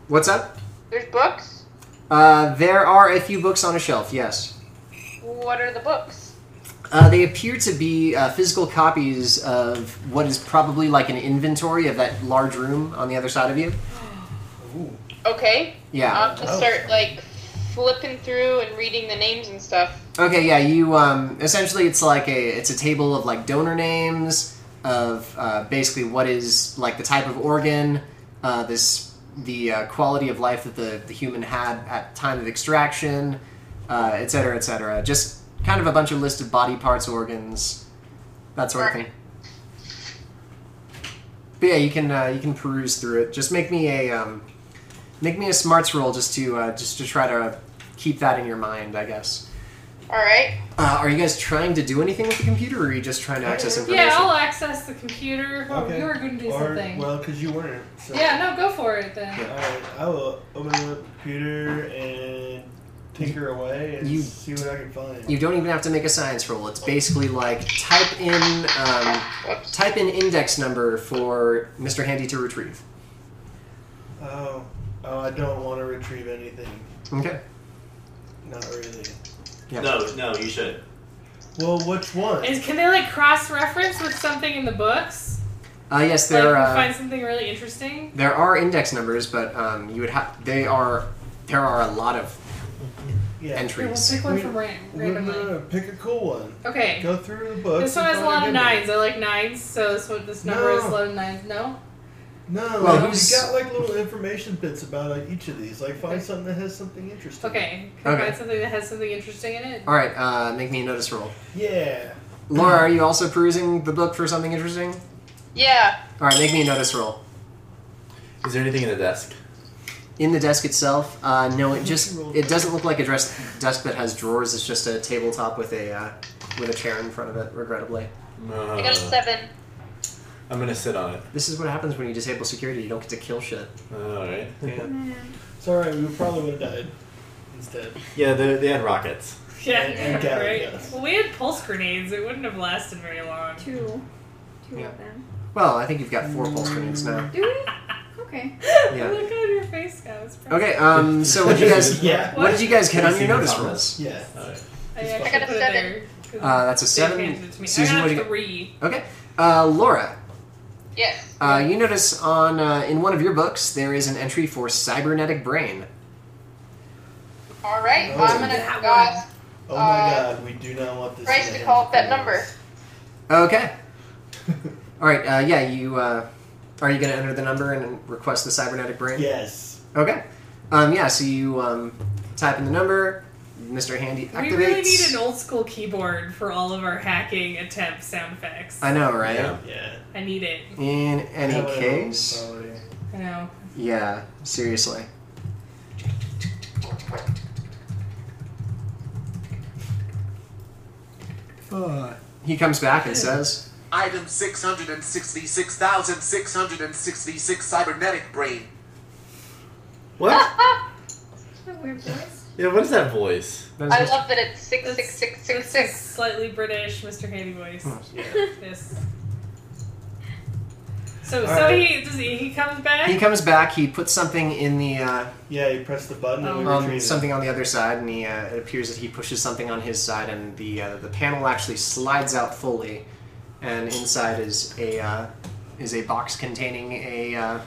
D: What's up?
E: There's books.
D: Uh, there are a few books on a shelf. Yes.
E: What are the books?
D: Uh, they appear to be uh, physical copies of what is probably like an inventory of that large room on the other side of you.
E: Okay,
D: Yeah.
E: I'll just start like flipping through and reading the names and stuff.
D: Okay. Yeah. You um, essentially it's like a it's a table of like donor names of uh, basically what is like the type of organ, uh, this the uh, quality of life that the, the human had at time of extraction, uh, et cetera, et cetera. Just kind of a bunch of list of body parts, organs, that sort of thing. But yeah, you can uh, you can peruse through it. Just make me a um, make me a smarts roll just to uh, just to try to keep that in your mind, I guess.
E: All right.
D: Uh, are you guys trying to do anything with the computer, or are you just trying to access information?
F: Yeah, I'll access the computer. Oh,
C: Okay.
F: you were going to do
C: or,
F: something.
C: Well, because you weren't. So.
F: yeah, no, go for it then.
C: Alright, I will open up the computer and tinker away and
D: You-
C: see what I can find.
D: You don't even have to make a science roll. It's basically like type in um,
E: Whoops.
D: type in index number for Mr. Handy to retrieve.
C: oh, oh, I don't want to retrieve anything.
D: Okay.
C: Not really.
D: Yeah.
B: No, no, you should.
C: Well, which one?
F: Is can they like cross reference with something in the books?
D: Uh, yes,
F: Like
D: there
F: we
D: uh,
F: find something really interesting.
D: there are index numbers, but um, you would have they are there are a lot of
C: yeah.
F: Here, we'll
D: entries.
F: pick one
C: We-
F: from ran-
C: No, no, no,
F: randomly.
C: no, pick a cool one.
F: Okay.
C: Go through the book.
F: This one has a lot of nines. I like nines, so this one, this number is a
C: No.
F: lot of nines. No.
C: No,
D: Well,
C: like,
D: who's-
C: you got like little information bits about like, each of these. Like find something that has something interesting.
F: Okay. Can I
D: Okay.
F: find something that has something interesting in it?
D: All right, uh, make me a notice roll.
C: Yeah.
D: Laura, are you also perusing the book for something interesting?
E: Yeah.
D: All right, make me a notice roll.
I: Is there anything in the desk?
D: in the desk itself uh, no it just it doesn't look like a dress, desk that has drawers it's just a tabletop with a uh, with a chair in front of it regrettably
E: I got a
I: Uh,
E: seven.
I: I'm gonna sit on it.
D: this is what happens when you disable security you don't get to kill shit
I: All right.
C: It's alright, we probably would have died instead.
I: Yeah, they, they had rockets.
F: Yeah.
C: and gather,
F: right.
C: yes.
F: Well, we had pulse grenades. It wouldn't have lasted very long.
G: Two. Two
D: Yeah.
G: of them.
D: well i think you've got four pulse grenades now
G: Do we? Okay.
D: Yeah.
F: Look at your face, guys.
D: okay um so what did you guys
C: Yeah.
D: what did you guys get
I: Have
D: on
I: you
D: your
I: seen the
D: notice rolls
I: comments?
C: Yeah.
F: Uh,
I: All right.
F: I, actually
E: I got a
F: put it
E: seven.
F: there 'cause
D: uh, that's a
F: Dave handed
D: seven
F: it to me.
D: Susan,
F: I
D: what do you
F: got a
D: got?
F: three.
D: okay uh, laura
E: Yes.
D: uh, you notice on uh, in one of your books there is an entry for cybernetic brain
E: All right.
C: Oh,
E: I'm gonna
F: that
E: ask
C: Oh my
E: Uh,
C: god, we do not want this.
E: Bryce to
C: end.
E: call up that number.
D: Okay. All right. Uh, yeah. You uh, are you going to enter the number and request the cybernetic brain?
C: Yes.
D: Okay. Um, yeah. So you um, type in the number. Mr. Handy activates.
F: We really need an old school keyboard for all of our hacking attempt sound effects.
D: I know, right?
I: Yeah.
C: Yeah.
F: I need it.
D: In any
C: That would've been
D: case,
C: probably-
F: I know.
D: yeah. Seriously. He comes back and says,
K: Item 666,666 cybernetic brain.
I: What?
G: Isn't that weird voice?
I: Yeah. What is that voice?
D: that is
E: I
D: Mr.
E: love that it's six
F: That's-
E: six six six
F: This is
E: six.
F: slightly British Mr. Handy voice.
C: Yeah.
F: Yes. So,
C: All
F: so
C: right.
F: he does he, he comes back.
D: He comes back. He puts something in the uh,
C: Yeah, you press the button and we
F: Um,
C: retrieve
D: um,
C: it.
D: something on the other side, and he, uh, it appears that he pushes something on his side, and the uh, the panel actually slides out fully, and inside is a uh, is a box containing a uh,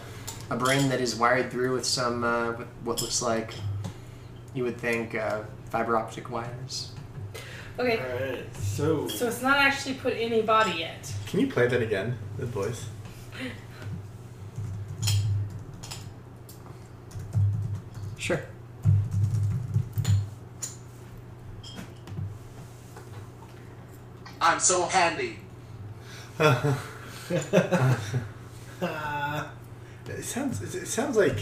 D: a brain that is wired through with some uh, with what looks like you would think uh, fiber optic wires.
F: okay,
C: Alright, so.
F: so it's not actually put in a body yet.
I: Can you play that again? The voice.
A: Sure.
K: I'm so handy.
C: uh,
I: It sounds. It, it sounds like.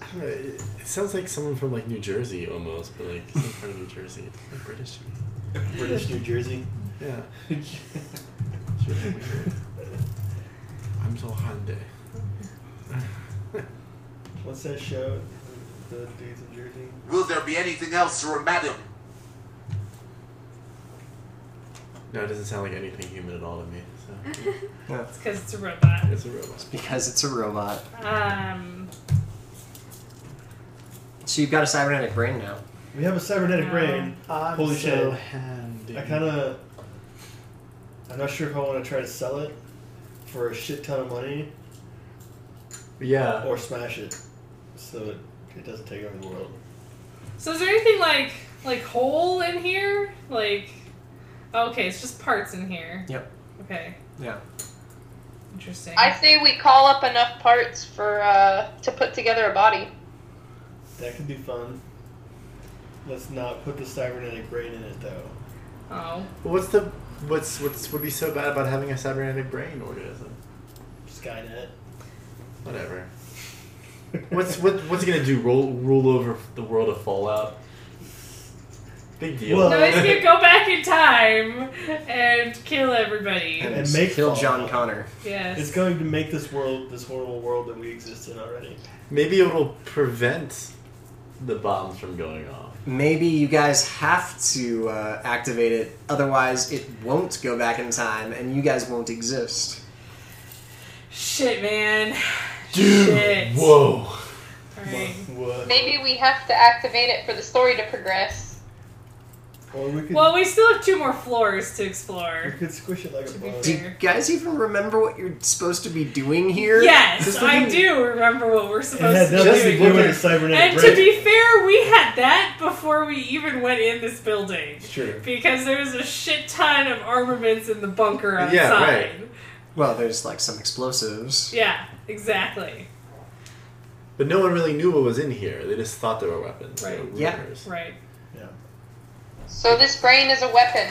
I: I don't know. It, it sounds like someone from like New Jersey almost, but like someone from New Jersey, like British. to me.
C: British New Jersey.
I: Yeah. It's really weird. I'm so handy.
C: What's that show? The dudes in Jersey.
K: Will there be anything else, or madam?
I: No, it doesn't sound like anything human at all to me. So
D: Yeah.
F: It's because it's a robot.
I: it's a robot.
D: Because it's a robot.
F: Um,
D: So you've got a cybernetic brain now.
C: We have a cybernetic
F: No.
C: brain.
I: I'm
C: Holy
I: so
C: shit.
I: handy.
C: I kind of. I'm not sure if I want to try to sell it for a shit ton of money
I: Yeah.
C: or smash it so it, it doesn't take over the world.
F: so is there anything like like whole in here? Like, oh, okay, it's just parts in here.
D: Yep.
F: Okay,
D: Yeah.
F: interesting.
E: I say we call up enough parts for uh, to put together a body.
C: That could be fun. Let's not put the cybernetic brain in it though.
F: oh,
I: But What's the what's what's would be so bad about having a cybernetic brain organism?
C: Skynet.
I: Whatever. What's what what's it gonna do? Roll rule over the world of Fallout? Big deal.
C: Well-
F: no, it's gonna go back in time and kill everybody.
C: And make
D: kill
C: Fallout.
D: John Connor.
C: It's
F: Yes.
C: going to make this world, this horrible world that we exist in already.
I: Maybe it'll prevent the bombs from going off.
D: Maybe you guys have to uh, activate it, otherwise it won't go back in time, and you guys won't exist.
F: Shit, man.
I: Dude.
F: Shit.
I: Whoa.
F: All right.
C: What?
E: Maybe we have to activate it for the story to progress.
C: Or we could,
F: Well, we still have two more floors to
C: we
F: explore.
C: could squish it like a
F: To be
C: bug.
D: Do you guys even remember what you're supposed to be doing here?
F: Yes,
D: Just
F: I
D: looking-
F: do remember what we're
C: It
F: supposed
C: had
F: to
C: nothing
F: be
C: to
F: doing.
C: do with the cybernetic
F: And to
C: brain.
F: be fair, we had that before we even went in this building.
C: Sure.
F: Because there was a shit ton of armaments in the bunker outside.
I: Yeah, right.
D: Well, there's like some explosives.
F: Yeah, exactly.
I: But no one really knew what was in here. They just thought there were weapons. They were
F: Right.
D: Yeah.
I: rumors.
F: Right.
C: Yeah.
E: So this brain is a weapon.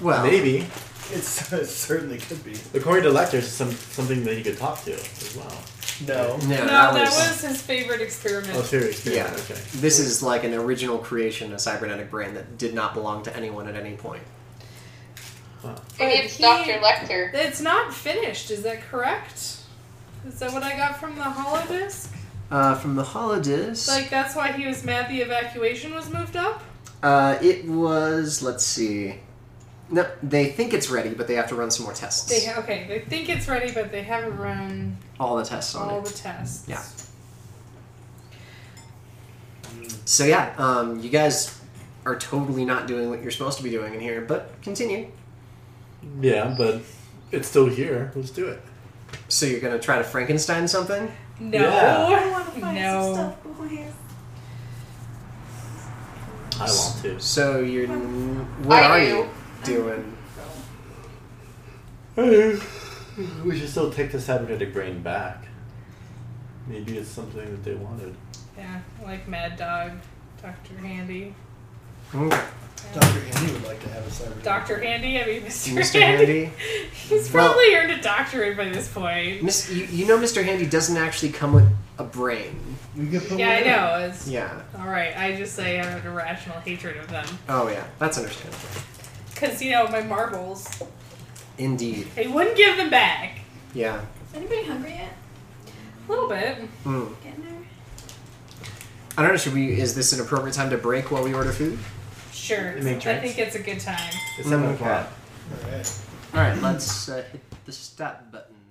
D: Well,
I: Maybe.
C: It's, it certainly could be.
I: According to Lecter, it's some something that he could talk to as well.
C: No.
D: No,
F: No,
D: that, was,
F: his favorite experiment.
I: Oh, serious?
D: Yeah.
I: Okay.
D: This is like an original creation, a cybernetic brain that did not belong to anyone at any point.
E: Maybe
F: But
E: it's
F: he-
E: Dr. Lecter.
F: It's not finished, is that correct? Is that what I got from the holodisc?
D: Uh, from the holodisc,
F: Like, that's why he was mad the evacuation was moved up?
D: uh, it was. Let's see. No, they think it's ready, but they have to run some more tests.
F: They ha- Okay, they think it's ready, but they haven't run
D: all the tests on
F: all
D: it.
F: the tests.
D: Yeah. So yeah, um, you guys are totally not doing what you're supposed to be doing in here. But continue.
I: Yeah, but it's still here. Let's do it.
D: So you're gonna try to Frankenstein something?
F: No.
I: Yeah.
G: I want to find
F: No.
G: some stuff, boys.
I: I want to.
D: So you're. What
E: I
D: are
E: do.
D: you doing?
I: We should still take the cybernetic brain back. Maybe it's something that they wanted.
F: Yeah, like Mad Dog, Dr. Handy.
D: Okay.
C: Dr. Handy would like to have a cybernetic
F: Dr. Handy? I mean, Mr.
D: Mr.
F: Handy.
D: Handy.
F: He's
D: Well-
F: probably earned a doctorate by this point.
D: Miss, you, you know, Mr. Handy doesn't actually come with a brain.
C: We could put
F: Yeah,
C: one
F: I
C: in.
F: know. It's,
D: Yeah.
F: All right, I just say I have an irrational hatred of them.
D: Oh, yeah. That's understandable.
F: Because, you know, my marbles,
D: Indeed.
F: they wouldn't give them back.
D: Yeah.
G: Is anybody hungry yet?
F: A little bit.
D: Mm.
G: Getting there?
D: I don't know. Should we? Is this an appropriate time to break while we order food?
F: Sure.
I: You make
F: I
I: drinks?
F: think it's a good time.
I: It's seven
D: Mm, okay.
I: o'clock.
C: Alright.
D: All right. Let's uh, hit the stop button.